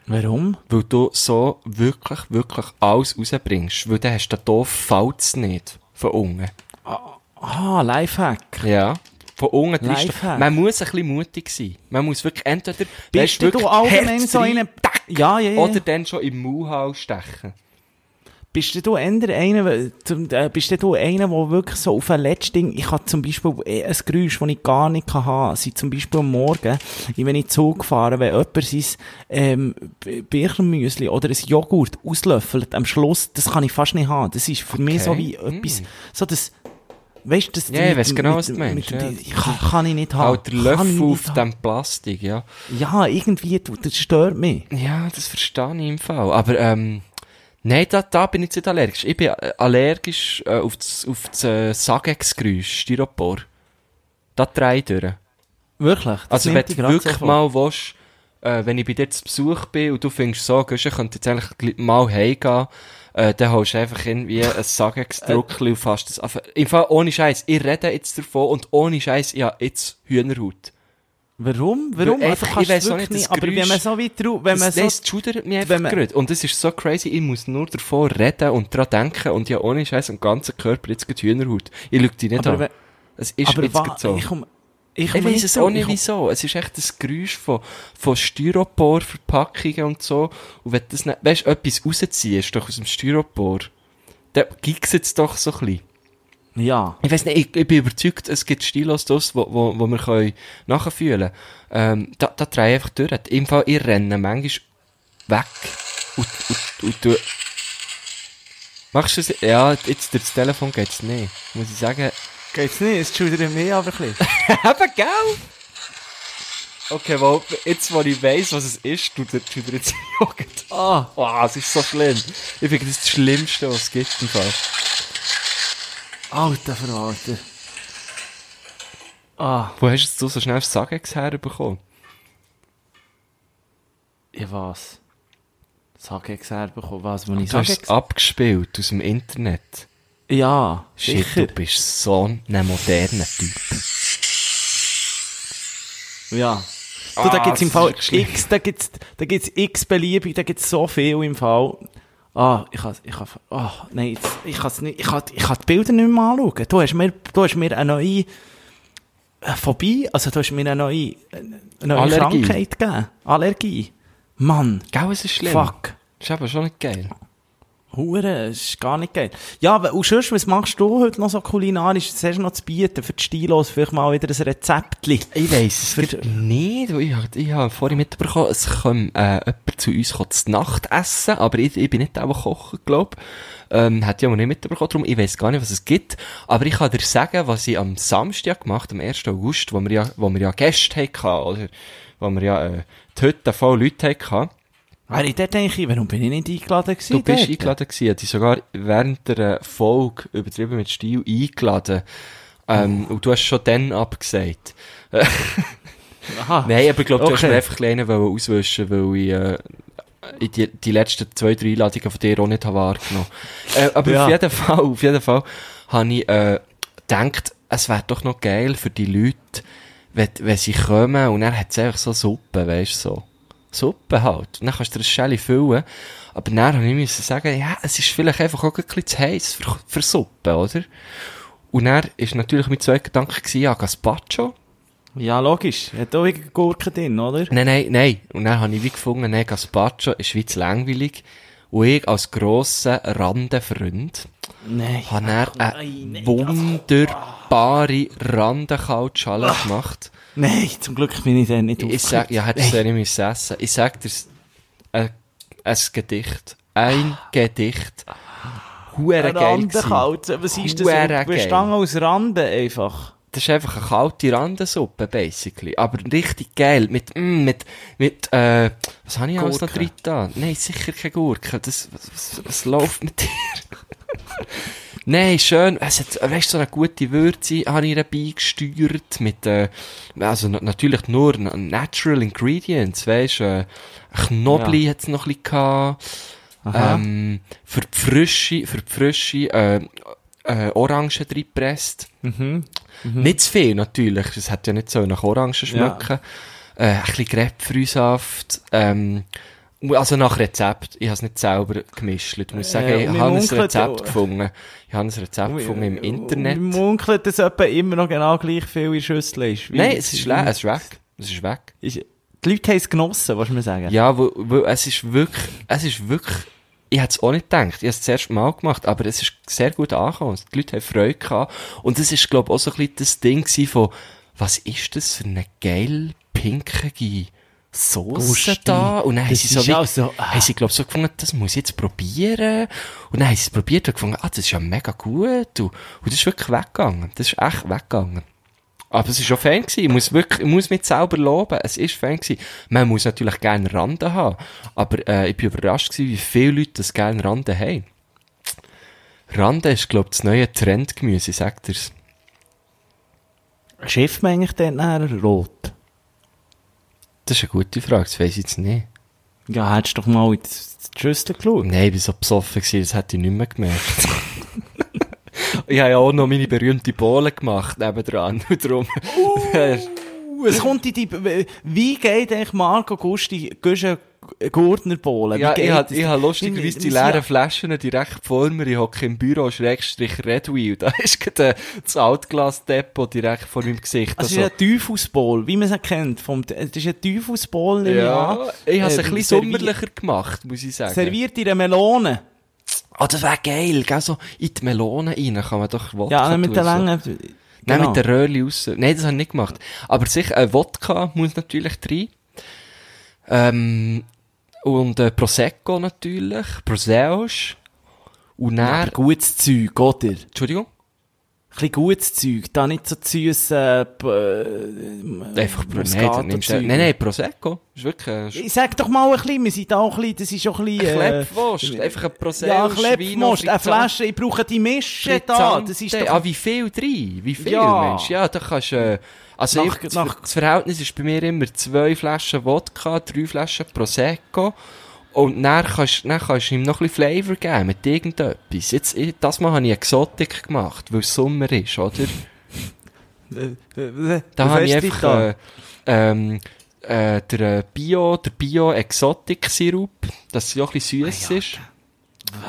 Speaker 3: warum?
Speaker 2: Weil du so wirklich, wirklich alles rausbringst. Weil dann hast du den doofen Falz nicht. Von unten.
Speaker 3: Ah, Lifehack.
Speaker 2: Ja. Von unten drin.
Speaker 3: Lifehack.
Speaker 2: Man muss ein bisschen mutig sein. Man muss wirklich entweder, weisst
Speaker 3: Bist du allgemein
Speaker 2: Herz
Speaker 3: so
Speaker 2: rein,
Speaker 3: einen, ja, ja, ja.
Speaker 2: oder dann schon im Mauhau stechen.
Speaker 3: Bist denn du eher einer, zum- äh, bist denn du einer, der wirklich so auf ein letztes Ding, ich habe zum Beispiel eh ein Geräusch, das ich gar nicht kann haben, sind zum Beispiel am Morgen, ich- wenn ich Zug fahre, wenn jemand sein, ähm, B- Birchenmüsli oder ein Joghurt auslöffelt, am Schluss, das kann ich fast nicht haben. Das ist für mich so wie
Speaker 2: Okay.
Speaker 3: etwas,
Speaker 2: Mm.
Speaker 3: so das, weißt du, das,
Speaker 2: Ja, ich weiss genau, was du meinst,
Speaker 3: mit-
Speaker 2: ja.
Speaker 3: ich kann, Ah, kann ich nicht haben.
Speaker 2: Halt der Löffel
Speaker 3: Kann ich nicht
Speaker 2: auf
Speaker 3: haben.
Speaker 2: dem Plastik, ja.
Speaker 3: Ja, irgendwie, du- das stört mich.
Speaker 2: Ja, das verstehe ich im Fall. Aber, ähm, nein, da, da bin ich nicht allergisch. Ich bin äh, allergisch äh, auf das, auf das äh, Sagex-Geräusch, Styropor. Da drehe ich durch.
Speaker 3: Wirklich. das
Speaker 2: Also, wenn
Speaker 3: nimmt dich
Speaker 2: du
Speaker 3: grad
Speaker 2: wirklich
Speaker 3: sofort.
Speaker 2: mal willst, äh, wenn ich bei dir zu Besuch bin und du findest so, gehst, ich könnte jetzt eigentlich gleich mal heimgehen, äh, dann holst du einfach irgendwie ein
Speaker 3: Äh,
Speaker 2: Sagexdruckchen und fasst das einfach. Im Fall ohne Scheiß. Ich rede jetzt davon und ohne Scheiß, ja, jetzt Hühnerhaut.
Speaker 3: Warum? Warum?
Speaker 2: Weil
Speaker 3: Also
Speaker 2: einfach,
Speaker 3: kannst
Speaker 2: ich weiss
Speaker 3: du
Speaker 2: auch
Speaker 3: wirklich
Speaker 2: nicht,
Speaker 3: nicht,
Speaker 2: das
Speaker 3: aber wenn
Speaker 2: Geräusch-
Speaker 3: man so weit drauf, wenn man
Speaker 2: das,
Speaker 3: so...
Speaker 2: nein, es schudert mich einfach
Speaker 3: wenn man-
Speaker 2: gerade. Und es ist so crazy, ich muss nur davon reden und dran denken und ja, ohne Scheiß, am ganzen Körper jetzt geht Hühnerhaut. Ich lüge dich nicht
Speaker 3: Aber
Speaker 2: an.
Speaker 3: wenn-
Speaker 2: es ist
Speaker 3: aber
Speaker 2: jetzt
Speaker 3: wa-
Speaker 2: gerade so.
Speaker 3: ich komm, ich,
Speaker 2: Ich
Speaker 3: komm
Speaker 2: weiß
Speaker 3: nicht
Speaker 2: es
Speaker 3: drauf.
Speaker 2: auch nicht
Speaker 3: Ich komm-
Speaker 2: wieso. Es ist echt das Geräusch von, von Styropor-Verpackungen und so. Und wenn du das nicht, weißt, etwas rausziehst, doch aus dem Styropor, dann ging's jetzt doch so ein bisschen.
Speaker 3: Ja.
Speaker 2: Ich weiß nicht, ich, ich bin überzeugt, es gibt Stilos das, wo, wo, wo wir können nachfühlen können. Ähm, da, da drehe ich einfach durch. Im Fall, ich renne manchmal weg und, und, und du... Machst du es? Ja, jetzt durch das Telefon geht's nicht. Muss ich sagen,
Speaker 3: Geht's nicht, es schudert mich aber ein bisschen.
Speaker 2: Eben, gell? Okay, well, jetzt, wo ich weiss, was es ist, tut er, tut er jetzt Jugend.
Speaker 3: Ah.
Speaker 2: Oh, es ist so schlimm. Ich finde, das ist das Schlimmste, was es gibt im Fall.
Speaker 3: Alter Verwalter. Ah,
Speaker 2: Wo hast jetzt du so schnell das Sagex herbekommen?
Speaker 3: ich weiß. Das habe ich gesagt bekommen, was man nicht
Speaker 2: Du hast
Speaker 3: sagt.
Speaker 2: es abgespielt aus dem Internet.
Speaker 3: Ah. Ja,
Speaker 2: Shit,
Speaker 3: sicher.
Speaker 2: du bist so ein moderner Typ.
Speaker 3: Ja. Du, da
Speaker 2: Ah,
Speaker 3: gibt's im
Speaker 2: das
Speaker 3: Fall
Speaker 2: ist wirklich schlimm.
Speaker 3: x, da gibt's, da gibt's x beliebig, da gibt's so viel im Fall. Ah, ich kann, ich kann, ah, nein, jetzt, ich kann's nicht, ich kann, ich kann die Bilder nicht mehr anschauen. Du hast mir, du hast mir eine neue äh, Phobie, also du hast mir eine neue, eine neue
Speaker 2: Allergie.
Speaker 3: Krankheit gegeben. Allergie. Mann.
Speaker 2: Gell, es ist schlimm.
Speaker 3: Fuck.
Speaker 2: Ist aber schon nicht geil.
Speaker 3: Hure, ist gar nicht geil. Ja, aber, und sonst, was machst du heute noch so kulinarisch? Was hast du noch zu bieten für die Stilos? Vielleicht mal wieder ein Rezeptli.
Speaker 2: Ich weiss es
Speaker 3: Für-
Speaker 2: gibt nicht. weil Ich hab- ich habe vorhin mitbekommen, es kommt äh, jemand zu uns kommt zu Nacht essen, aber ich, ich bin nicht auch kochen, glaub. Ähm, hat ja mal nicht mitbekommen, darum ich weiss gar nicht, was es gibt. Aber ich kann dir sagen, was ich am Samstag gemacht am 1. August, wo wir ja, wo wir ja Gäste hatten, oder wo wir ja äh, die Hütte voll Leute hatten.
Speaker 3: Weil ich dort denke, warum bin ich nicht eingeladen gewesen?
Speaker 2: Du bist
Speaker 3: dort?
Speaker 2: eingeladen gewesen, hat dich sogar während der äh, Folge übertrieben mit Stil eingeladen. Ähm, Und du hast schon dann abgesagt.
Speaker 3: Aha.
Speaker 2: Nein, aber ich glaube, du hast
Speaker 3: Ah. Okay.
Speaker 2: mir einfach einen wollen auswischen, weil ich, äh, ich die, die letzten zwei, drei Einladungen von dir auch nicht habe wahrgenommen äh, Aber
Speaker 3: Ja.
Speaker 2: auf jeden Fall, auf jeden Fall habe ich äh, gedacht, es wäre doch noch geil für die Leute, wenn, wenn sie kommen und dann hat es einfach so Suppe, weißt du, so. Suppe halt. Und dann kannst du dir eine Schelle füllen. Aber dann habe ich müssen sagen, ja, es ist vielleicht einfach auch ein bisschen zu heiß für, für Suppe, oder? Und dann ist natürlich mein zweiter Gedanke gewesen, ja, Gazpacho.
Speaker 3: Ja, logisch. Hat auch irgendeine Gurke drin, oder?
Speaker 2: Nein, nein, nein. Und dann habe ich wie gefunden, nein, Gazpacho ist wie zu langweilig. Und ich als grosser Randenfreund
Speaker 3: Nein.
Speaker 2: habe dann eine wunderbare Randenkaltschale gemacht.
Speaker 3: Nein, zum Glück bin ich dann nicht
Speaker 2: Ich sag, ja, hättest du ja nicht müssen essen. Ich sag dir, ein, ein Gedicht. Ein Gedicht. Hure geil
Speaker 3: Rande
Speaker 2: gewesen.
Speaker 3: kalt. Was ist das?
Speaker 2: Huere
Speaker 3: Wir
Speaker 2: geil.
Speaker 3: stangen aus Rande einfach.
Speaker 2: Das ist einfach eine kalte Randensuppe, basically. Aber richtig geil. Mit, mm, mit, mit, äh, was habe ich alles noch
Speaker 3: Gurke.
Speaker 2: drin da? Nein, sicher keine Gurke. Das, was, was, was läuft mit dir? Nein, schön. Es hat, weißt du, so eine gute Würze habe ich dabei gesteuert. Mit, äh, also na- natürlich nur na- natural ingredients, weißt du. Äh, Knobli hat's noch ein bisschen gehabt.
Speaker 3: Aha.
Speaker 2: Ähm, für die Frische, für die Frische, äh, äh, Orangen reingepresst.
Speaker 3: Mhm.
Speaker 2: Nicht zu viel, natürlich. Es hat ja nicht so nach Orangen schmecken. Äh, ein bisschen Grapefruitsaft. Ähm, also nach Rezept. Ich habe es nicht selber gemischt. Ich muss sagen,
Speaker 3: Ja,
Speaker 2: ich
Speaker 3: und Äh, mein
Speaker 2: habe ein
Speaker 3: Onkel hat
Speaker 2: Rezept
Speaker 3: auch- Oh, äh,
Speaker 2: gefunden. Ich habe ein Rezept gefunden im Internet.
Speaker 3: Wir munkeln, dass etwa immer noch genau gleich viel in der Schüssel ist. Wie-
Speaker 2: Nein, es ist leer. Es ist weg. Es ist weg.
Speaker 3: Ist- Die Leute haben es genossen, was man sagen.
Speaker 2: Ja, weil, weil es ist wirklich, es ist wirklich, ich hätte es auch nicht gedacht. Ich habe es das erste Mal gemacht, aber es ist sehr gut angekommen. Die Leute haben Freude gehabt. Und es ist, glaube ich, auch so ein bisschen das Ding gewesen von, was ist das für eine geil pinkige Soße
Speaker 3: Gusti.
Speaker 2: da? Und dann haben
Speaker 3: Das
Speaker 2: sie so,
Speaker 3: ist
Speaker 2: wie,
Speaker 3: auch so, ah.
Speaker 2: haben sie, glaube ich, so gefunden, das muss ich jetzt probieren. Und dann haben sie es probiert und gefunden, ah, das ist ja mega gut. Und, und das ist wirklich weggegangen. Das ist echt weggegangen. Aber es war schon Fan. gewesen. Ich muss wirklich, ich muss mich selber loben. Es ist Fan. gewesen. Man muss natürlich gerne Rande haben. Aber, äh, ich bin überrascht gewesen, wie viele Leute das gerne Rande haben. Rande ist, glaube ich, das neue Trendgemüse, sagt er's.
Speaker 3: Schiff man eigentlich dann nachher rot?
Speaker 2: Das ist eine gute Frage. Das weiss ich jetzt nicht.
Speaker 3: Ja, hättest du doch mal in die die Schüssel geschaut.
Speaker 2: Nein, ich war so besoffen gewesen, das hätte ich nicht mehr gemerkt. ich habe ja auch noch meine berühmte Bohle gemacht, nebendran. Und darum,
Speaker 3: Es kommt in die, wie geht eigentlich Marco Gusti, Guschen, Gurtner Bohlen? Wie
Speaker 2: Ja,
Speaker 3: geht
Speaker 2: ich habe
Speaker 3: das?
Speaker 2: ich hab
Speaker 3: Wir-
Speaker 2: lustigerweise die
Speaker 3: wir-
Speaker 2: leeren Flaschen direkt vor mir. Ich hocke im Büro, Schrägstrich Redwheel. Da ist gerade äh, das Altglas-Depot direkt vor meinem Gesicht.
Speaker 3: Also, es ist ein Teufelsbowl, wie man es kennt. Vom, es ist ein Teufelsbowl, nehme ich an.
Speaker 2: ja, Eh, ich habe es
Speaker 3: Äh,
Speaker 2: ein bisschen
Speaker 3: servi-
Speaker 2: sommerlicher gemacht, muss ich sagen.
Speaker 3: Serviert in einer Melone.
Speaker 2: Ah, das wäre geil, gell? So in die Melone rein kann man doch Wodka
Speaker 3: Ja, mit
Speaker 2: tun,
Speaker 3: der
Speaker 2: so.
Speaker 3: langen.
Speaker 2: Nein,
Speaker 3: genau.
Speaker 2: mit der Röhrli raus. Nein, das habe ich nicht gemacht. Aber sicher, äh, Wodka muss natürlich rein. Ähm, und äh, Prosecco natürlich. Proseus. Und
Speaker 3: Ja,
Speaker 2: dann...
Speaker 3: aber gutes Zeug, oder? Ein
Speaker 2: Entschuldigung?
Speaker 3: bisschen gutes Zeug. Da nicht so süß, äh, p- äh,
Speaker 2: Einfach Pro
Speaker 3: Muscat
Speaker 2: nein, dann
Speaker 3: und
Speaker 2: nimmst du,
Speaker 3: Zeug.
Speaker 2: nein, nein, Prosecco. Ist wirklich ein Sch-
Speaker 3: Ich sag doch mal ein bisschen, wir sind da auch ein bisschen, das ist auch ein bisschen, äh,
Speaker 2: Klepfwurst. Einfach ein Prosecco.
Speaker 3: ja,
Speaker 2: Schweino,
Speaker 3: Klepfmost,
Speaker 2: Frizzante-
Speaker 3: eine Flasche, ich brauche die Mische da,
Speaker 2: Frizzante.
Speaker 3: das ist doch...
Speaker 2: Ah, wie viel drin? Wie viel,
Speaker 3: Ja.
Speaker 2: Mensch? Ja, da kannst du... Äh, also
Speaker 3: Nach-
Speaker 2: ich,
Speaker 3: nach-
Speaker 2: das Verhältnis ist bei mir immer zwei Flaschen Wodka, drei Flaschen Prosecco. Und dann kannst, dann kannst du ihm noch ein bisschen Flavor geben mit irgendetwas. Jetzt, ich, das Mal habe ich Exotik gemacht, weil es Sommer ist, oder?
Speaker 3: Äh,
Speaker 2: Da habe ich einfach äh, ähm, äh, der äh, Bio, der Bio Exotic Sirup, dass sie auch ein bisschen süß ist.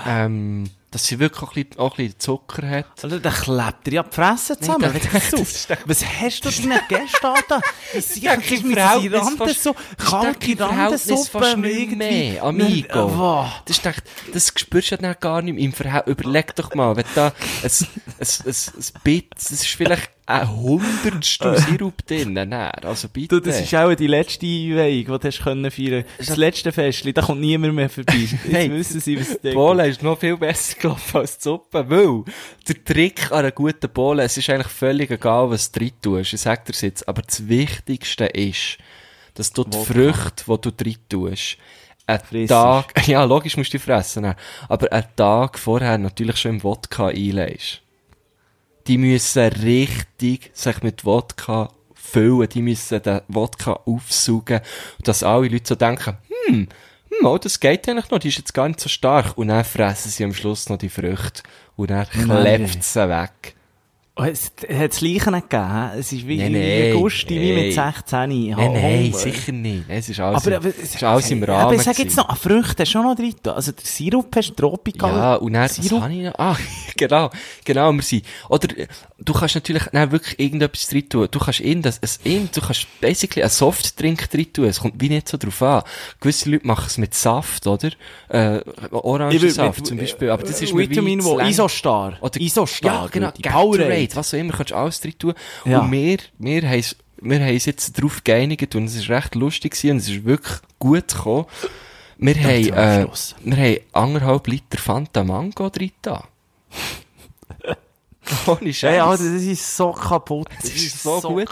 Speaker 2: Ähm, dass sie wirklich auch ein bisschen, auch ein bisschen Zucker hat.
Speaker 3: Alter, der klebt dir ja die Fresse zusammen.
Speaker 2: Nein,
Speaker 3: wenn
Speaker 2: das-
Speaker 3: du das auf- Was hast du deinen Gästen an? da? Das ist
Speaker 2: denke,
Speaker 3: mit
Speaker 2: im Verhältnis
Speaker 3: Randen
Speaker 2: fast-
Speaker 3: so,
Speaker 2: ich denke, im
Speaker 3: kalte
Speaker 2: Verhältnis
Speaker 3: Randensuppe.
Speaker 2: fast nicht mehr, amigo.
Speaker 3: Wow.
Speaker 2: Das, ist echt, das spürst du ja dann gar nicht mehr im Verhältnis. Überleg doch mal, wenn da ein, ein, ein, ein Bit, das ist vielleicht ein Hundertstel Sirup drin. Nein, also bitte.
Speaker 3: Du, das ist auch die letzte Einweihung, die du hast können feiern. Das letzte Festli, da kommt niemand mehr vorbei. Jetzt
Speaker 2: Nein.
Speaker 3: müssen sie was
Speaker 2: Die
Speaker 3: denken.
Speaker 2: Bohle ist noch viel besser gelaufen als die Suppe, weil der Trick an einer guten Bohle, es ist eigentlich völlig egal, was du rein tust, ich sag dir's jetzt, aber das Wichtigste ist, dass du die Früchte, die du rein tust, einen
Speaker 3: Frissest.
Speaker 2: Tag, ja logisch musst du die fressen, dann, aber einen Tag vorher natürlich schon im Wodka einlegst. Die müssen richtig sich mit Wodka füllen, die müssen den Wodka aufsaugen, dass alle Leute so denken, hm, hm, oh, das geht eigentlich noch, die ist jetzt gar nicht so stark. Und dann fressen sie am Schluss noch die Früchte und dann
Speaker 3: Nein.
Speaker 2: klebt sie weg.
Speaker 3: Oh, Es hat das Leichen nicht gegeben. hä? Es ist wie,
Speaker 2: Nein,
Speaker 3: wie
Speaker 2: nein,
Speaker 3: Gusti, wie
Speaker 2: nein.
Speaker 3: mit 16. Nein,
Speaker 2: Nein, nein, sicher nicht. Oh, Nein, Es ist alles,
Speaker 3: Aber,
Speaker 2: im,
Speaker 3: aber,
Speaker 2: es Also, ist alles im
Speaker 3: aber
Speaker 2: Rahmen.
Speaker 3: ich sag jetzt
Speaker 2: gewesen.
Speaker 3: noch, an Früchte hast du schon noch drin. getan. Also, der Sirup hast du Tropical.
Speaker 2: Ja, und dann, was
Speaker 3: Sirup.
Speaker 2: habe ich noch? Ah, genau, genau, wir sind. Oder, äh, du kannst natürlich dann wirklich irgendetwas drin tun. Du kannst in das, es in, du kannst basically einen Softdrink drin tun. Es kommt wie nicht so drauf an. Gewisse Leute machen es mit Saft, oder? Äh, Orangensaft zum Beispiel. Aber das ist mir
Speaker 3: äh, Vitamin,
Speaker 2: wie
Speaker 3: wo
Speaker 2: zu lang.
Speaker 3: Isostar.
Speaker 2: Oder,
Speaker 3: Isostar.
Speaker 2: Ja, genau,
Speaker 3: würde ich-
Speaker 2: Gatorade, was auch immer, kannst du alles drin tun.
Speaker 3: Ja.
Speaker 2: Und wir, wir haben es wir haben es jetzt drauf geeinigt und es ist recht lustig gewesen und es ist wirklich gut gekommen. Wir
Speaker 3: zum
Speaker 2: haben, äh,
Speaker 3: Schluss.
Speaker 2: wir haben anderthalb Liter Fanta Mango drin da. Ohne Scheiß.
Speaker 3: Ey, Alter, das ist so kaputt.
Speaker 2: Das ist so gut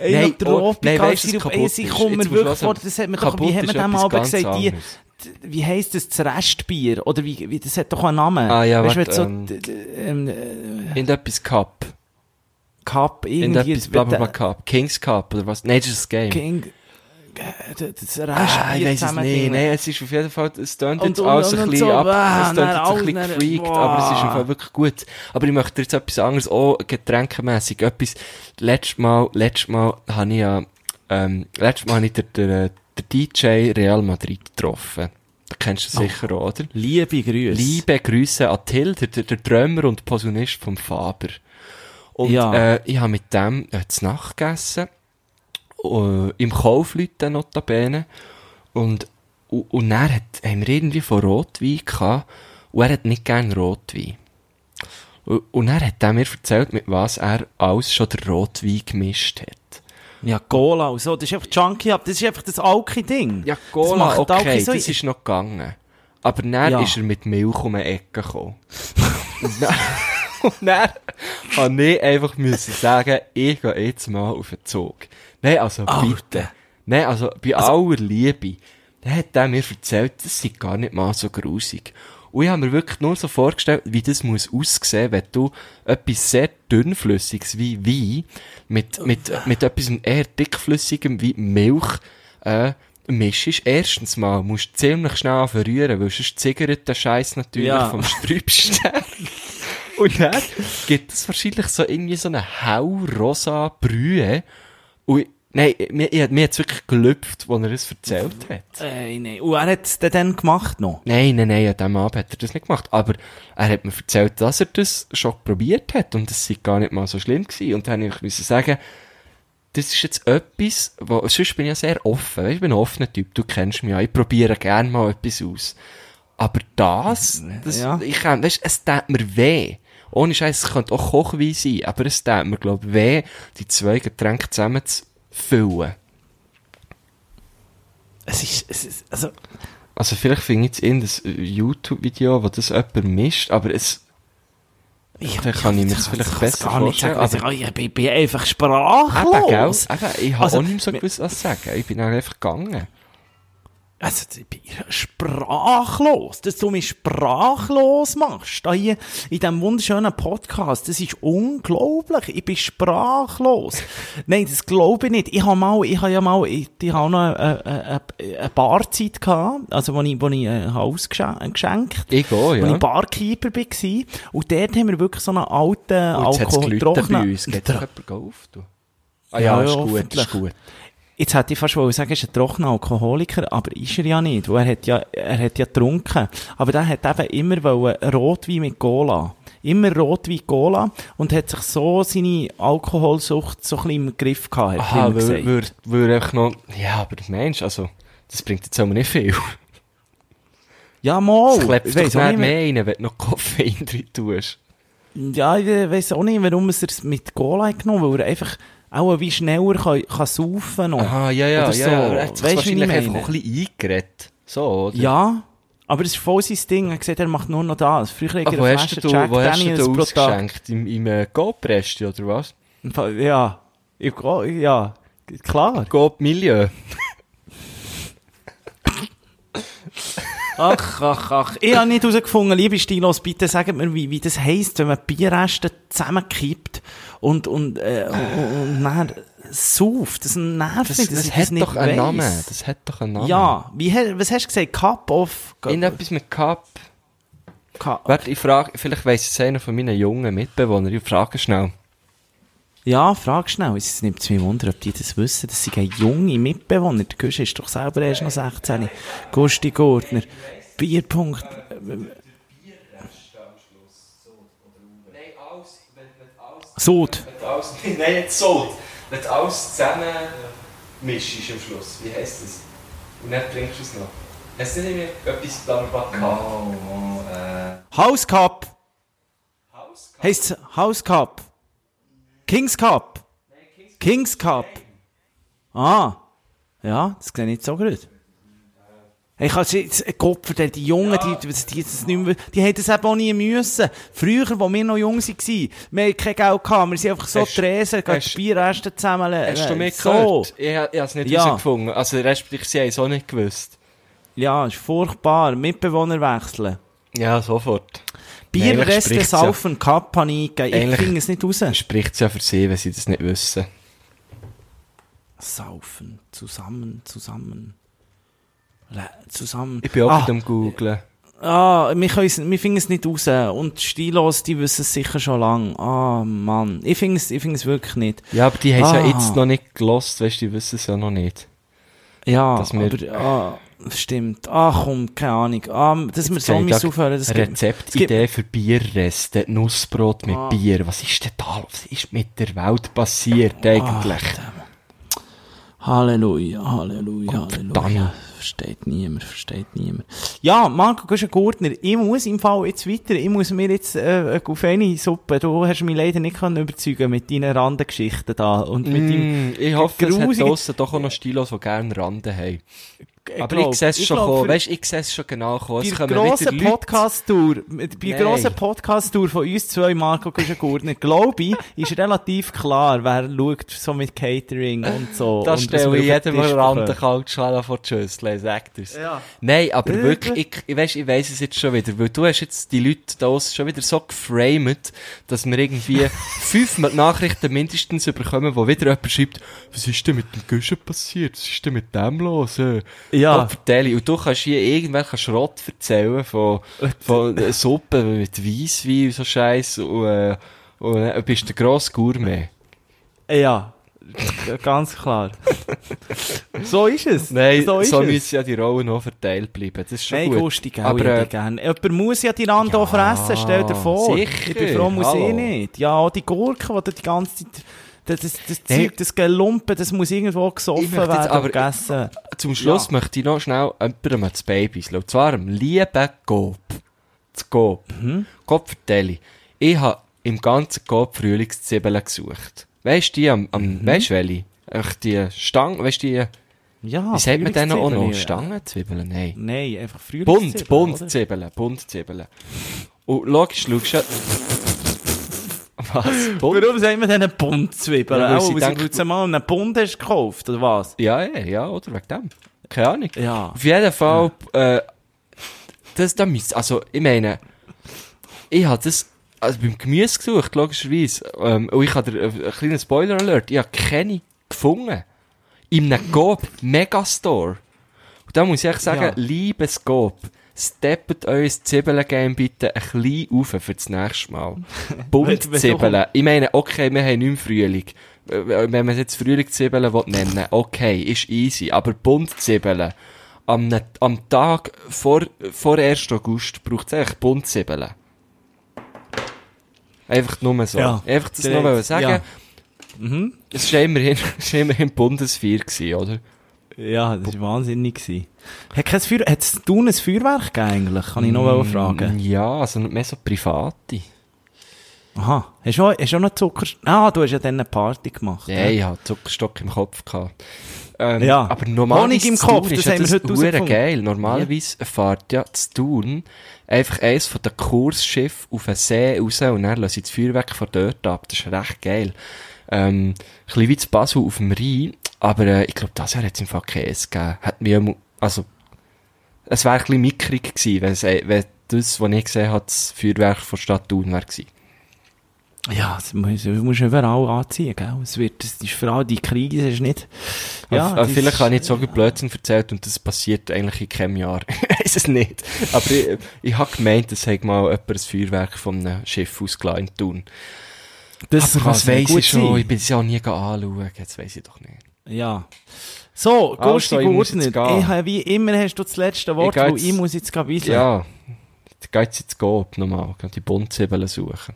Speaker 3: Ey,
Speaker 2: Nein,
Speaker 3: nein,
Speaker 2: oh, nein,
Speaker 3: Tropical
Speaker 2: weißt du, was
Speaker 3: Sirup, ey,
Speaker 2: kaputt
Speaker 3: sie
Speaker 2: ist?
Speaker 3: kommen
Speaker 2: Jetzt
Speaker 3: mir
Speaker 2: musst du hören.
Speaker 3: wirklich vor, das hat man doch,
Speaker 2: Kaputt
Speaker 3: wie hat
Speaker 2: ist
Speaker 3: man dem
Speaker 2: etwas
Speaker 3: Abend
Speaker 2: ganz
Speaker 3: gesagt, die,
Speaker 2: anderes.
Speaker 3: d- wie heisst das, das Restbier? Oder wie, wie, das hat doch einen Namen.
Speaker 2: Ah, ja,
Speaker 3: weißt, du,
Speaker 2: warte,
Speaker 3: wenn
Speaker 2: ähm,
Speaker 3: du so, d- d- ähm, äh,
Speaker 2: In etwas Cup.
Speaker 3: Cup,
Speaker 2: In
Speaker 3: irgendwie,
Speaker 2: etwas bla bla bla Cup. Kings Cup oder was? Nein, das ist ein Game.
Speaker 3: King, äh, d- das Restbier
Speaker 2: Ah, ich weiss es
Speaker 3: zusammen-
Speaker 2: nicht. Nein, es ist auf jeden Fall, es tönt
Speaker 3: Und-
Speaker 2: jetzt
Speaker 3: und-
Speaker 2: alles
Speaker 3: und-
Speaker 2: ein
Speaker 3: und
Speaker 2: bisschen
Speaker 3: so,
Speaker 2: ab,
Speaker 3: ah,
Speaker 2: es tönt
Speaker 3: dann
Speaker 2: jetzt ein
Speaker 3: alles,
Speaker 2: bisschen
Speaker 3: dann-
Speaker 2: gefreakt,
Speaker 3: boah.
Speaker 2: aber es ist im Fall wirklich gut. Aber ich möchte jetzt etwas anderes, auch getränkemässig, etwas, letztes Mal, letztes Mal habe ich ja, ähm, letztes Mal habe ich den, den, den DJ Real Madrid getroffen. Den kennst
Speaker 3: Oh.
Speaker 2: du sicher auch, oder?
Speaker 3: Liebe Grüße.
Speaker 2: Liebe Grüße an Till, der, der, der Drömer und Posaunist vom Faber. Und
Speaker 3: Ja.
Speaker 2: äh, ich habe mit dem äh, zu Nacht gegessen, äh, im Kaufleuten notabene. Und, und, und dann hat, haben wir irgendwie von Rotwein gehabt, und er hat nicht gern Rotwein. Und, und dann hat er mir erzählt, mit was er alles schon den Rotwein gemischt hat.
Speaker 3: Ja, Cola und so, das ist einfach Junkie Up, das ist einfach das alki Ding.
Speaker 2: das
Speaker 3: das macht
Speaker 2: okay,
Speaker 3: Alki so,
Speaker 2: das ist noch gegangen. Aber dann
Speaker 3: Ja.
Speaker 2: ist er mit Milch um die Ecke gekommen. und dann, und dann habe ich Ah, einfach müssen sagen, ich gehe jetzt mal auf den Zug. Nein, also bitte. Nein, also bei aller Liebe. Dann hat er mir erzählt, das sei gar nicht mal so grusig. Und ich habe mir wirklich nur so vorgestellt, wie das muss aussehen, wenn du etwas sehr dünnflüssiges wie Wein mit, mit, mit etwas eher dickflüssigem wie Milch, äh, mischst. Erstens mal musst du ziemlich schnell verrühren, weil sonst ziggert der Scheiß natürlich
Speaker 3: Ja.
Speaker 2: vom Strübstern. Und dann gibt es wahrscheinlich so irgendwie so eine haurosa Brühe. Und ich, nein, mir, ich, mir hat's wirklich gelüpft, als er es erzählt hat.
Speaker 3: Ey, Äh, nein. Und er hat es dann gemacht noch.
Speaker 2: Nein, nein, nein, an diesem Abend hat er das nicht gemacht. Aber er hat mir erzählt, dass er das schon probiert hat und es sei gar nicht mal so schlimm gewesen. Und dann musste ich müssen sagen, das ist jetzt etwas, wo, sonst bin ich ja sehr offen, weißt, ich bin ein offener Typ, du kennst mich ja, ich probiere gerne mal etwas aus. Aber das, das
Speaker 3: Ja.
Speaker 2: ich kann, weißt, es tut mir weh. Ohne Scheiß, es könnte auch Kochwein sein, aber es tut mir, glaub ich, weh, die zwei Getränke zusammen zu füllen.
Speaker 3: Es ist, es ist, also,
Speaker 2: Also vielleicht finde ich jetzt in das YouTube-Video, wo das jemand mischt, aber es,
Speaker 3: ich,
Speaker 2: Dann kann ich mir's vielleicht
Speaker 3: kann's
Speaker 2: besser
Speaker 3: gar nicht sagen,
Speaker 2: vorstellen,
Speaker 3: also, ich bin, bin einfach
Speaker 2: eben, gell?
Speaker 3: sprachlos.
Speaker 2: Eben, ich habe
Speaker 3: Also,
Speaker 2: auch nicht mehr so
Speaker 3: wir-
Speaker 2: gewusst, was zu sagen. Ich bin dann einfach gegangen.
Speaker 3: Also, ich bin sprachlos. Dass du mich sprachlos machst, da hier in diesem wunderschönen Podcast, das ist unglaublich. Ich bin sprachlos. Nein, das glaube ich nicht. Ich habe mal, ich habe ja mal, ich, ich habe auch noch eine, eine, eine- eine Barzeit gehabt, also, wo ich, wo ich äh, habe ausgeschenkt
Speaker 2: Ich auch,
Speaker 3: Als
Speaker 2: ja.
Speaker 3: ich Barkeeper war. Und dort haben wir wirklich so einen alten
Speaker 2: Und jetzt hat es
Speaker 3: Alkohol
Speaker 2: geläutet bei
Speaker 3: trocknen-
Speaker 2: uns. Geht doch jemand auf, du? Ah
Speaker 3: Ja,
Speaker 2: ja,
Speaker 3: ja,
Speaker 2: ist gut,
Speaker 3: hoffentlich.
Speaker 2: ist gut.
Speaker 3: Jetzt hätte ich fast wollen sagen, er ist ein trockener Alkoholiker, aber ist er ja nicht, weil er hat ja, er hat ja getrunken. Aber der hat eben immer wollen Rotwein mit Cola. Immer Rotwein Cola und hat sich so seine Alkoholsucht so ein bisschen im Griff gehabt, hat er
Speaker 2: Aha,
Speaker 3: immer gesagt.
Speaker 2: weil, weil, weil einfach noch... Ja, aber Mensch, also, das bringt jetzt auch nicht viel.
Speaker 3: Ja, mal.
Speaker 2: Es klebt
Speaker 3: Ich
Speaker 2: doch
Speaker 3: weiss
Speaker 2: nicht mehr
Speaker 3: auch nicht,
Speaker 2: rein, wenn du noch Koffein drin tust.
Speaker 3: Ja, ich weiss auch nicht, warum es er es mit Cola hat genommen hat, weil er einfach auch wie schneller kann, kann saufen noch.
Speaker 2: Aha, ja, ja,
Speaker 3: Oder
Speaker 2: ja.
Speaker 3: so.
Speaker 2: ja. Er hat sich
Speaker 3: Weißt du, wie ich
Speaker 2: wahrscheinlich einfach
Speaker 3: meine?
Speaker 2: auch ein bisschen eingeredet. So, oder?
Speaker 3: Ja, aber das ist voll sein Ding. Er hat gesagt, er macht nur noch das. Früher hat er
Speaker 2: Ach, wo
Speaker 3: eine
Speaker 2: hast
Speaker 3: Flasche
Speaker 2: du,
Speaker 3: Jack
Speaker 2: wo hast du
Speaker 3: Daniels
Speaker 2: da
Speaker 3: pro Tag.
Speaker 2: ausgeschenkt? Im, im äh, Go-Presti, oder was?
Speaker 3: Im Fall- Ja, ich, oh, ja, klar.
Speaker 2: Go-Milieu.
Speaker 3: Ach, ach, ach. Ich habe nicht herausgefunden, liebe Stilos, bitte sagt mir, wie, wie das heisst, wenn man Bierreste zusammenkippt und, und, äh, und, und dann sauft. Das nervt
Speaker 2: Das,
Speaker 3: mich,
Speaker 2: das,
Speaker 3: dass ich
Speaker 2: hat
Speaker 3: das nicht
Speaker 2: doch einen
Speaker 3: weiss.
Speaker 2: Namen. Das hat doch einen Namen.
Speaker 3: ja, wie, he- was hast du gesagt? Cup of...
Speaker 2: In etwas mit Cup.
Speaker 3: Ka-
Speaker 2: Warte, ich frage, vielleicht weiss es einer von meinen jungen Mitbewohnern. Ich frage schnell.
Speaker 3: Ja, frag schnell. Es nimmt mich Wunder, ob die das wissen. Das sind ja junge Mitbewohner. Der Gusch ist doch selber erst noch 16. Gusti Gurtner. Bierpunkt. Sod.
Speaker 2: Nein, jetzt Sod. Wenn du alles zusammen mischst am Schluss, wie heisst das? Und dann trinkst du es noch. Hast du nicht mehr etwas Darmbakal?
Speaker 3: Oh, House Cup. Heisst House Cup. Kings Cup. Kings Cup. Ah. Ja, das sehe ich jetzt so gut. Ich kann jetzt Kopf, der die Jungen, die, die, die, das nicht mehr, die haben das eben auch nie müssen. Früher, als wir noch jung waren, wir hatten kein Geld, gehabt, wir sind einfach so
Speaker 2: Hast-
Speaker 3: Tresen, gehen
Speaker 2: hast-
Speaker 3: die Bierresten zusammen.
Speaker 2: Hast du mich
Speaker 3: so.
Speaker 2: gehört? Ich, ich habe es nicht
Speaker 3: Ja.
Speaker 2: herausgefunden. Also respektive, sie haben es auch nicht gewusst.
Speaker 3: Ja, ist furchtbar. Mitbewohner wechseln.
Speaker 2: Ja, sofort. Eigentlich
Speaker 3: Bierresten
Speaker 2: spricht's ja-
Speaker 3: saufen, ja. Cup eingeben. Ich
Speaker 2: Eigentlich-
Speaker 3: kriege es nicht raus.
Speaker 2: Spricht es ja für sie, wenn sie das nicht wissen.
Speaker 3: Saufen. Zusammen, zusammen. Le zusammen.
Speaker 2: Ich bin auch
Speaker 3: ah,
Speaker 2: mit dem Googlen.
Speaker 3: Ah, wir, können es- wir finden es nicht raus. Und die Stilos, die wissen es sicher schon lange. Ah, Mann. Ich finde es, ich finde es wirklich nicht.
Speaker 2: Ja, aber die haben es ja
Speaker 3: Ah.
Speaker 2: jetzt noch nicht gelost, weißt du, die wissen es ja noch nicht.
Speaker 3: Ja,
Speaker 2: Dass wir-
Speaker 3: aber, ah, stimmt. Ah, komm, keine Ahnung. Ah, dass wir so
Speaker 2: Jetzt
Speaker 3: müssen
Speaker 2: habe ich gerade
Speaker 3: aufhören, das
Speaker 2: eine
Speaker 3: gibt- gibt-
Speaker 2: Rezeptidee für Bierreste, Nussbrot mit
Speaker 3: Ah.
Speaker 2: Bier. Was ist denn da? Was ist mit der Welt passiert
Speaker 3: Ah,
Speaker 2: eigentlich?
Speaker 3: Halleluja, Halleluja, Halleluja.
Speaker 2: verdammt.
Speaker 3: Versteht niemand, versteht niemand. Ja, Marco, du bist ein Gurtner. Ich muss im Fall jetzt weiter. Ich muss mir jetzt äh, auf eine Suppe. Du hast mich leider nicht können überzeugen mit deinen Randengeschichten da. Und mit deinem,
Speaker 2: Mm, ich hoffe, es hat
Speaker 3: grusigen-
Speaker 2: draussen doch auch noch Stilos, die gerne Randen haben.
Speaker 3: Ich
Speaker 2: aber
Speaker 3: äh, glaub,
Speaker 2: ich sehe es
Speaker 3: ich
Speaker 2: schon
Speaker 3: glaub,
Speaker 2: kommen.
Speaker 3: für-
Speaker 2: Weißt du, ich sehe es schon genau kommen.
Speaker 3: Bei
Speaker 2: Es
Speaker 3: der
Speaker 2: kommen wieder
Speaker 3: grossen
Speaker 2: Leute.
Speaker 3: Podcast-Tour, bei der
Speaker 2: Nein.
Speaker 3: grossen Podcast-Tour von uns zwei, Marco Guschengurtner, glaube ich, ist relativ klar, wer schaut so mit Catering und so.
Speaker 2: Da
Speaker 3: und was wir
Speaker 2: stelle ich
Speaker 3: auf den
Speaker 2: jedem
Speaker 3: Tisch
Speaker 2: Randen
Speaker 3: bekommen.
Speaker 2: kalt Schwelle vor die Schüssel, sagt er's.
Speaker 3: Ja.
Speaker 2: Nein, aber wirklich, ich, ich weiss, ich weiss es jetzt schon wieder, weil du hast jetzt die Leute da draussen schon wieder so geframed, dass wir irgendwie fünf Nachrichten mindestens überkommen, wo wieder jemand schreibt, was ist denn mit dem Güschen passiert? Was ist denn mit dem los? äh?»
Speaker 3: Ja.
Speaker 2: Gott verteile. Und du kannst hier irgendwelchen Schrott erzählen von, von äh, Suppen mit Weisswein und so Scheiß und, äh, und äh, bist der grosse Gourmet.
Speaker 3: Äh, Ja, ganz klar. so ist es.
Speaker 2: Nein, so,
Speaker 3: so ist es.
Speaker 2: müssen ja die Rollen auch verteilt bleiben. Das ist schon
Speaker 3: Nein,
Speaker 2: gut.
Speaker 3: Gusti, gell,
Speaker 2: Aber,
Speaker 3: ich
Speaker 2: äh,
Speaker 3: hätte gerne. Jemand muss ja die Rand auch fressen, stell dir vor.
Speaker 2: sicher,
Speaker 3: Ich bin froh, muss
Speaker 2: hallo.
Speaker 3: ich nicht. Ja, auch die Gurke, die du die ganze Zeit... Das, das, das
Speaker 2: Nein.
Speaker 3: Zeug, das Gelumpen, das muss irgendwo gesoffen
Speaker 2: Ich möchte
Speaker 3: werden
Speaker 2: jetzt
Speaker 3: und
Speaker 2: aber-
Speaker 3: gegessen.
Speaker 2: Zum Schluss möchte ich noch schnell jemandem das Baby Und zwar dem lieben Gob. Das Gob. Gob vertelle ich. Ich habe im ganzen Gob Frühlingszwiebeln gesucht. Weißt du, die am, am, weißt du welche? Echt die Stangen, weißt du, die,
Speaker 3: Ja,
Speaker 2: wie sagt man denen auch noch? Oh,
Speaker 3: Frühlingszwiebeln.
Speaker 2: Stangen-Zwiebeln? Nein.
Speaker 3: Nein, einfach früher.
Speaker 2: Bunt, bunt Zwiebeln, bunt Zwiebeln. Und logisch, schaust du ja... Was? Bunt?
Speaker 3: Warum sagen wir denn eine Buntzwiebel?
Speaker 2: Ja, weil
Speaker 3: Ja,
Speaker 2: sie
Speaker 3: oh, weil
Speaker 2: denken-
Speaker 3: du mal einen Bund hast gekauft, oder was?
Speaker 2: Ja, ja, ja, oder wegen dem. Keine Ahnung.
Speaker 3: Ja.
Speaker 2: Auf jeden Fall, äh, das da müsste, also, ich meine, ich habe das, also beim Gemüse gesucht, logischerweise, ähm, und ich habe dir, äh, einen kleinen Spoiler-Alert, ich habe keine gefunden. In einem Coop Megastore. Und da muss ich echt sagen,
Speaker 3: Ja.
Speaker 2: liebes Coop, steppet euer Zwiebeln-Game bitte ein bisschen auf für das nächste Mal. Buntzwiebeln.
Speaker 3: um-
Speaker 2: Ich meine, okay, wir haben nicht mehr Frühling. Äh, Wenn man es jetzt Frühlingszwiebeln will nennen will, okay, ist easy. Aber Buntzwiebeln, am, ne- am Tag vor, vor 1. August braucht es eigentlich Buntzwiebeln. Einfach nur so.
Speaker 3: Ja.
Speaker 2: Einfach das
Speaker 3: Der
Speaker 2: noch
Speaker 3: hat-
Speaker 2: wollen sagen.
Speaker 3: ja. Mhm.
Speaker 2: Es war immerhin, es war immerhin Bundesvier, gewesen, oder?
Speaker 3: Ja, das war wahnsinnig. gewesen. Hat kein Feuer, hat es Thun ein Feuerwerk gegeben eigentlich? Kann ich noch
Speaker 2: Mm.
Speaker 3: mal fragen.
Speaker 2: Ja, also mehr so private.
Speaker 3: Aha. Hast du auch, hast du auch noch Zucker? Ah, du hast ja dann eine Party gemacht.
Speaker 2: Nein, ich hatte Zuckerstock im Kopf. Gehabt. Ähm,
Speaker 3: Ja.
Speaker 2: Aber normalerweise
Speaker 3: Honig im
Speaker 2: zu Thun
Speaker 3: Kopf, das
Speaker 2: ist ja
Speaker 3: haben wir heute
Speaker 2: hure
Speaker 3: rausgefunden.
Speaker 2: geil. Normalerweise fährt ja zu Thun einfach eins von den Kursschiffen auf den See raus und dann lassen sie das Feuerwerk von dort ab. Das ist recht geil. Ähm, ein bisschen wie zu Basel auf dem Rhein, aber äh, ich glaube, das Jahr hat es im Fall Käse gegeben. Hat mir, ja mu- also, es wäre ein bisschen mickrig gewesen, wenn, es, äh, wenn das, was ich gesehen habe, das Feuerwerk von Stadt Thun wäre gewesen.
Speaker 3: Ja, das muss- das musst du überall anziehen, gell? Es wird, das ist vor allem die Krise, ist nicht.
Speaker 2: Ja,
Speaker 3: das
Speaker 2: Ah, vielleicht
Speaker 3: ist-
Speaker 2: habe ich jetzt so viel Blödsinn erzählt und das passiert eigentlich in keinem Jahr. Ich Weiß es nicht. Aber ich, ich habe gemeint, es hat mal jemand ein Feuerwerk von einem Schiff ausgelassen in Thun.
Speaker 3: Das
Speaker 2: Aber
Speaker 3: kann
Speaker 2: was weiss
Speaker 3: gut
Speaker 2: ich schon?
Speaker 3: sein.
Speaker 2: Ich bin es ja auch nie anschauen. Jetzt weiss ich doch nicht.
Speaker 3: Ja. So, Gusti
Speaker 2: Also, ich muss
Speaker 3: Gurtner,
Speaker 2: jetzt gehen.
Speaker 3: ich habe wie immer hast du das letzte Wort,
Speaker 2: Ich
Speaker 3: ich
Speaker 2: gehe
Speaker 3: weil
Speaker 2: jetzt-
Speaker 3: ich muss jetzt gehen weisen.
Speaker 2: Ja. Da geht's jetzt Gob nochmal. Ich gehe die Bundzwiebeln suchen.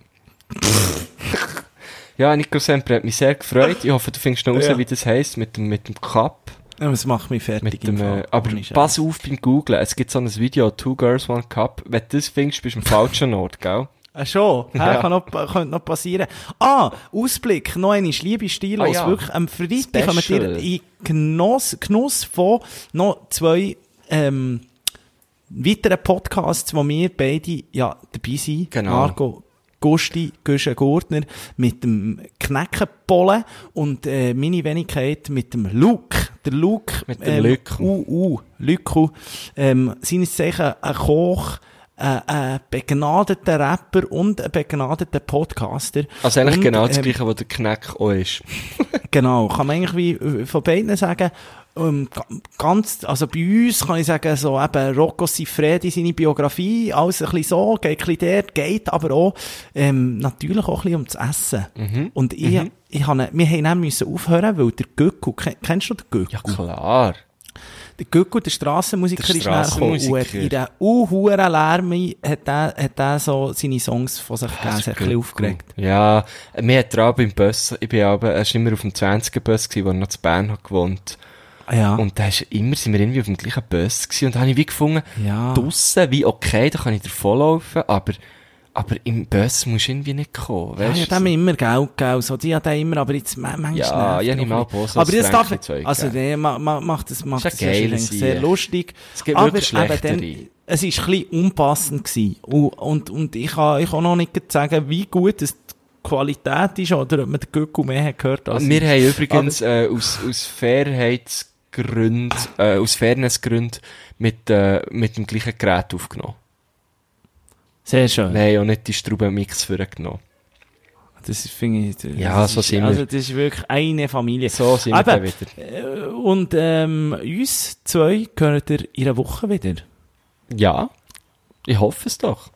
Speaker 2: ja, Nico Semper hat mich sehr gefreut. Ich hoffe, du findest noch raus,
Speaker 3: Ja.
Speaker 2: wie das heisst mit dem, mit dem Cup.
Speaker 3: Das macht mich fertig.
Speaker 2: Mit dem,
Speaker 3: im Fall.
Speaker 2: äh, aber
Speaker 3: Ohne Scheiß.
Speaker 2: pass auf beim Googlen. Es gibt so ein Video, Two Girls, One Cup. Wenn du das findest, bist du am falschen Ort, gell?
Speaker 3: Ah, schon. Ja.
Speaker 2: Ja.
Speaker 3: Kann noch, könnte noch passieren. Ah, Ausblick. Noch eine liebe Stilos.
Speaker 2: Ah, ja.
Speaker 3: Wirklich, am Freitag kommen
Speaker 2: Special.
Speaker 3: wir in Genuss, Genuss von noch zwei, ähm, weiteren Podcasts, wo wir beide, ja, dabei sind.
Speaker 2: Genau.
Speaker 3: Marco Gusti, Güsche Gurtner mit dem Kneckenpollen und, äh, meine Wenigkeit mit dem Luke. Der Luke. ähm,
Speaker 2: Mit dem Lücku.
Speaker 3: UU, Lücku. Ähm, seines Zeichen ein Koch, äh, ein begnadeter Rapper und ein begnadeter Podcaster.
Speaker 2: Also eigentlich
Speaker 3: und,
Speaker 2: genau das
Speaker 3: ähm,
Speaker 2: gleiche, was der Knack auch ist.
Speaker 3: Genau, kann man eigentlich wie äh, von beiden sagen. Ähm, ga- ganz, also bei uns kann ich sagen, so eben Rocco Siffredi, seine Biografie, alles ein bisschen so, geht ein bisschen dort, geht aber auch, ähm, natürlich auch ein bisschen ums Essen.
Speaker 2: Mhm.
Speaker 3: Und ich, ich habe, wir haben dann müssen aufhören, weil der Göcku, ken- kennst du den Göcku?
Speaker 2: Ja, klar.
Speaker 3: Der Göckel, der Strassenmusiker,
Speaker 2: Der
Speaker 3: ist näher gekommen und hat
Speaker 2: Strassenmusiker.
Speaker 3: in diesen unhuren Lärm hat er, hat er so seine Songs von sich gegeben,
Speaker 2: Das
Speaker 3: sich
Speaker 2: ist
Speaker 3: ein bisschen
Speaker 2: gut.
Speaker 3: aufgeregt.
Speaker 2: Ja, mir hat er auch beim Bus, ich bin aber, er war immer auf dem 20er-Bus, wo er noch zu Bern hat gewohnt
Speaker 3: Ja.
Speaker 2: Und da ist immer, sind wir irgendwie auf dem gleichen Bus gewesen. Und da habe ich wie gefunden,
Speaker 3: Ja.
Speaker 2: draussen, wie okay, da kann ich davon laufen, aber, aber im Bus musst du irgendwie nicht kommen,
Speaker 3: Ah, ja,
Speaker 2: weißt
Speaker 3: ja,
Speaker 2: du?
Speaker 3: dem immer, gell, gell, so, die hat den immer, aber jetzt, man- manchmal
Speaker 2: Ja,
Speaker 3: nervt
Speaker 2: ja,
Speaker 3: er
Speaker 2: nicht
Speaker 3: auch
Speaker 2: mal
Speaker 3: ein bisschen.
Speaker 2: bloß
Speaker 3: Aber
Speaker 2: als
Speaker 3: das darf,
Speaker 2: Tränkchen-Zeug,
Speaker 3: also,
Speaker 2: gell.
Speaker 3: nee, man, man macht das, macht
Speaker 2: ja
Speaker 3: das
Speaker 2: geil,
Speaker 3: wahrscheinlich
Speaker 2: sie-
Speaker 3: sehr lustig.
Speaker 2: Es gibt
Speaker 3: aber,
Speaker 2: wirklich
Speaker 3: aber
Speaker 2: schlechtere.
Speaker 3: dann, es ist ein bisschen unpassend gewesen. Und, und, und ich kann, ich kann noch nicht gerade sagen, wie gut es die Qualität ist, oder ob man den Göckel mehr hat gehört als
Speaker 2: wir haben übrigens äh, aus, aus Fairheitsgründen, äh, aus Fairnessgründen mit, äh, mit dem gleichen Gerät aufgenommen.
Speaker 3: Sehr schön.
Speaker 2: Wir haben auch nicht die Straubenmix vorgenommen.
Speaker 3: Das ist, finde ich, das
Speaker 2: Ja, so
Speaker 3: ist,
Speaker 2: sind wir.
Speaker 3: Also, das ist wirklich eine Familie.
Speaker 2: So sind wir
Speaker 3: Aber-
Speaker 2: dann wieder.
Speaker 3: Äh, Und, ähm, uns zwei gehört ihr in einer Woche wieder.
Speaker 2: Ja, ich hoffe es doch.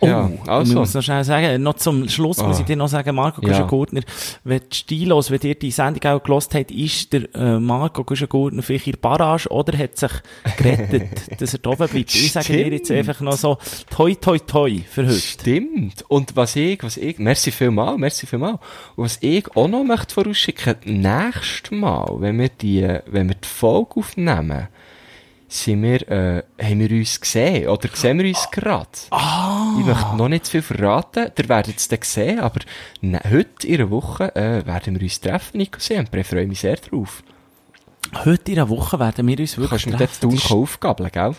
Speaker 2: Ja, also.
Speaker 3: Oh, Ich muss noch schnell sagen, äh, noch zum Schluss muss
Speaker 2: Ah.
Speaker 3: ich dir noch sagen, Marco
Speaker 2: Ja.
Speaker 3: Guschen-Gurtner, wenn die Stilos, wenn ihr die Sendung auch gelost habt, ist der äh, Marco Guschen-Gurtner vielleicht in der Barrage oder hat sich gerettet, dass er da oben bleibt. Ich sage dir jetzt
Speaker 2: Stimmt.
Speaker 3: einfach noch so, toi, toi, toi, für heute.
Speaker 2: Stimmt. Und was ich, was ich, merci vielmal, merci vielmal. Und was ich auch noch möchte vorausschicken, nächstes Mal, wenn wir die, wenn wir die Folge aufnehmen, sind wir, äh, haben wir uns gesehen, oder sehen wir uns gerade?
Speaker 3: Ah.
Speaker 2: Ich möchte noch nicht zu viel verraten, ihr werdet es dann sehen, aber ne, heute in einer Woche, äh, werden wir uns treffen, Nico Siempre, ich freue mich sehr drauf.
Speaker 3: Heute in einer Woche werden wir uns
Speaker 2: Du
Speaker 3: wirklich
Speaker 2: kannst mir
Speaker 3: treffen.
Speaker 2: jetzt Tun
Speaker 3: Das ist-
Speaker 2: aufgabeln, gell?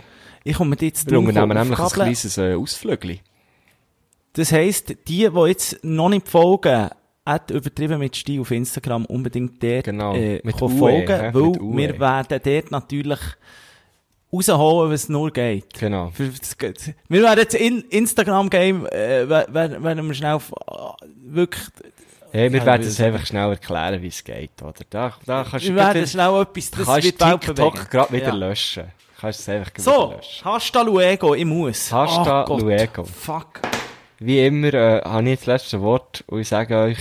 Speaker 3: Ich komme jetzt
Speaker 2: Wir unternehmen nämlich ein
Speaker 3: aufgabeln.
Speaker 2: kleines äh, Ausflügli.
Speaker 3: Das heisst, die, die jetzt noch nicht folgen, hat übertrieben mit Stil auf Instagram unbedingt dort
Speaker 2: Genau,
Speaker 3: äh,
Speaker 2: mit
Speaker 3: kommen
Speaker 2: UE,
Speaker 3: folgen,
Speaker 2: hä?
Speaker 3: weil
Speaker 2: Mit UE.
Speaker 3: wir werden dort natürlich rausholen, was nur geht.
Speaker 2: Genau.
Speaker 3: Für das geht- Wir werden jetzt in Instagram-Game, äh, wer- wer- werden wir schnell auf, ah, wirklich,
Speaker 2: Hey, wir
Speaker 3: Ja,
Speaker 2: werden dus
Speaker 3: wir
Speaker 2: es
Speaker 3: sind-
Speaker 2: einfach schnell erklären, wie es geht, oder? Da, da kannst du
Speaker 3: wir
Speaker 2: grad
Speaker 3: werden
Speaker 2: wieder-
Speaker 3: schnell etwas, das
Speaker 2: kannst
Speaker 3: wird bald
Speaker 2: TikTok
Speaker 3: bewegen.
Speaker 2: gerade wieder
Speaker 3: Ja.
Speaker 2: löschen. Kannst es einfach grad wieder
Speaker 3: So,
Speaker 2: löschen.
Speaker 3: hasta luego, ich muss.
Speaker 2: Hasta
Speaker 3: Ach Gott,
Speaker 2: luego.
Speaker 3: Fuck.
Speaker 2: Wie immer äh, habe ich das letzte Wort und ich sage euch,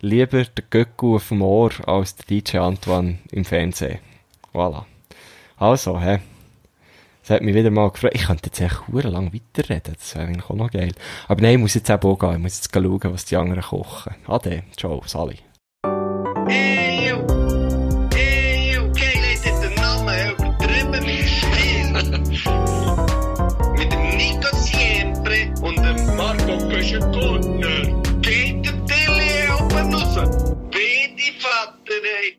Speaker 2: lieber der Göcku auf dem Ohr als der DJ Antoine im Fernsehen. Voilà. Also, hä? Das hat mich wieder mal gefreut. Ich könnte jetzt echt verdammt lang weiterreden, das wäre eigentlich auch noch geil. Aber nein, ich muss jetzt eben auch gehen. Ich muss jetzt schauen, was die anderen kochen. Ade, ciao, Sally.
Speaker 1: Hey, yo. Hey, yo. Kijk, leed dit de namen overdribben met stil. Met de Nico Siempre en de Marco Kusje-Kortner. Kijk de tele op en onze. Weet die vatten, hey.